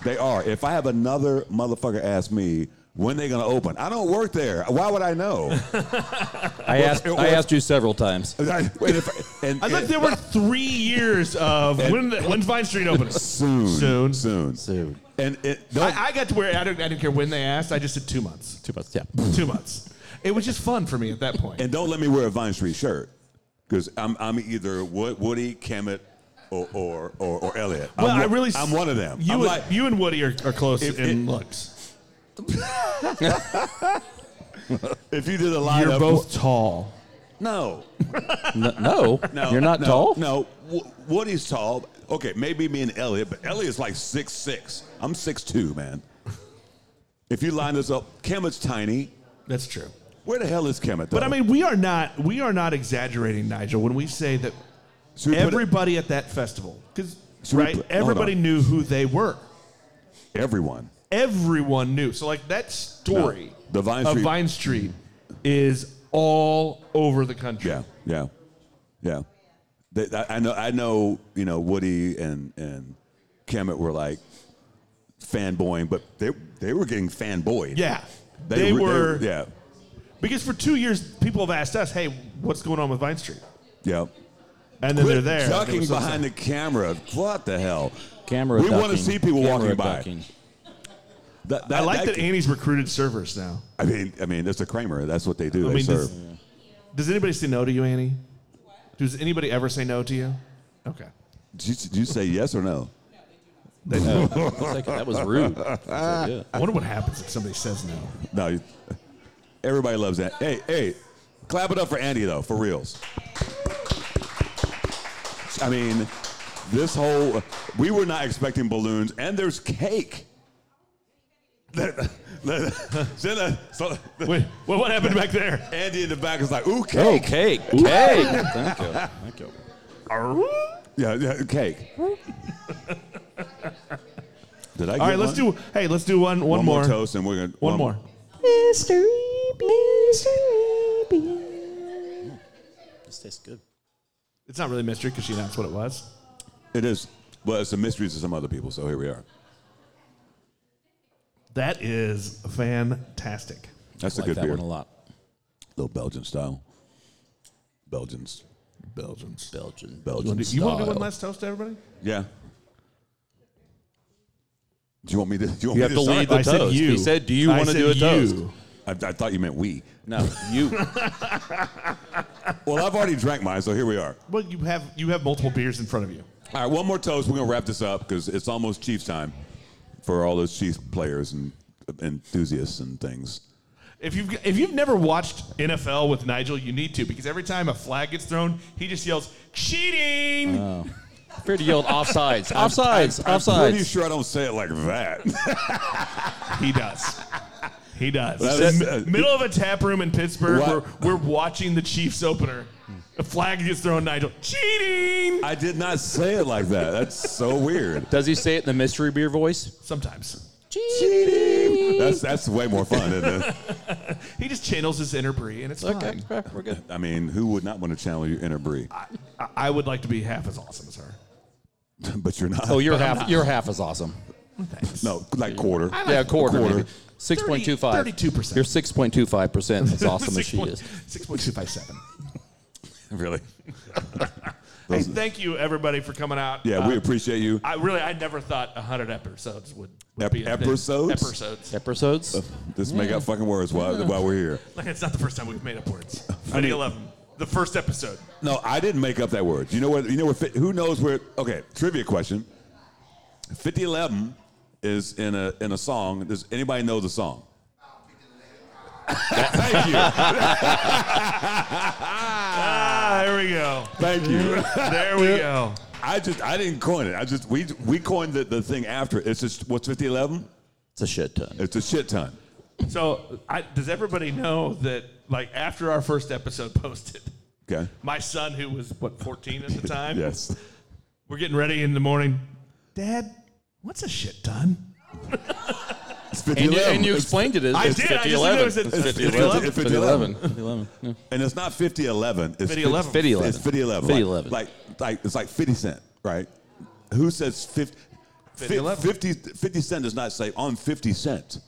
they are. If I have another motherfucker ask me when they gonna open, I don't work there. Why would I know? I asked. it I was- asked you several times. And I- and if- and- I thought and- there were three years of when, when Vine Street opened. soon, soon, soon, soon. And it, don't, I, I got to where I didn't, I didn't care when they asked. I just said two months. Two months. Yeah. Two months. It was just fun for me at that point. And don't let me wear a Vine Street shirt because I'm, I'm either Wo- Woody, Kemet, or, or, or, or Elliot. Well, I'm, i one- really. I'm one of them. You, I'm and, like, you and Woody are, are close If in it- looks. if you did a lineup, You're both tall. no, No, no, no, you're not no, tall. No, Wo- Woody's tall. Okay, maybe me and Elliot, but Elliot's like six six. I'm six two, man. If you line this up, Kemet's tiny. That's true. Where the hell is Kemet? Though? But I mean, we are not we are not exaggerating, Nigel, when we say that Should we put it- everybody at that festival, because Should we right, put- hold everybody on. knew who they were. everyone. Everyone knew. So like that story No, the Vine of Street- Vine Street is all over the country. Yeah, yeah, yeah. They, I, I know. I know. You know, Woody and and Kemet were like fanboying, but they they were getting fanboyed. Yeah. They were- yeah, Because for two years, people have asked us, "Hey, what's going on with Vine Street?" yeah. And then Quit they're there. ducking They were so behind the camera. What the hell? Camera. We want to ducking. see people Camera walking by. ducking. That- I like that, could- Annie's recruited servers now. I mean, I mean, that's a Kramer. That's what they do. I they mean, serve. does, does anybody say no to you, Annie? Does anybody ever say no to you? Okay. Did you, did you say yes or no? They know. Second, that was rude. I said, yeah. I wonder what happens if somebody says no. No. you- Everybody loves that. Hey, hey, clap it up for Andy though, for reals. I mean, this whole we were not expecting balloons, and there's cake. That- that- so that- so- Wait, well, what happened back there? Andy in the back is like, "Ooh, Oh, cake!" Oh, cake, cake. Thank you. Thank you. Yeah, yeah, cake. Did I? All get right, let's one? do. Hey, let's do one. One, One more more toast and we're gonna- one, one- more. Mystery Mystery This tastes good. It's not really mystery because she announced what it was. It is. Well, it's a mystery to some other people, so here we are. That is fantastic. That's a good beer. Little Belgian style. Belgians. Belgians. Belgian. You Belgian. wanna do- you want to do one style. last toast to everybody? Yeah. Do you want me to? Do you want You me have to lead start? the I said toast. you. He said, "Do you I wanna said do a you." toast?" I, I thought you meant we. No, you. well, I've already drank mine, so here we are. Well, you have you have multiple beers in front of you. All right, one more toast. We're gonna wrap this up because it's almost Chiefs time for all those Chiefs players and enthusiasts and things. If you've if you've never watched NFL with Nigel, you need to because every time a flag gets thrown, he just yells cheating. Oh. Pretty yelled offsides. I'm- offsides. I'm- I'm offsides. pretty sure I don't say it like that. He does. He does. That It's is- uh, m- middle of a tap room in Pittsburgh. We're, What? we're watching the Chiefs opener. A flag gets thrown. Nigel cheating. I did not say it like that. That's so weird. Does he say it in the mystery beer voice? Sometimes. Cheating. That's that's way more fun, isn't it? He just channels his inner Bree, and it's fine. We're good. I mean, who would not want to channel your inner Bree? I, I would like to be half as awesome as her. but you're not. Oh, you're But I'm half. not. You're half as awesome. No, like quarter. I like- yeah, quarter. Quarter. Maybe. Six point two five. 32%. You're six point two five percent as awesome as Six she point- is. Six point two five seven. Really? Hey, Those- thank you everybody for coming out. Uh, yeah, Uh, we appreciate you. I really, I never thought hundred episodes would, would Ep- be a thing. episodes? Episodes. Episodes. Let's make up fucking words while, while we're here. Like it's not the first time we've made up words. I Video mean- eleven, the first episode. No, I didn't make up that word. You know what? You know what? Who knows where? Okay, trivia question. Fifty Eleven is in a in a song. Does anybody know the song? Thank you. ah, there we go. Thank you. there we go. I just I didn't coin it. I just we we coined the, the thing after. It's just what's Fifty Eleven? It's a shit ton. It's a shit ton. So, I, does everybody know that? Like after our first episode posted, Okay. my son, who was what fourteen at the time, Yes. we're getting ready in the morning. Dad, what's a shit ton? It's And you, and you explained it as I it's did, I just 50-11. didn't know it was It's a- 50-11. 50-11. 50-11, yeah. And it's not 5011. It's 50-11. 50-11. It's 5011. Like, 50-11. like, like, it's like 50 Cent, right? Who says 50? 50-11. 50, 50 Cent does not say on 50 Cent.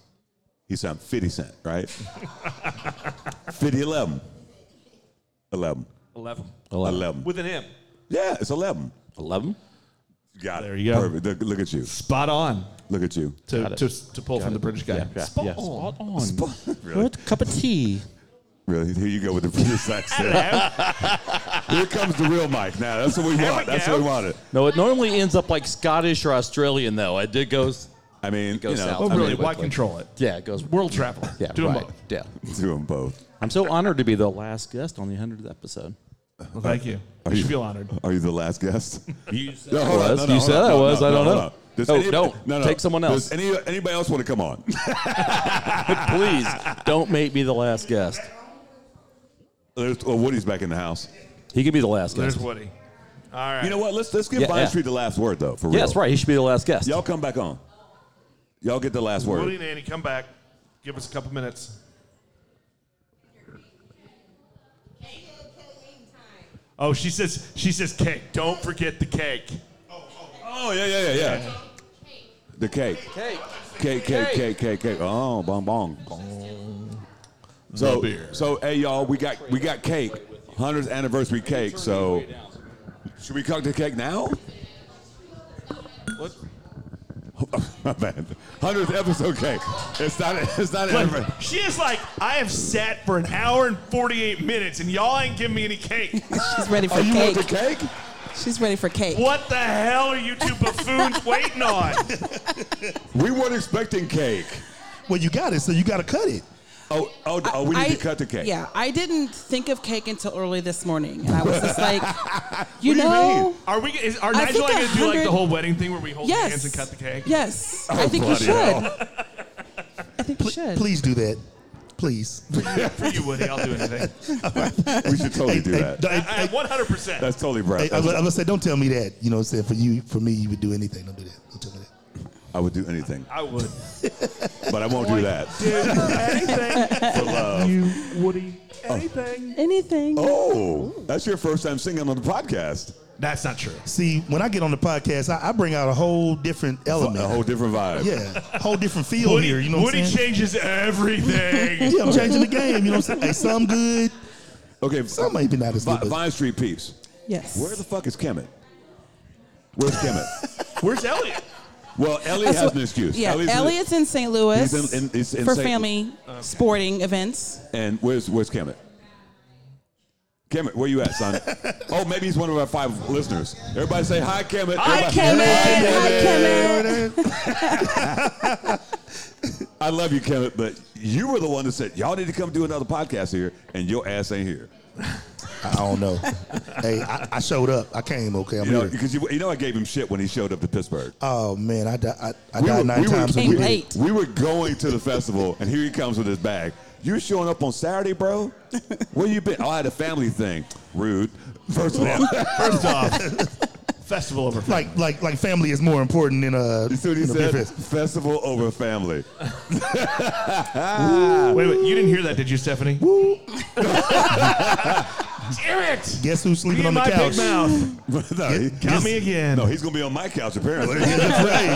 He said, I'm 50 Cent, right? 5011. 11. 11. 11. With an M. Yeah, it's 11. 11? Got there it. you go. Perfect. Look, look at you. Spot on. Look at you. To, to, to pull from the British guy. Spot yeah. on. Really? What cup of tea? Really? Here you go with the British accent. Here comes the real Mike. Now that's what we want. That's what we wanted. No, it normally ends up like Scottish or Australian though. It did goes. I mean, goes you know, south. Oh, I mean, really? went Why like- control it? Yeah, it goes World travel. Yeah, Do 'em right. both. Yeah. Do them both. I'm so honored to be the last guest on the 100th episode. Well, thank you. Are I should feel honored. Are you the last guest? You said No, I hold on. was. No, no, you hold said on. I No, no, was. I no, don't no, know. no. Does oh, any- don't. no, no. Take someone else. Does any, anybody else want to come on? Please don't make me the last guest. There's, well, Woody's back in the house. He could be the last There's guest. Woody. All right. You know what? Let's let's give Yeah, Vine yeah. Street the last word though. For real. Yeah, that's right. He should be the last guest. Y'all come back on. Y'all get the last word. Woody and Annie, come back. Give us a couple minutes. Oh, she says she says cake. Don't forget the cake. Oh yeah yeah yeah yeah. The cake. Cake. Cake cake cake cake cake. Oh bong bong. So so hey y'all, we got we got cake. Hundredth anniversary cake. So should we cook the cake now? What? My bad. Hundredth episode cake. It's not it's not an Look, anniversary. she is like, I have sat for an hour and 48 minutes, and y'all ain't giving me any cake. She's ready Oh, for you want cake. the cake? She's ready for cake. What the hell are you two buffoons waiting on? We weren't expecting cake. Well, you got it, so you got to cut it. Oh oh, oh we need I- to cut the cake. Yeah, I didn't think of cake until early this morning, and I was just like, you What do you know, mean? Are we? Is, are I Nigel think and I gonna do like 100 the whole wedding thing where we hold Yes. hands and cut the cake? yes, I think you Oh, bloody should. hell. I think you should. Please do that. please. For you, Woody, I'll do anything. We should totally do Hey, that. hey, I, I, 100%. That's totally Brad. Hey, I, was, I was say, don't tell me that. You know, what I'm saying for you, for me, you would do anything. Don't do that. Don't tell me that. I would do anything, I would. but I won't do that. For love. You, Woody. Anything. Anything. Oh, that's your first time singing on the podcast. That's not true. See, when I get on the podcast, I, I bring out a whole different element, A whole different vibe. Yeah, whole different feel Woody- here. You know, what I'm Woody saying? changes everything. yeah, I'm changing the game. You know, what I'm saying? Hey, some good. Okay, some maybe not as Vi- good. Vine Street Peeps. Yes. Where the fuck is Kemet? Where's Kemet? Where's Elliot? Well, Elliot That's has what- an excuse. Yeah, Elliot's in- Elliot's in St. Louis He's in- in- he's in for St. family sporting events. And where's where's Kemet? Kemet, where you at, son? oh, maybe he's one of our five listeners. Everybody say hi, Kemet. Hi, Everybody- I love you, Kemet, but you were the one that said y'all need to come do another podcast here, and your ass ain't here. I don't know. hey, I, I showed up. I came. Okay, I'm You know, here. because you, you know I gave him shit when he showed up to Pittsburgh. Oh man, I, di- I, I We died were- nine we were- times. a we, week. we were going to the festival, and here he comes with his bag. You showing up on Saturday, bro? Where you been? Oh, I had a family thing. Rude. First of all, First off, festival over. Like, like, like, family is more important than uh. You see what he than a said? big fest. Festival over family. Wait, wait, you didn't hear that, did you, Stephanie? Damn it! Guess who's sleeping Me on the and my couch? big mouth. no, he- Count me again. No, he's gonna be on my couch apparently. Hey, You that's can what- hang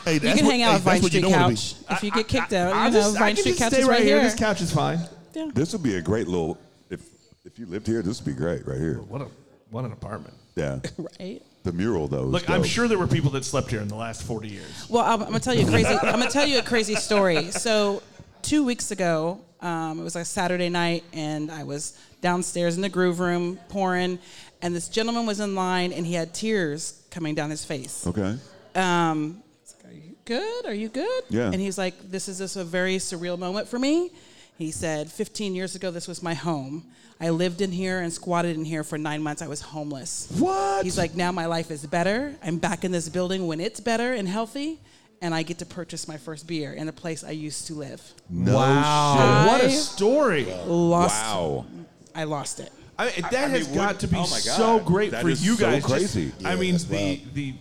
hey, out at Vine that's what you Street don't wanna be. Couch. If you get kicked out, I you know, just- I Vine can Street just Couch stay is right here. This couch is fine. This would be a great little if if you lived here. This would be great right here. What a what an apartment. Yeah. Right. The mural though. is Look, I'm dope. sure there were people that slept here in the last 40 years. Well, I'm, I'm gonna tell you a crazy. I'm gonna tell you a crazy story. So, two weeks ago, um, it was like Saturday night, and I was downstairs in the groove room pouring, and this gentleman was in line, and he had tears coming down his face. Okay. Um, it's like, are you good? Are you good? Yeah. And he's like, this is just a very surreal moment for me. He said, 15 years ago, this was my home. I lived in here and squatted in here for nine months. I was homeless. What? He's like, now my life is better. I'm back in this building when it's better and healthy, and I get to purchase my first beer in the place I used to live. No Wow, shit. what a story. Lost. Wow. I lost it. I mean, that I mean, has what- got to be oh my God. so great That for is you so guys. Just- crazy. I Yeah, mean, that's the wild. the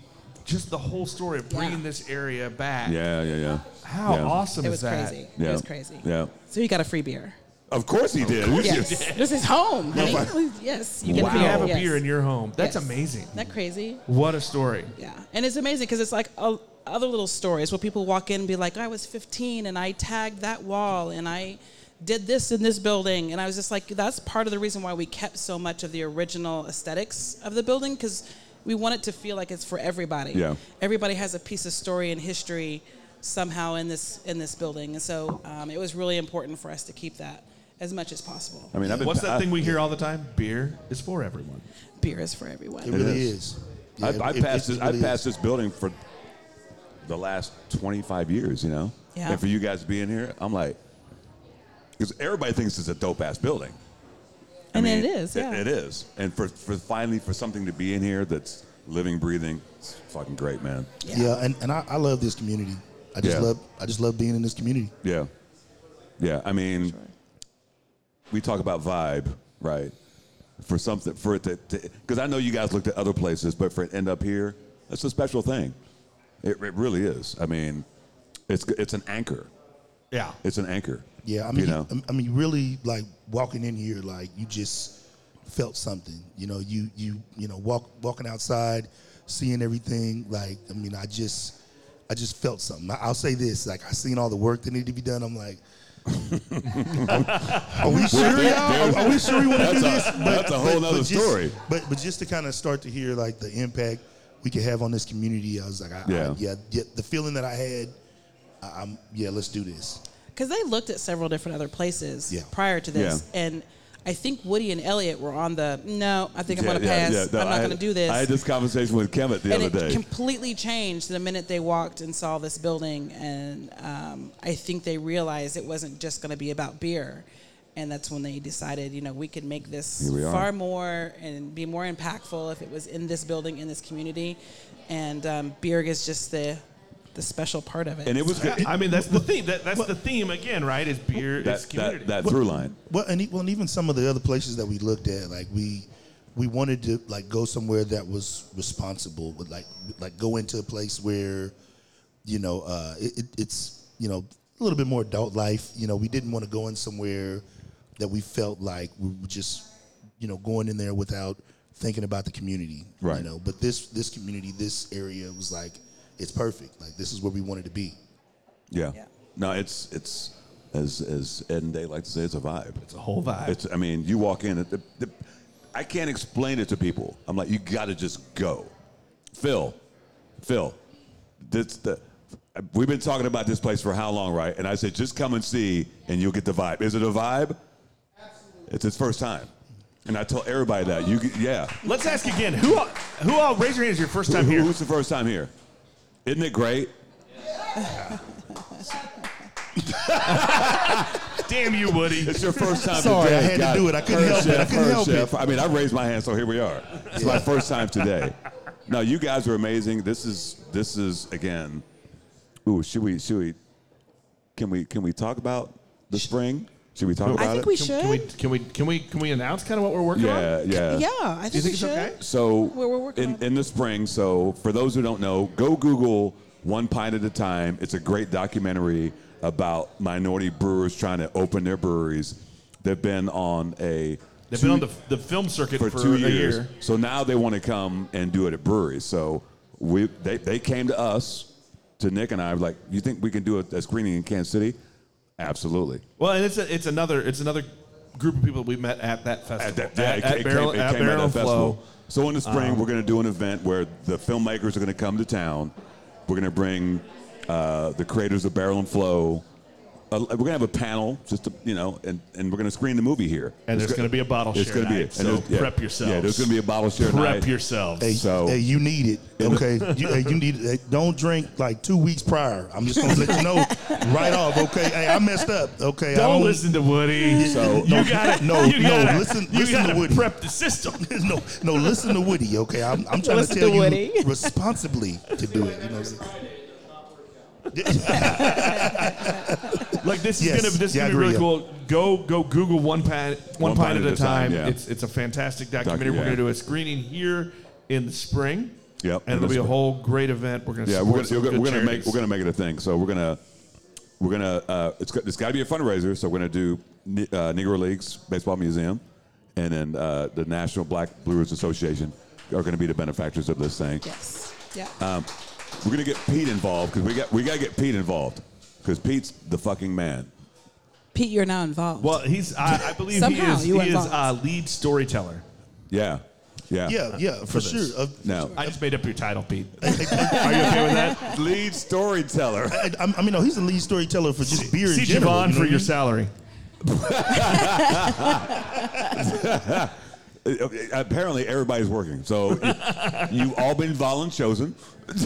just the whole story of bringing this area back. Yeah, yeah, yeah. How Yeah. awesome It is was that? crazy. Yeah. It was crazy. Yeah. So he got a free beer. Of course he did. He's Yes. just- This is home. honey. Yes. You get wow. a beer. have a Yes. beer in your home. That's Yes. amazing. Isn't that crazy? What a story. Yeah, and it's amazing because it's like o other little stories where people walk in and be like, "I was 15 and I tagged that wall and I did this in this building," and I was just like, "That's part of the reason why we kept so much of the original aesthetics of the building because we want it to feel like it's for everybody. Yeah. everybody has a piece of story and history somehow in this in this building, and so um, it was really important for us to keep that as much as possible. I mean, I've been. What's that I- thing we hear all the time? Beer is for everyone. Beer is for everyone. It really is. Yeah, I, it- I it- passed it this. I really is. passed this building for the last 25 years. You know, Yeah. and for you guys to be in here, I'm like, because everybody thinks it's a dope ass building. I And it mean, is, yeah. it is. And for, for finally for something to be in here that's living, breathing, it's fucking great, man. Yeah, and, and I, I love this community. I just Yeah. love I just love being in this community. Yeah. Yeah. I mean, we talk about vibe, right? For something, for it to, because I know you guys looked at other places, but for it to end up here, that's a special thing. It, it really is. I mean, it's it's an anchor. Yeah. It's an anchor. Yeah, I mean, you know, I mean, really, like walking in here, like you just felt something. You know, you you you know, walk walking outside, seeing everything. Like, I mean, I just I just felt something. I, I'll say this: like, I seen all the work that needed to be done. I'm like. are, are we sure? y'all? Are, are we sure we want to do That's a- this? that's a whole nother just- story. But but just to kind of start to hear like the impact we could have on this community, I was like, I, yeah, Yeah. I, yeah, yeah. The feeling that I had, I, I'm yeah, let's do this. Because they looked at several different other places Yeah. prior to this, and I think Woody and Elliot were on the no. I think I'm Yeah, going to yeah, pass. yeah. No, I'm I not had- going to do this. I had this conversation with Kemet the and other it day. completely changed the minute they walked and saw this building, and um, I think they realized it wasn't just going to be about beer, and that's when they decided, you know, we could make this Here we are. far more and be more impactful if it was in this building in this community, and um, beer is just the the special part of it. And it was good. I mean, that's the theme. That, that's the theme again, right? Is beer, That- is community. that through line. Well, and e- well, and even some of the other places that we looked at, like we we wanted to like go somewhere that was responsible, but like like go into a place where you know uh, it, it, it's you know a little bit more adult life. You know, we didn't want to go in somewhere that we felt like we were just you know going in there without thinking about the community. Right. You know, but this this community, this area was like it's perfect. Like this is where we wanted to be. Yeah. No, it's it's as as Ed and Day like to say, it's a vibe. It's a whole vibe. It's. I mean, you walk in. It, the, the, I can't explain it to people. I'm like, you got to just go. Phil, Phil, this the. We've been talking about this place for how long, right? And I said, just come and see, and you'll get the vibe. Is it a vibe? It's his first time, and I tell everybody that. You, get- yeah. Let's ask again. Who all, who all raise your hands? Your first time Who- here. Who's the first time here? Isn't it great? Damn you, Woody. It's your first time Sorry, today. I had to God. do it. I couldn't First help it. I chef, couldn't first help it. chef. I mean, I raised my hand, so here we are. It's my first time today. No, you guys are amazing. This is this is again. Ooh, should we should we can we can we talk about the spring? Should we talk about it? Can- Can we, can we can we can we announce kind of what we're working Yeah, on? yeah. Yeah, I Do you think think we it's should. okay? So We're- we're working in, in the spring, so for those who don't know, go Google One Pint at a Time. It's a great documentary about minority brewers trying to open their breweries. They've been on a They've two- been on the, the film circuit for, for, two a years. year. So now they want to come and do it at breweries. So we they, they came to us, to Nick and I, like, you think we can do a, a screening in Kansas City? Absolutely. Well, and it's a, it's another it's another group of people that we met at that festival. At, Yeah, it ca- it Barrel, came- it at came out Barrel of and that Flow. festival. So in the spring, Um, we're going to do an event where the filmmakers are going to come to town. We're going to bring uh, the creators of Barrel and Flow. Uh, we're going to have a panel, just to, you know, and, and we're going to screen the movie here. And there's go- gonna be a bottle it's share gonna be night, it. And so there's- yeah. prep Yeah, yourselves. there's going to be a bottle share Prep night. yourselves. Hey, so hey, you need it. Okay, you, hey, you need it. Hey, don't drink like two weeks prior. I'm just gonna let you know right off. Okay, hey, I messed up. Okay, I Don't listen to Woody. So- you No, got to no, you no, Gotta, listen- you listen to gotta Woody. Prep the system. no, no, listen to Woody. Okay, I'm, I'm trying Listen to to tell you Woody. responsibly to do it. You know what like this is Yes. gonna this is Yeah, I gonna be agree, really yeah. cool. Go go Google one pint one, pint, at, a time. yeah. It's it's a fantastic documentary. Docu- We're yeah. gonna do a screening here in the spring. Yep, and in it'll the be a spring. whole great event. We're gonna yeah, support we're some gonna, good we're gonna make charities. we're gonna make it a thing. So we're gonna we're gonna uh, it's got- it's got to be a fundraiser. So we're gonna do Ni- uh, Negro Leagues Baseball Museum, and then uh, the National Black Brewers Association are gonna be the benefactors of this thing. Yes. Yeah. Um, we're gonna get Pete involved because we got we gotta get Pete involved because Pete's the fucking man. Pete, you're now involved. Well, he's I, I believe he Somehow is you were he is uh, involved. a lead storyteller. Yeah, yeah, Yeah, yeah, for this. sure. Uh, No. I just made up your title, Pete. Are you okay with that? Lead storyteller. I, I, I mean, no, he's the lead storyteller for just beer in See general. Javon you know for what I your mean? salary. Apparently, everybody's working. So you've all been volunchosen. Ooh,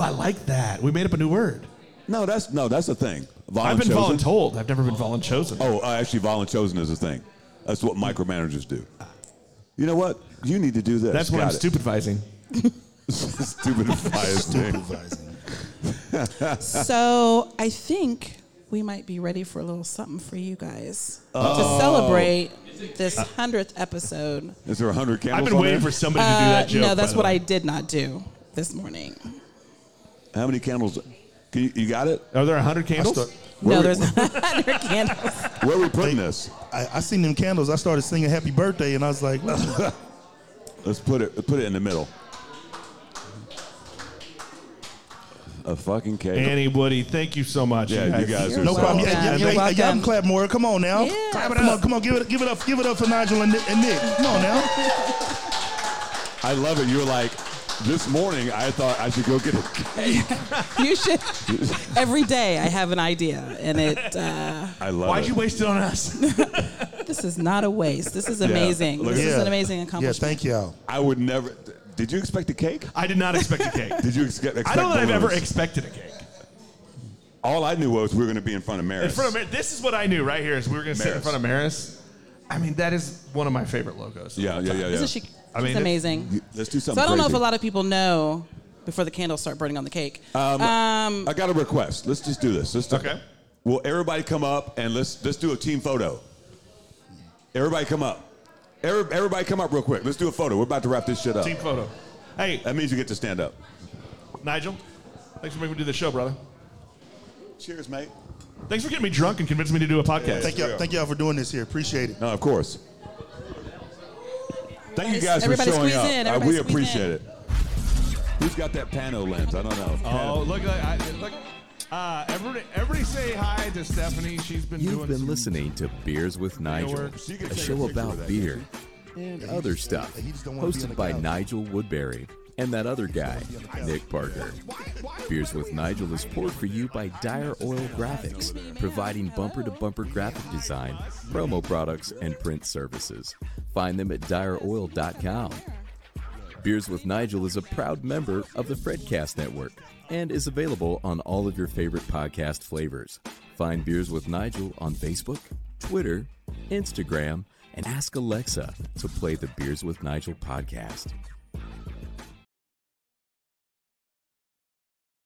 I like that. We made up a new word. No, that's no, that's a thing. I've been Volunchosen? voluntold. I've never been volunchosen. Oh, uh, actually, volunchosen is a thing. That's what micromanagers do. You know what? You need to do this. That's what I'm Got it. stupidvising. Stupidvising. so I think we might be ready for a little something for you guys Oh. to celebrate this hundredth episode. Is there 100 candles? I've been on waiting there? for somebody to do that Uh, joke, by No, that's the what way. I did not do this morning. How many candles? Can you, you got it? Are there 100 candles? start- No, where there's we, not hundred candles. where we putting this? I, I seen them candles. I started singing "Happy Birthday" and I was like, what? Let's put it put it in the middle. A fucking cake. Annie Woody, thank you so much. Yeah, you guys are no so problem. welcome. Yeah, yeah, You're yeah, welcome. y'all can clap more. Come on now. come on, come on, give it, give it up, give it up for Nigel and, Ni- and Nick. Come on now. I love it. You were like, this morning I thought I should go get a you should. Every day I have an idea, and it. Uh, I love Why'd it. you waste it on us? this is not a waste. This is Yeah. amazing. Look This at is that. an amazing accomplishment. thank y'all. I would never. Did you expect a cake? I did not expect a cake. Did you expe- expect? I don't know that I've ever balloons? expected a cake. All I knew was we were going to be in front of Maris. In front of Mar- this is what I knew right here is we were going to sit in Maris. front of Maris. I mean, that is one of my favorite logos. Yeah, yeah, yeah, yeah. Isn't she- I mean, she's amazing. Let's do So I something. don't know if crazy. a lot of people know before the candles start burning on the cake. Um, Um, I got a request. Let's just do this. Let's do okay. Will everybody come up and let's let's do a team photo. Everybody come up. Every- Everybody come up real quick. Let's do a photo. We're about to wrap this shit up. Team photo. Hey. That means you get to stand up. Nigel, thanks for making me do the show, brother. Cheers, mate. Thanks for getting me drunk and convincing me to do a podcast. thank y'all, thank y'all for doing this here. Appreciate it. No, of course. Thank you Everybody- guys for everybody showing squeeze up. in, I- everybody we squeeze appreciate it. Who's got that pano lens? I don't know. Oh, look! I, I- look uh, everybody, everybody, say hi to Stephanie. She's been You've doing been some listening to Beers with Nigel, works. You can a take a show picture with about that, beer and other stuff, he just don't wanna be on hosted the by couch. Nigel Woodbury and that other guy, Nick Parker. Beers with Nigel is poured for you by Dire Oil Graphics, providing bumper to bumper graphic design, promo products, and print services. Find them at direoil.com. Beers with Nigel is a proud member of the Fredcast Network and is available on all of your favorite podcast flavors. Find Beers with Nigel on Facebook, Twitter, Instagram, and ask Alexa to play the Beers with Nigel podcast.